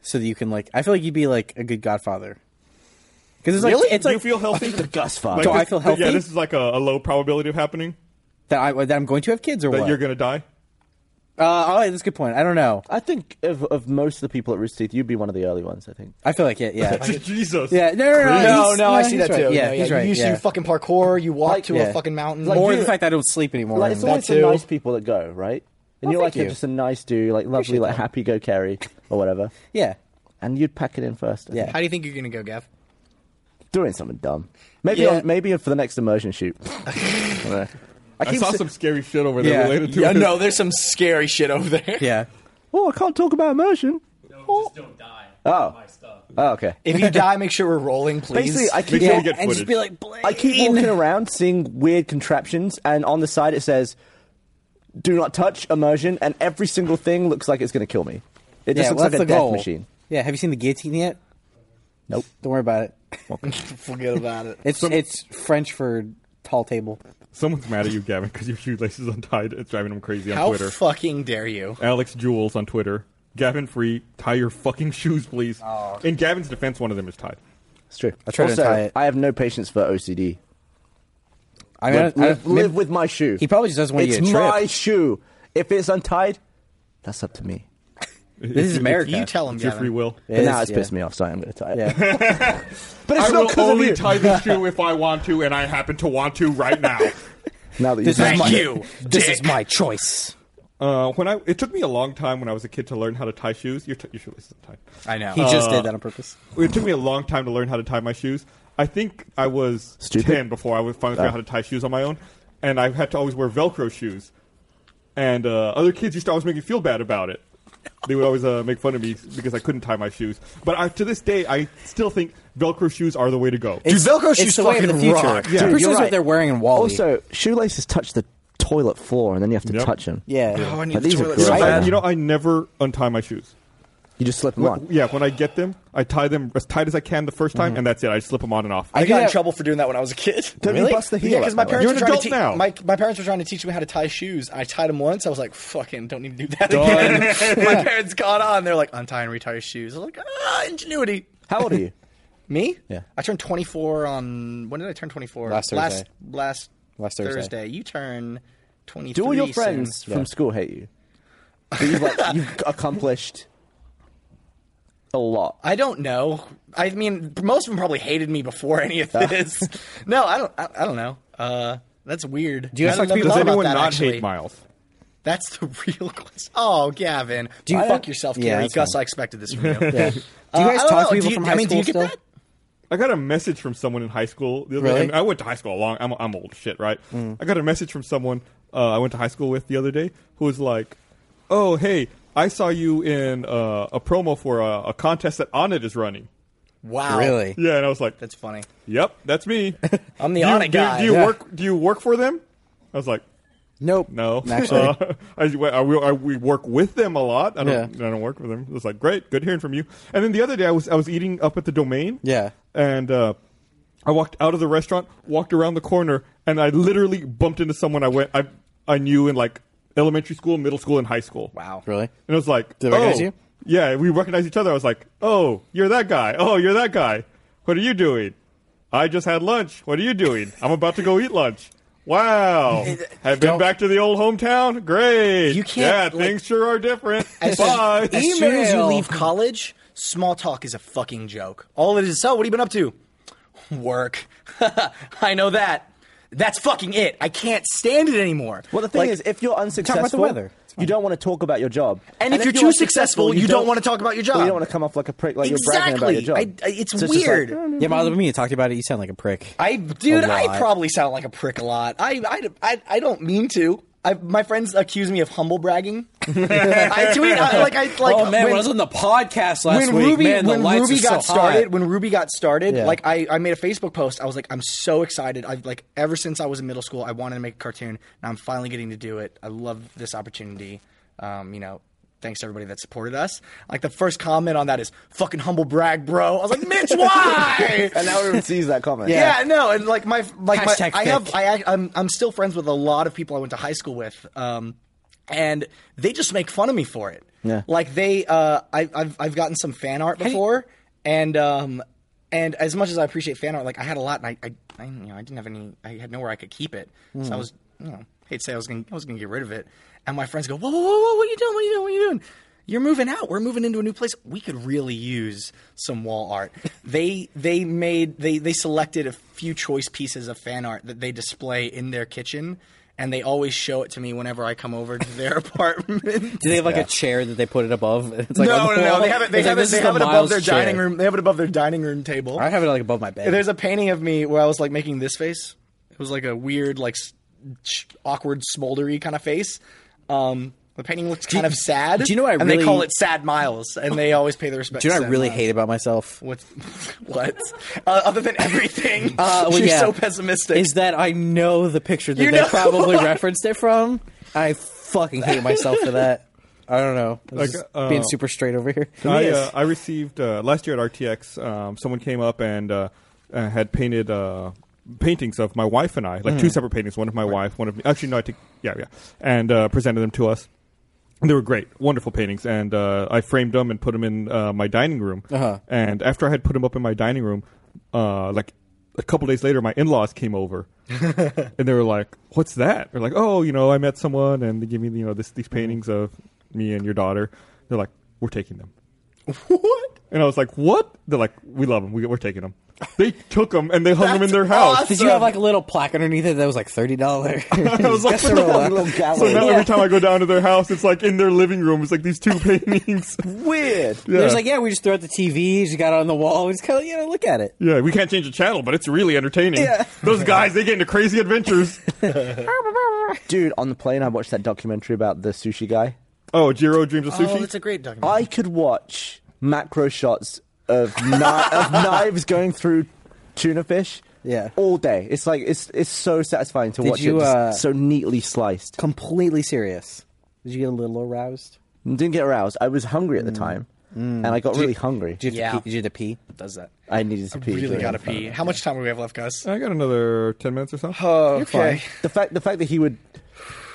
C: so that you can like? I feel like you'd be like a good Godfather. Because it's like
E: Really?
C: it's
A: Do
C: like
A: you feel healthy?
B: The Gus Father.
A: Like
C: Do I
A: this-
C: feel
A: Yeah,
C: healthy?
A: this is like a, a low probability of happening
C: that, I, that I'm going to have kids or
A: that
C: what?
A: you're going to die.
C: uh, oh, that's a good point. I don't know.
B: I think of, of most of the people at Rooster Teeth, you'd be one of the early ones. I think.
C: I feel like it. Yeah.
A: Jesus.
C: Yeah, no, no, no, no,
E: No,
C: he's-
E: no, I see
C: he's
E: that
C: right.
E: too.
C: Yeah,
E: No,
C: he's right.
E: You
C: yeah.
E: you fucking parkour. You walk to
C: yeah.
E: a fucking mountain.
B: Like
C: or
B: you-
C: the fact that I don't sleep anymore.
B: Like, it's
C: and-
B: always the
E: too.
B: nice people that go, right? And
C: Oh,
B: you're
C: thank
B: like a-
C: you.
B: just a nice dude, like lovely, like happy-go-carry or whatever.
C: yeah,
B: And you'd pack it in first. I
C: Yeah.
B: think.
E: How do you think you're gonna go, Gav?
B: doing something dumb. Maybe
C: Yeah.
B: on, maybe for the next immersion shoot. I,
A: I
B: keep
A: saw
B: sa-
A: some scary shit over there
C: Yeah.
A: related to
E: Yeah,
A: his-
E: no, there's some scary shit over there.
C: yeah.
B: Oh, I can't talk about immersion.
F: No, just don't die.
B: Oh.
F: My stuff.
B: Oh, okay.
E: If you die, make sure we're rolling, please.
B: Basically, I keep
A: Make sure
B: yeah,
A: we get
C: and just
A: footage.
C: be like, Blaine.
B: I keep walking around seeing weird contraptions, and on the side it says, "Do not touch immersion," and every single thing looks like it's going to kill me. It
C: Yeah,
B: just
C: well,
B: looks like
C: that's
B: a
C: the
B: death
C: goal.
B: machine.
C: Yeah, have you seen the guillotine yet?
B: Nope.
C: Don't worry about it.
E: forget about it.
C: It's it's French for tall table.
A: Someone's mad at you, Gavin, because your shoelaces untied. It's driving him crazy on
E: How
A: Twitter.
E: fucking dare you?
A: Alex Jules on Twitter. Gavin Free, tie your fucking shoes, please. In Gavin's defense, one of them is tied.
B: It's true. I
C: tried to
B: also,
C: tie it.
B: I have no patience for OCD.
C: I mean,
B: Live,
C: I- I-
B: live-
C: maybe-
B: live with my shoe.
C: He probably just doesn't want you
B: it's
C: to trip.
B: my shoe. If it's untied, that's up to me.
C: this is America.
E: You tell him,
A: It's your free
E: Gavin.
A: will.
B: But now
C: is,
B: it's
C: yeah.
B: pissed me off, so I'm going to tie it.
C: Yeah.
B: But it's
A: I
B: not
A: will
B: because of
A: only
B: you.
A: tie this shoe if I want to, and I happen to want to right now.
B: now that
C: This
B: you've done
C: is my,
B: it.
C: This is my choice.
A: Uh, when I it took me a long time when I was a kid to learn how to tie shoes. Your, t- your shoelaces are tied.
D: I know.
C: He just did that on purpose.
A: It took me a long time to learn how to tie my shoes. I think I was
B: Stupid?
A: ten before I would finally figure out how to tie shoes on my own, and I had to always wear Velcro shoes. And uh, other kids used to always make me feel bad about it. They would always uh, make fun of me because I couldn't tie my shoes. But I, to this day, I still think Velcro shoes are the way to go.
E: Dude, Velcro shoes
C: it's the way of
E: fucking
C: the future.
E: rock.
C: Dude,
A: Yeah.
C: Pretty sure
B: you're
C: it's
B: right.
C: what they're wearing in Wally.
B: Also, shoelaces touch the toilet floor, and then you have to
A: Yep.
B: touch them.
C: yeah.
E: Oh, I need
B: But
E: the
B: these are
E: toilet
B: great.
E: so
A: I-
E: bad.
A: you know, I never untie my shoes.
B: You just slip them on.
A: Yeah, when I get them, I tie them as tight as I can the first time, and that's it. I just slip them on and off.
E: I
C: do
E: got in
C: that-
E: trouble for doing that when I was a kid.
B: Don't you Really? bust the heel
E: Yeah, because
B: up
E: my
B: that way?
E: parents
A: You're
E: were
A: an
E: trying to
A: adult now.
E: te- my, my parents were trying to teach me how to tie shoes. I tied them once. I was like, "Fucking, don't need to do that
A: Done.
E: again." my parents caught on. They're like, "Untie and retie your shoes." I was like, "Ah, ingenuity."
B: How old are you?
E: Me?
B: Yeah.
E: I turned 24 on when did I turn 24?
C: Last
E: Last
C: Thursday.
E: last,
C: Last Thursday.
E: You turn 23.
B: Do all your friends
E: soon.
B: from school hate you? But you've, like, you've accomplished a lot.
E: I don't know. I mean, most of them probably hated me before any of this. no, I don't. I, I don't know. Uh, that's weird. Do
C: you guys talk to people-
A: Does
C: thought about
A: anyone not
E: actually.
A: hate Miles?
E: That's the real question. Oh, Gavin, do
C: you-
E: you
C: I-
E: fuck yourself,
C: Yeah,
E: Gary?
C: that's
E: Gus,
C: fine.
E: I expected this from you. Uh,
C: Do you guys
E: I don't
C: talk
E: know.
C: to
E: Do
C: people
E: you-
C: from
E: I
C: high
E: mean, do
C: school
E: you get
C: still?
E: that?
A: I got a message from someone in high school. The other
C: Really?
A: I, mean, I went to high school a long. I'm, I'm old shit, right?
E: Mm.
A: I got a message from someone uh, I went to high school with the other day who was like, "Oh, hey, I saw you in uh, a promo for a, a contest that Onnit is running."
E: Wow,
C: Really?
A: Yeah, and I was like,
E: That's funny.
A: "Yep, that's me.
E: I'm the
A: do you,
E: Onnit
A: do you-
E: guy.
A: Do you
E: Yeah.
A: work? Do you work for them?" I was like,
C: Nope.
A: "No,
C: Actually.
A: Uh, I, we- I, we, I, we work with them a lot. I don't.
C: Yeah.
A: I don't work for them." It was like, "Great, good hearing from you." And then the other day, I was I was eating up at the domain.
C: Yeah.
A: and uh, I walked out of the restaurant, walked around the corner, and I literally bumped into someone I went I I knew in like elementary school, middle school, and high school.
E: Wow.
C: Really?
A: And it was like,
C: Did
A: oh,
C: they recognize you?
A: Yeah, we recognized each other. I was like, oh, you're that guy. Oh, you're that guy. What are you doing? I just had lunch. What are you doing? I'm about to go eat lunch. Wow. Have been
E: don't-
A: back to the old hometown? Great.
E: You can't,
A: Yeah,
E: like-
A: things sure are different.
E: As soon-
A: Bye.
E: As soon as you
C: Email.
E: leave college, small talk is a fucking joke. All it is, so what have you been up to? Work. I know that. That's fucking it. I can't stand it anymore.
B: Well, the thing
E: Like,
B: is, if you're unsuccessful,
C: weather. It's
B: you don't want to talk about your job.
E: And if you're too
B: are
E: successful, you don't wanna talk about your
B: Well, you
E: job.
B: don't want to come off like a prick, like you're
E: exactly.
B: bragging about your job.
E: I, I- it's
B: So just
E: weird.
B: like, "Hmm."
C: Yeah, Miles, when you talked about it, you sound like a prick.
E: I dude,
C: A
E: I
C: lot.
E: probably sound like a prick a lot. I I, I, I don't mean to. I, my friends accuse me of humble bragging. I tweet I, like I like
C: oh man, when,
E: when-
C: I was on the podcast last
E: when
C: week,
E: Ruby
C: man,
E: when
C: the lights
E: Ruby
C: are
E: got
C: so
E: started,
C: hot.
E: when Ruby got started,
C: Yeah.
E: like I, I made a Facebook post. I was like, I'm so excited. I like ever since I was in middle school, I wanted to make a cartoon, and I'm finally getting to do it. I love this opportunity. Um, you know, thanks to everybody that supported us. Like the first comment on that is fucking humble brag, bro. I was like, Mitch, why?
B: and now everyone sees that comment.
E: Yeah. no, and like my like my,
C: Hashtag
E: I have
C: thick.
E: I act- I'm I'm still friends with a lot of people I went to high school with, um, and they just make fun of me for it.
B: Yeah.
E: like they uh, I, I've I've gotten some fan art before, and um, and as much as I appreciate fan art, like I had a lot, and I I, I you know I didn't have any, I had nowhere I could keep it, so I was you know hate to say I was gonna I was gonna get rid of it, and my friends go whoa whoa whoa whoa what are you doing what are you doing what are you doing. You're moving out. We're moving into a new place. We could really use some wall art. they they made they they selected a few choice pieces of fan art that they display in their kitchen, and they always show it to me whenever I come over to their apartment.
C: Do they have like a chair that they put it above? It's like
E: no,
C: on the
E: no, no.
C: wall?
E: They have it. They
C: It's like,
E: have it.
C: this
E: They
C: is the
E: have it above
C: Miles
E: their
C: chair.
E: dining room. They have it above their dining room table.
C: I have it like above my bed.
E: There's a painting of me where I was like making this face. It was like a weird, like s- ch- awkward, smoldery kind of face. Um, the painting looks kind of sad.
C: do you know what I
E: and they
C: really-
E: call it Sad Miles, and they always pay the respect.
C: Do you know
E: to
C: what I
E: Sad
C: really
E: Miles.
C: hate about myself?
E: What? what? Uh, other than everything,
C: Uh, well,
E: she's
C: yeah.
E: so pessimistic.
C: Is that I know the picture that
E: You
C: they
E: know-
C: probably referenced it from. I fucking hate myself for that. I don't know. I'm
A: Like,
C: just
A: uh,
C: being super straight over here.
A: I, uh, I received uh, last year at RTX. Um, someone came up and uh, uh, had painted uh, paintings of my wife and I, like two separate paintings. One of my wife, one of me. Actually, no, I think yeah, yeah, and uh, presented them to us. They were great, wonderful paintings, and uh, I framed them and put them in uh, my dining room.
C: Uh-huh.
A: And after I had put them up in my dining room, uh, like a couple days later, my in-laws came over, and they were like, "What's that?" They're like, "Oh, you know, I met someone, and they gave me, you know, this,
B: Mm-hmm.
A: these paintings of me and your daughter." They're like, "We're taking them."
E: what?
A: And I was like, "What?" They're like, "We love them. We, we're taking them." They took him and they hung him in their house.
C: Did you have like a little plaque underneath it that was like thirty dollars?
A: I was like,
C: That's
A: what the
C: a
A: fuck?
C: little
A: So
C: gallery.
A: now
C: Yeah.
A: every time I go down to their house, it's like in their living room. It's like these two paintings.
B: Weird.
A: Yeah.
C: There's like, yeah, we just throw out the TV, just got it on the wall, we just kind of, you know, look at it.
A: Yeah, we can't change the channel, but it's really entertaining.
B: Yeah.
A: Those guys, they get into crazy adventures.
B: Dude, on the plane, I watched that documentary about the sushi guy.
A: Oh, Jiro dreams of
E: Oh,
A: sushi.
E: that's a great documentary.
B: I could watch macro shots of, kni- of knives going through tuna fish.
C: Yeah.
B: all day. It's like it's it's so satisfying to watch
C: you,
B: it just
C: uh,
B: so neatly sliced.
C: Completely serious. Did you get a little aroused?
B: Didn't get aroused. I was hungry at the time, and I got really hungry.
C: Mm. Did you have
E: Yeah.
C: to pee? Did you have to pee?
E: does that.
B: I needed to pee.
E: Really
B: during
E: gotta
B: the time.
E: pee. How much time do we have left, Gus?
A: I got another 10 minutes or so.
C: Oh,
E: okay.
B: The fact the fact that he would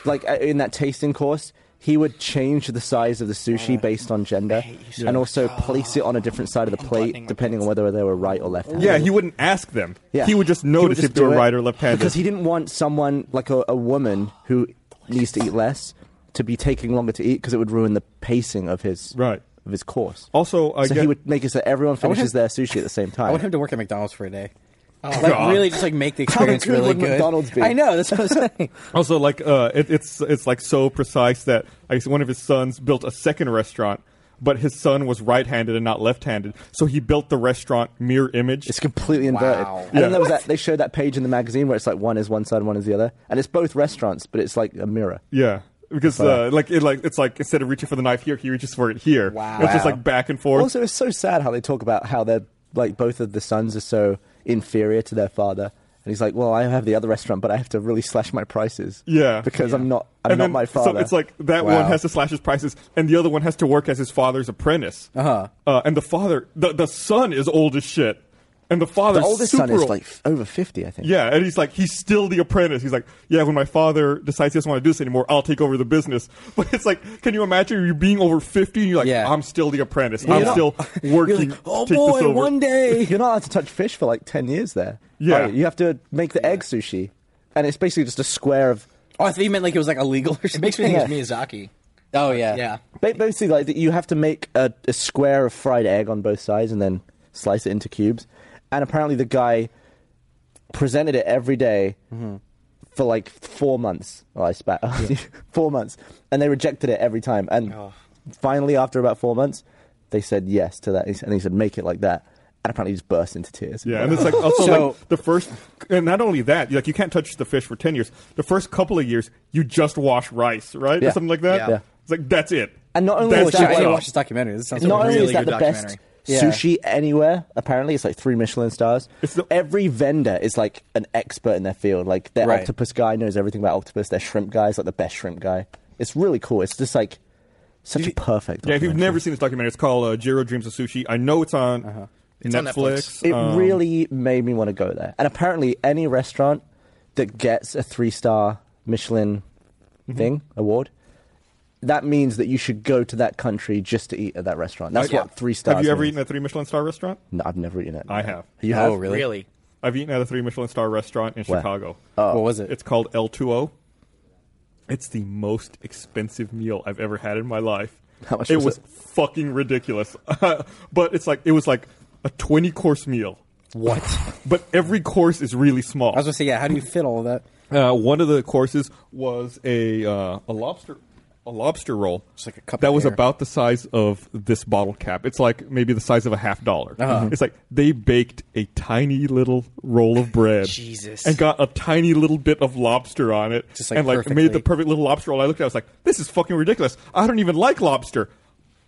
B: like uh, in that tasting course. He would change the size of the sushi
C: Oh,
B: based on gender, and also place it on a different side of the plate depending on whether they were right or left.
A: yeah, he wouldn't ask them.
B: Yeah.
A: He would just
B: He
A: notice
B: just
A: if they were
B: do it
A: right or left handed.
B: Because he didn't want someone like a, a woman who needs to eat less to be taking longer to eat because it would ruin the pacing of his
A: Right.
B: of his course.
A: Also, I
B: so
A: get-
B: he would make it so everyone
C: want
B: finishes
C: him-
B: their sushi at the same
C: I want him
B: time.
C: to work at McDonald's for a day. like
A: God.
C: really, just like make the experience
B: good
C: really
B: would
C: Oh, good.
B: McDonald's be?
C: I know that's what I'm saying.
A: Also, like uh, it, it's it's like so precise that I guess one of his sons built a second restaurant, but his son was right-handed and not left-handed, so he built the restaurant mirror image.
B: It's completely inverted.
E: Wow.
B: And
A: Yeah.
B: then there was that, they showed that page in the magazine where it's like one is one side, one is the other, and it's both restaurants, but it's like a mirror.
A: yeah, because uh, like it like it's like instead of reaching for the knife here, he reaches for it here.
C: Wow.
A: It's just
B: Wow.
A: like back and forth.
B: Also, it's so sad how they talk about how they're like both of the sons are so inferior to their father. And he's like, "Well, I have the other restaurant, but I have to really slash my prices,
A: Yeah.
B: because I'm not, I'm
A: and
B: not
A: then
B: my father."
A: So it's like that
C: Wow.
A: one has to slash his prices, and the other one has to work as his father's apprentice.
C: Uh-huh.
A: Uh, And the father, the the son is old as shit, and the father,
B: the oldest son
A: super
B: is
A: old.
B: like f- over fifty, I think.
A: Yeah, and he's like, he's still the apprentice. He's like, yeah, when my father decides he doesn't want to do this anymore, I'll take over the business. But it's like, can you imagine you being over 50 and you're like,
C: Yeah.
A: I'm still the apprentice.
B: You're
A: I'm
B: not-
A: still working.
C: You're like, oh
A: take this
C: boy,
A: over."
C: one day.
B: You're not allowed to touch fish for like ten years there.
A: Yeah.
B: Are you? You have to make the egg sushi, and it's basically just a square of
C: Oh, I thought you meant like it was like illegal or something.
E: It makes me think it's Miyazaki.
C: Oh yeah,
E: Yeah.
B: ba- basically like that. You have to make a, a square of fried egg on both sides, and then slice it into cubes. And apparently, the guy presented it every day for like four months. Well, I spat four months, and they rejected it every time. And finally, after about four months, they said yes to that, and he said make it like that. And apparently, he just burst into tears.
A: Yeah, and it's like also
C: So-
A: like the first, and not only that, like you can't touch the fish for ten years. The first couple of years, you just wash rice, right,
B: Yeah.
A: or something like that.
E: Yeah.
A: It's like that's it.
B: And not only
A: that's
B: was
C: Shit,
B: that,
A: your
C: I need to
A: job.
C: watch this documentary. This sounds
B: not
C: like
B: only
E: really
B: is that
E: good
B: the best
E: documentary.
C: Yeah.
B: sushi anywhere, apparently it's like three Michelin stars.
A: It's the-
B: Every vendor is like an expert in their field. Like their
C: Right.
B: octopus guy knows everything about octopus. Their shrimp guy is like the best shrimp guy. It's really cool. It's just like such a perfect.
A: Yeah, if you've
B: documentary.
A: never seen this documentary, it's called uh, Jiro Dreams of Sushi. I know it's on
E: It's on Netflix.
B: Uh-huh. It
A: um,
B: really made me want to go there. And apparently, any restaurant that gets a three star Michelin
A: Mm-hmm.
B: thing award, that means that you should go to that country just to eat at that restaurant. That's
A: Yeah.
B: what three stars.
A: Have you ever
B: means.
A: eaten at a three Michelin star restaurant?
B: No, I've never eaten it.
A: I have.
B: You
C: Oh,
B: have?
C: Really? uh,
E: Really?
A: I've eaten at a three Michelin star restaurant in
B: Where?
A: Chicago.
B: Uh,
C: What was it?
A: It's called El Tuo. It's the most expensive meal I've ever had in my life.
B: How much
A: it
B: was
A: was
B: it?
A: fucking ridiculous. but it's like it was like a 20 course meal.
C: what?
A: But every course is really small.
C: I was gonna say, yeah. How do you fit all of that?
A: Uh, one of the courses was a uh, a lobster a lobster roll.
C: Just like a cup
A: that
C: of
A: was
C: air.
A: about the size of this bottle cap. It's like maybe the size of a half dollar. Mm-hmm.
C: Uh-huh.
A: It's like they baked a tiny little roll of bread,
E: Jesus.
A: and got a tiny little bit of lobster on it,
C: Just, like,
A: and like made the
C: perfectly-
A: perfect little lobster roll. I looked at, it, I was like, this is fucking ridiculous. I don't even like lobster.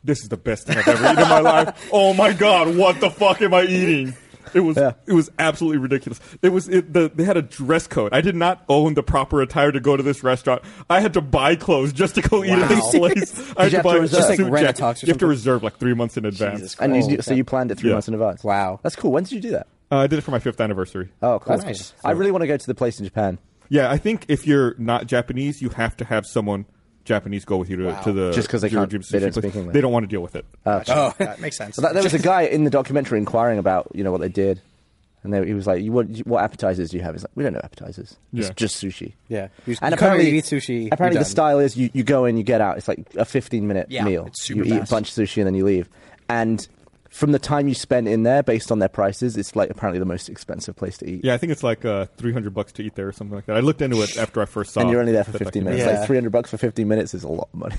A: This is the best thing I've ever eaten in my life. Oh my god, what the fuck am I eating? It was
B: Yeah.
A: it was absolutely ridiculous. It was it, the they had a dress code. I did not own the proper attire to go to this restaurant. I had to buy clothes just to go eat at this place. I
B: you
A: had to
B: have to
A: buy a
B: reserve? Just,
C: like,
A: suit
C: rent a
A: jacket.
C: tux or
A: You have to
C: something?
A: reserve like three months in advance.
C: Jesus
B: And you,
C: Christ.
B: so you planned it three
A: Yeah.
B: months in advance.
C: Wow.
B: that's cool. When did you do that?
A: Uh, I did it for my fifth anniversary.
B: Oh, cool.
C: That's nice.
B: I really want to go to the place in Japan.
A: Yeah, I think if you're not Japanese, you have to have someone Japanese go with you to, to the
B: Just 'cause they
A: Jiro
B: can't-
A: Dreams
B: they
A: sushi
B: don't
A: place.
B: speak English.
A: They don't want to deal with it.
G: Oh,
E: Gotcha. That makes sense.
B: So that, there was a guy in the documentary inquiring about you know what they did, and they, he was like, you, "What you- what appetizers do you have?" He's like, "We don't know appetizers. It's
A: Yeah.
B: just sushi."
C: Yeah. You just-
B: and
C: you come here,
B: apparently
C: you eat sushi, you're
B: Apparently, the
C: done.
B: style is you, you go in, you get out. It's like a fifteen minute
E: Yeah,
B: meal.
E: it's super
B: you eat a
E: fast.
B: bunch of sushi and then you leave. And from the time you spent in there, based on their prices, it's like apparently the most expensive place to eat.
A: Yeah, I think it's like uh, 300 bucks to eat there or something like that. I looked into it after I first saw
B: And you're only there for
A: the
B: 15
A: documentary.
B: minutes.
C: Yeah.
B: Like 300 bucks for 15 minutes is a lot of money.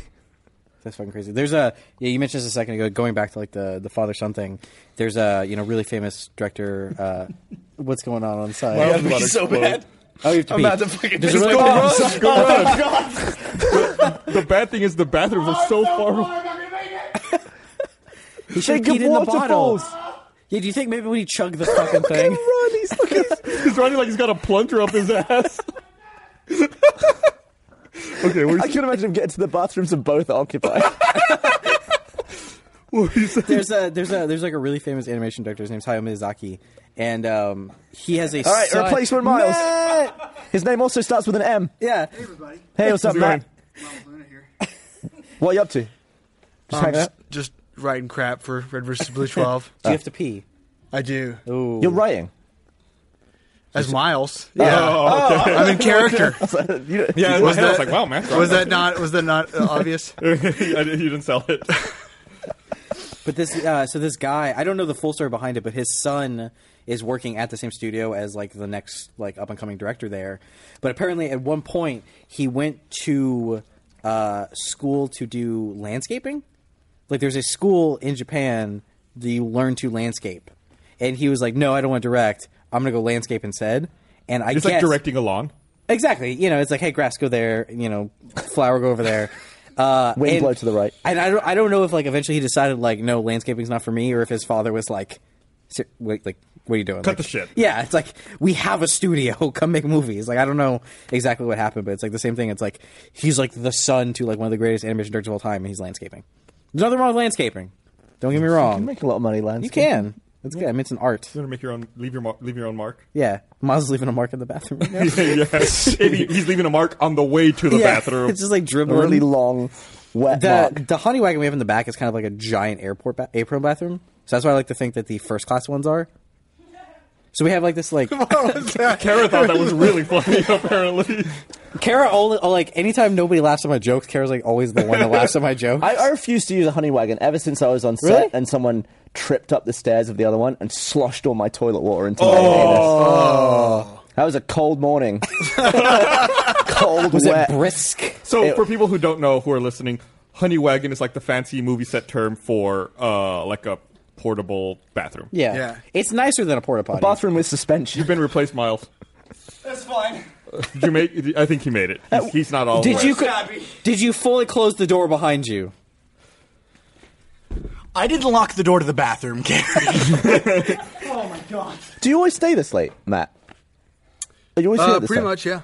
C: That's fucking crazy. There's a yeah. You mentioned this a second ago. Going back to like the the father son thing. There's a you know really famous director. Uh, what's going on on site?
G: Well, I'm so bad.
C: oh, you have to
G: I'm
C: pee.
G: about to fucking
C: There's a
G: piss
C: really
G: my
C: famous-
G: pants.
A: The bad thing is the bathrooms
E: Oh,
A: are so far away.
C: He should
B: Think of
C: peed in the bottle.
B: waterfalls.
C: Yeah, do you think maybe when he chugged the fucking thing?
A: He's running like he's got a plunger up his ass. okay, we're
B: I can imagine him getting to the bathrooms and both are occupied.
C: there's a there's a there's like a really famous animation director. His name's Hayao Miyazaki, and um, he has a
B: All right,
C: son-
B: replacement miles.
C: Matt!
B: His name also starts with an M.
C: Yeah,
E: everybody.
B: Hey, what's up,
A: How's it
B: Matt?
A: going?
E: Luna here.
B: What are you up to? Just
C: Um,
G: I'm
B: hanging
G: just,
B: out?
G: just writing crap for Red versus Blue 12.
C: do you have to pee?
G: I do.
C: Ooh.
B: You're writing.
G: As Miles. Yeah.
A: Oh, okay.
G: I'm in character.
B: You know-
A: Yeah, in my
G: Was
A: head, I was
G: that-
A: like, wow, Matt.
G: Was that not was that not uh, obvious?
A: I didn't- you didn't sell it.
C: But this, uh, so this guy, I don't know the full story behind it, but his son is working at the same studio as like the next like up and coming director there. But apparently, at one point, he went to uh, school to do landscaping. Like, there's a school in Japan that you learn to landscape, and he was like, "No, I don't want to direct. I'm gonna go landscape instead." And I
A: It's
C: guess
A: like directing a lawn.
C: Exactly. You know, it's like, hey, grass, go there. You know, flower, go over there. Uh,
B: Wind
C: and-
B: blow to the right.
C: And I don't, I don't know if like eventually he decided like, no, landscaping's not for me, or if his father was like, "Si- wait, like, what are you doing?
A: Cut
C: Like,
A: the shit.
C: Yeah, it's like we have a studio. Come make movies. Like I don't know exactly what happened, but it's like the same thing. It's like he's like the son to like one of the greatest animation directors of all time, and he's landscaping. There's nothing wrong with landscaping. Don't get me
B: You
C: wrong.
B: can make a lot of money, Lance.
C: You can. It's good. I mean, it's an art.
A: You're gonna make your own, leave your mar- leave your own mark.
C: Yeah, Miles is leaving a mark in the bathroom right now.
A: yeah, He- he's leaving a mark on the way to the
C: yeah,
A: bathroom.
C: it's just like
B: A
C: dribbling.
B: really long, wet
C: the
B: mark.
C: the honey wagon we have in the back is kind of like a giant airport ba- apron bathroom. So that's why I like to think that the first class ones are. So we have like this like
A: Kara thought that was really funny. Apparently,
C: Kara only oh, like anytime nobody laughs at my jokes, Kara's like always the one that laughs at my joke.
B: I, I refused to use a honey wagon ever since I was on set
C: Really?
B: and someone tripped up the stairs of the other one and sloshed all my toilet water into
C: Oh.
B: my anus. That was a cold morning. cold,
C: Was
B: wet.
C: it brisk?
A: so
B: It-
A: for people who don't know who are listening, honey wagon is like the fancy movie set term for uh, like a portable bathroom.
C: Yeah.
G: Yeah.
C: it's nicer than a porta potty.
B: Bathroom with suspension.
A: You've been replaced, Miles.
E: That's fine.
A: Did you make? I think he made it.
B: Uh,
A: He's, he's not all.
C: did
A: wet.
C: you co-
E: Stabby.
C: did you fully close the door behind you?
G: I didn't lock the door to the bathroom, Gary.
E: Oh my god.
B: Do you always stay this late, Matt? Are you always here
G: Uh,
B: at this
G: pretty
B: time?
G: much, yeah.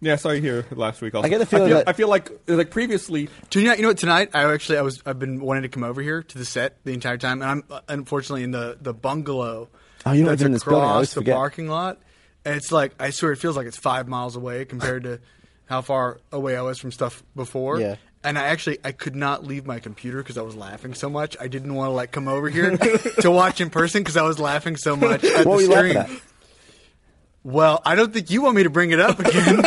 A: Yeah, sorry. Here last week. Also.
B: I get the feeling
A: I feel,
B: that-
A: I feel like like previously.
G: Tonight, you know what? Tonight, I actually, I was, I've been wanting to come over here to the set the entire time, and I'm uh, unfortunately in the the bungalow.
B: Oh, you're not
G: that's
B: even in this building. I
G: across
B: always
G: the
B: forget.
G: parking lot, and it's like I swear it feels like it's five miles away compared to how far away I was from stuff before.
C: Yeah.
G: And I actually I could not leave my computer because I was laughing so much. I didn't want to like come over here to watch in person because I was laughing so much at
B: What were
G: the
B: you laughing
G: screen.
B: at?
G: Well, I don't think you want me to bring it up again.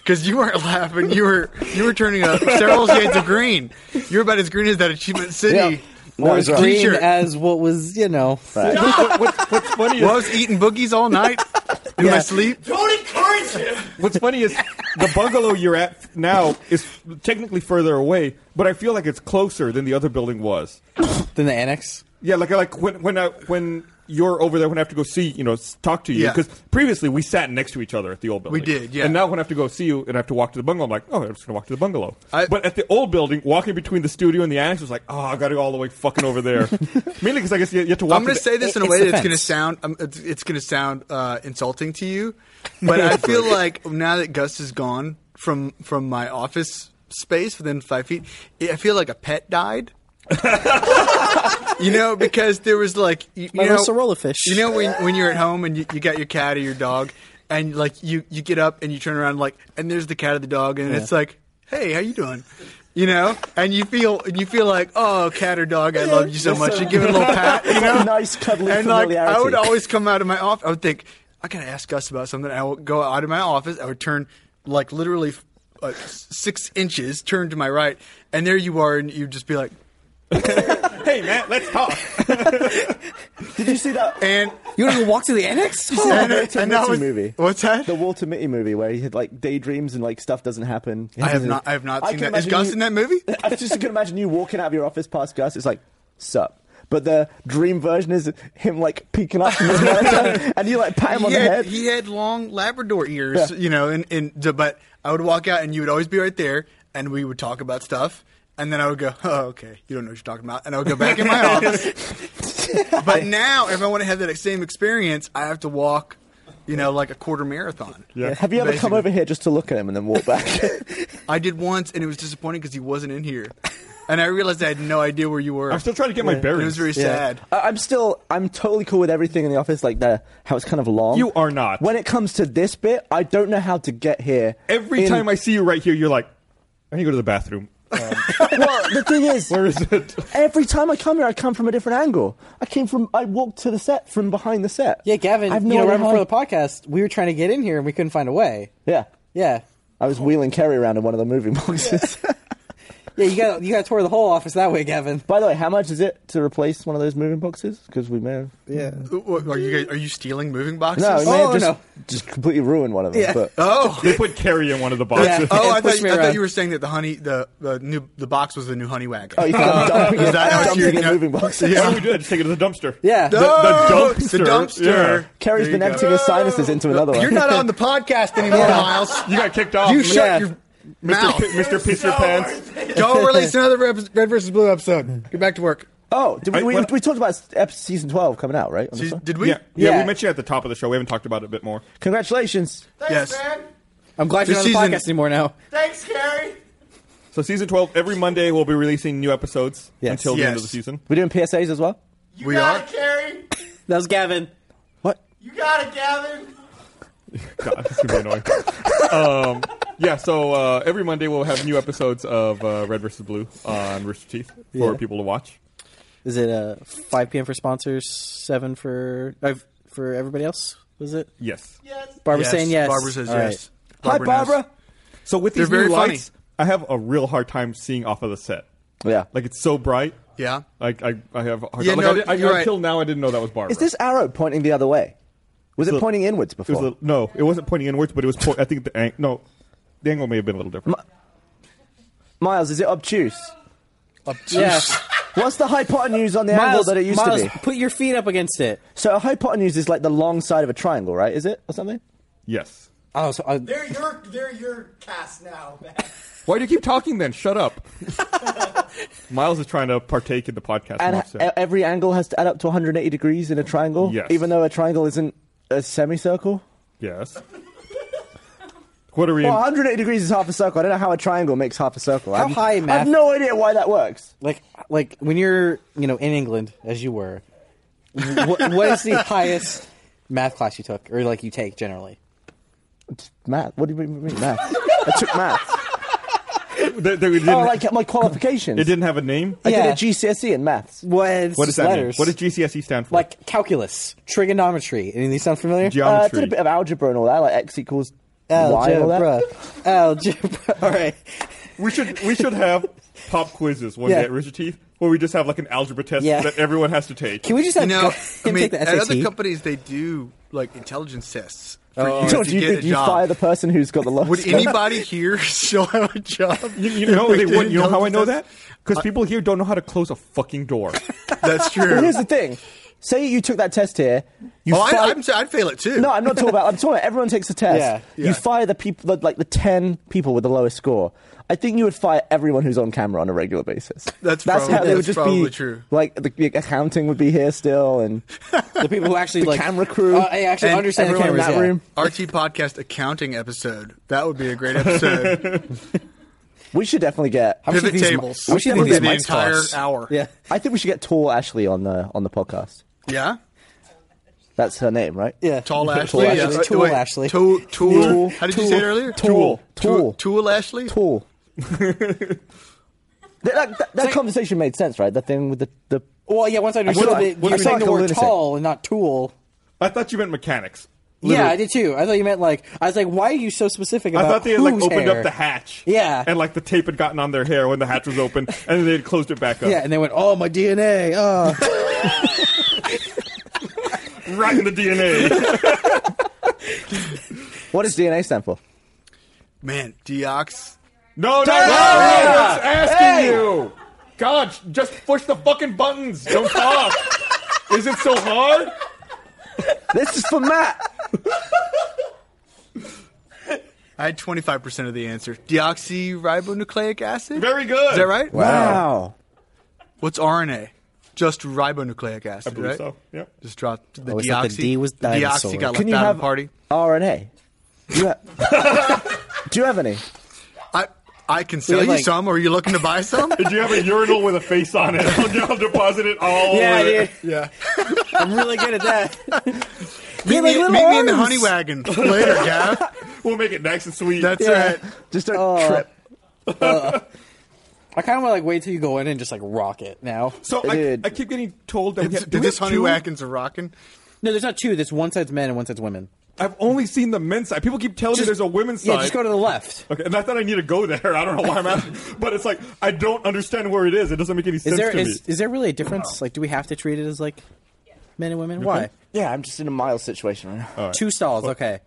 G: Because you weren't laughing, you were you were turning up several shades of green. You're about as green as that Achievement City.
B: Yeah.
C: Or
B: That
C: as
B: was right.
C: green
G: T-shirt.
C: as what was you know?
A: What, what, what's funny is
G: Well, I was eating boogies all night in my sleep.
E: Don't encourage him.
A: What's funny is the bungalow you're at now is technically further away, but I feel like it's closer than the other building was.
C: Then the annex.
A: Yeah, like like when when I, when you're over there, when I have to go see you know s- talk to you
G: Yeah.
A: because previously we sat next to each other at the old building.
G: We did, yeah.
A: And now when I have to go see you and I have to walk to the bungalow, I'm like, oh, I'm just gonna walk to the bungalow.
G: I-
A: but at the old building, walking between the studio and the annex was like, oh, I got to go all the way fucking over there. Mainly because I guess you, you have to walk.
G: I'm going
A: to
G: to
A: the-
G: say this in a
C: It's
G: way
C: the
G: that's going to
C: fence.
G: sound um, it's, it's going to sound uh, insulting to you, but I feel like now that Gus is gone from from my office space within five feet, I feel like a pet died. you know, because there was like you, you
C: My
G: know
C: Rosarola fish.
G: You know when when you're at home and you, you got your cat or your dog, and like you you get up and you turn around like and there's the cat or the dog, and it's like, hey, how you doing? You know, and you feel and you feel like, oh, cat or dog, I love you so much. You give it a little pat, Uh, you know,
B: nice, cuddly
G: and like I
B: familiarity.
G: would always come out of my office. I would think I gotta ask Gus about something. I would go out of my office. I would turn like literally uh, six inches, turn to my right, and there you are, and you'd just be like.
A: Hey, man, let's talk.
B: Did you see that?
G: And
C: You want to walk to the annex?
G: and, uh,
B: Walter
G: and that
B: Mitty
G: was
B: movie.
G: What's that?
B: The Walter Mitty movie where he had like daydreams and like stuff doesn't happen.
G: I have not. I have not
B: I
G: seen
B: can
G: that. Is
B: imagine
G: Gus
B: you-
G: in that movie?
B: I just can imagine you walking out of your office past Gus. It's like, sup. But the dream version is him like peeking up from his monitor, and you like pat him on
G: he
B: the
G: had,
B: head.
G: he had long Labrador ears,
B: Yeah.
G: you know, and, and so- but I would walk out and you would always be right there and we would talk about stuff. And then I would go, oh, okay, you don't know what you're talking about. And I would go back in my office. But now, if I want to have that same experience, I have to walk, you know, like a quarter marathon.
B: Yeah. Have you ever come
G: Basically.
B: over here just to look at him and then walk back?
G: I did once and it was disappointing because he wasn't in here. And I realized I had no idea where you were.
A: I'm still trying to get my
G: It
A: bearings.
G: was very sad.
B: I- I'm still, I'm totally cool with everything in the office, like the how it's kind of long.
A: You are not.
B: When it comes to this bit, I don't know how to get here.
A: Every
B: in-
A: time I see you right here, you're like, I need to go to the bathroom.
B: well, the thing is,
A: Where is it?
B: every time I come here, I come from a different angle. I came from, I walked to the set from behind the set.
C: yeah, Gavin,
B: I have no
C: you know,
B: idea
C: right
B: how
C: before
B: I-
C: the podcast, we were trying to get in here and we couldn't find a way.
B: Yeah,
C: Yeah.
B: I was wheeling Kerry around in one of the moving boxes.
C: Yeah, you got you got to tour the whole office that way, Gavin.
B: By the way, how much is it to replace one of those moving boxes? Because we may have.
C: Yeah.
G: What- Are you, guys, are you stealing moving boxes?
B: No, we may have
C: Oh,
B: just,
C: no.
B: just completely ruined one of them.
C: Yeah.
B: But
G: oh.
A: They put Carrie in one of the boxes.
C: Yeah.
G: Oh, I
C: It pushed
G: thought,
C: me
G: I thought
C: around.
G: you were saying that the honey, the, the new, the box was the new honey wagon.
B: oh, you think I'm dumping,
G: Is
B: it,
G: that how
B: dumping
G: you-
B: it in
G: no.
B: moving boxes?
A: Why don't we do that? Just take it to the dumpster.
C: Yeah.
A: The,
G: Oh,
A: the dumpster.
G: The dumpster.
A: Yeah.
B: Kerry's
G: There
B: been
G: you go.
B: emptying his sinuses into another one.
G: You're not on the podcast anymore, Miles.
A: You got kicked off.
G: You shut
C: Yeah.
G: your
A: Mr.
G: mouth.
A: P- Mr. Piss Your Pants.
G: Don't release another Red Red versus Blue episode. Get back to work.
B: oh, did we,
A: I-
B: we,
A: what-
B: we talked about ep- season twelve coming out, right? on the
G: Did,
B: front?
G: did we?
A: Yeah. yeah,
C: Yeah.
A: we mentioned it at the top of the show. We haven't talked about it a bit more.
B: Congratulations!
G: Yes.
C: I'm glad you're not on
G: This
C: the
G: season-
C: podcast anymore now.
F: Thanks, Carrie.
A: So season 12, every Monday we'll be releasing new episodes
B: Yes.
A: until the end of
G: Yes.
A: the season.
B: We're doing PSAs as well.
F: You
G: We
F: got
G: are?
F: it, Carrie.
C: That was Gavin.
B: What?
F: You got it, Gavin.
A: God, that's going to be annoying. um, yeah, so uh, every Monday we'll have new episodes of uh, Red versus Blue on Rooster Teeth for
C: Yeah.
A: people to watch.
C: Is it uh, 5 p.m. for sponsors, 7 for uh, for everybody else? Was it?
A: Yes.
F: Yes.
C: Barbara saying yes.
G: Barbara says
C: All right.
G: yes.
B: Hi,
G: knows.
B: Barbara.
A: So with these
G: They're
A: new
G: very funny.
A: lights, I have a real hard time seeing off of the set.
B: Yeah.
A: Like it's so bright.
G: Yeah.
A: Like I, I have a hard
G: Yeah,
A: time. Like,
G: no,
A: I did, I,
G: you're right.
A: until now I didn't know that was Barbara.
B: Is this arrow pointing the other way? Was it
A: So-
B: pointing inwards
A: It
B: before?
A: was a, no, it wasn't pointing inwards, but it was. Po- I think the ang- no, the angle may have been a little different.
B: Miles, is it obtuse?
C: Yeah.
B: What's the hypotenuse on the angle
C: Miles,
B: that it used
C: Miles,
B: to be?
C: put your feet up against it.
B: So a hypotenuse is like the long side of a triangle, right? Is it or something?
A: yes.
C: Oh, so, uh,
F: They're your, they're your cast now, man.
A: Why do you keep talking then? Shut up. Miles is trying to partake in the podcast.
B: And
A: from
B: h-
A: offset.
C: uh,
B: e- every angle has to add up to 180 degrees in a triangle,
A: Yes.
B: even though a triangle isn't a semicircle. Oh,
A: yes. What are we?
B: Well,
A: in?
B: 180 degrees is half a circle. I don't know how a triangle makes half a circle. I
C: How
B: have-
C: high in
B: I have
C: math-
B: no idea why that works.
C: like like when you're you know in England as you were, what, what is the highest math class you took or like you take generally?
B: Math? What do you mean mean math? I took math.
A: They- they didn't-
B: Oh, like my qualifications.
A: it didn't have a name.
B: I did
C: Yeah.
B: a GCSE E in maths.
C: What,
A: What does that mean?
C: letters?
A: What does GCSE E stand for?
C: like calculus, trigonometry? Any of these sound familiar? Uh,
B: Uh, I
A: geometry.
B: did a bit of algebra and all that, like x equals
C: Oh,
B: y and all
C: algebra,
B: that.
C: algebra. All right,
A: We should we should have pop quizzes one
C: Yeah.
A: day at Rooster Teeth where we just have like an algebra test
C: Yeah.
A: that everyone has to take.
C: can we just have
G: You know,
C: him
G: I mean,
C: take the
G: at
C: SAT?
G: other companies they do like intelligence tests for
C: Oh.
G: you
B: So
G: to
B: do you
G: get
B: think
G: a
B: you
G: job.
B: fire the person who's got the lowest?
G: Would anybody here still have a job?
A: You, you know
G: if
A: they
G: did
A: wouldn't. You know how I know that?
G: intelligence
A: Because people here don't know how to close a fucking door.
G: tests? That's
B: Well,
G: true.
B: here's the thing. Say you took that test here. You
G: Oh, I,
B: fi-
G: I'm, I'd fail it too.
B: no, I'm not talking about. I'm talking about everyone takes a test.
C: Yeah.
G: Yeah.
B: You fire the people, the, like the ten people with the lowest score. I think you would fire everyone who's on camera on a regular basis.
G: That's
B: that's how
G: probably-
B: they would
G: that's
B: just be.
G: probably true.
B: Like the, the accounting would be here still, and
C: the people who actually
B: the
C: like
B: camera crew
C: Uh, I actually
G: and
C: understand the
B: everyone in
C: cameras.
B: that
C: yeah.
B: room.
G: RT podcast accounting episode. That would be a great episode.
B: We should definitely get.
C: much
G: Pivot
C: do these mi-
G: tables.
C: how much do
G: would
B: these
G: be the
C: mics
G: entire
C: cost?
G: hour.
C: Yeah.
B: I think we should get Tall Ashley on the on the podcast.
G: Yeah?
B: That's her name, right?
C: Yeah.
G: Tall
B: Tall
G: Ashley.
B: Ashley.
G: yeah.
C: It's Tool
G: Wait,
C: Ashley.
G: Tool.
B: Tool.
G: Tool. How did you say it
B: Tool.
G: earlier?
B: Tool. Tool.
G: Tool. Tool Ashley.
B: Tall. that that, that, that conversation made sense, right? That thing with the the.
C: Well, yeah. Once I understood
B: feel like-
C: it,
B: I
C: you were
B: feel
C: saying
B: like
C: the
B: a
C: word
B: lunatic.
C: tall and not tool.
A: I thought you meant mechanics.
C: Yeah, I did too. I thought you meant like I was like, why are you so specific
A: I
C: about?
A: thought they had like
C: whose
A: opened
C: hair?
A: up the hatch.
C: Yeah.
A: And like the tape had gotten on their hair when the hatch was open, and then they had closed it back up.
C: Yeah, and they went, oh my DNA. Oh.
A: Right in the DNA.
B: What does DNA stand for?
G: Man, Deox.
A: no, no, no, no, I'm asking you. God, just push the fucking buttons. Don't talk. Is it so hard?
B: This is for Matt.
G: I had 25% of the answer. Deoxyribonucleic acid?
A: Very good.
G: Is that right?
B: Wow.
G: What's RNA? Just ribonucleic acid,
A: I believe
G: right?
A: so. Yep.
G: Just dropped the
C: Oh, it's
G: deoxy.
C: like the D was
G: The
C: dinosaur.
G: Deoxy got
B: Can
G: left
B: you
G: out of
B: have
G: the party.
B: RNA? Do you, ha- Do you have any?
G: I I can sell
C: have,
G: you
C: like-
G: some. Or are you looking to buy some?
A: Did you have a urinal with a face on it? I'll, I'll deposit it all
C: yeah,
A: over it.
C: dude. Yeah. I'm really good at that. yeah,
G: meet me, meet me in the honey wagon later, Gav.
A: We'll make it nice and sweet.
G: That's
C: Yeah.
G: right.
B: Just don't
C: Oh.
B: trip.
C: I kind of want to like wait till you go in and just like rock it now.
A: so I,
B: Dude.
A: I keep getting told that we
G: It's-
A: have, do we
G: this
A: have
G: honey
A: two?
G: wagon's a rockin'.
C: No, there's not two. There's one side's men and one side's women.
A: I've only seen the men's side. People keep telling me
C: Just-
A: there's a women's
C: Yeah,
A: side.
C: just go to the left.
A: Okay, and not that I need to go there. I don't know why I'm asking, but it's like I don't understand where it is. It doesn't make any
C: Is
A: sense
C: there
A: to
C: is,
A: me.
C: is there really a difference? Like, do we have to treat it as like men and women? Why?
B: Yeah, I'm just in a mild situation right now.
C: Two stalls. Okay.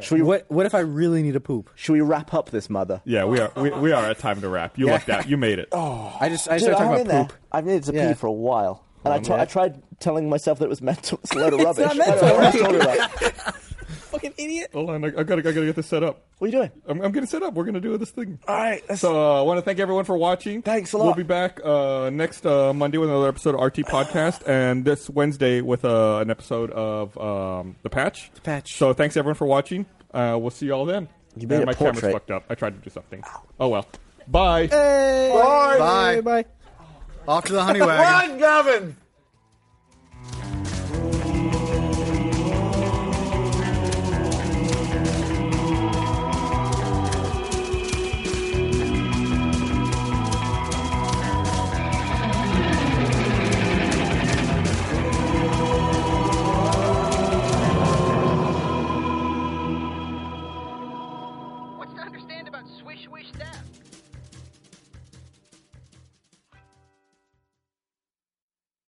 B: Should we
C: What what if I really need a poop?
B: Should we wrap up this mother?
A: Yeah, we are we, we are at time to wrap. You lucked out. You made it. Oh,
C: I just I
B: Dude,
C: started
B: I
C: talking
B: hung in
C: about
B: there.
C: poop.
B: I've needed to
C: Yeah.
B: pee for a while. And I, t- I tried telling myself that it was mental. It's a load of
C: It's
B: rubbish.
C: not meant
B: I don't know
C: to.
B: what I'm talking about.
C: Fucking idiot.
A: hold on, I, I gotta I gotta get this set up.
B: What are you doing?
A: I'm, I'm getting set up. We're gonna do this thing.
B: All right, let's-
A: So uh, I want to thank everyone for watching.
B: Ah. Thanks a
A: We'll
B: lot.
A: be back uh, next uh, Monday with another episode of RT Podcast, and this Wednesday with uh, an episode of um, the Patch. The
C: Patch.
A: So thanks everyone for watching. Uh, we'll see you all then.
B: You made
A: And
B: a
A: my camera's
B: portrait.
A: fucked up. I tried to do something. Oh well. Bye.
G: Bye.
C: Bye.
G: Off to the honey wagon.
F: Gavin!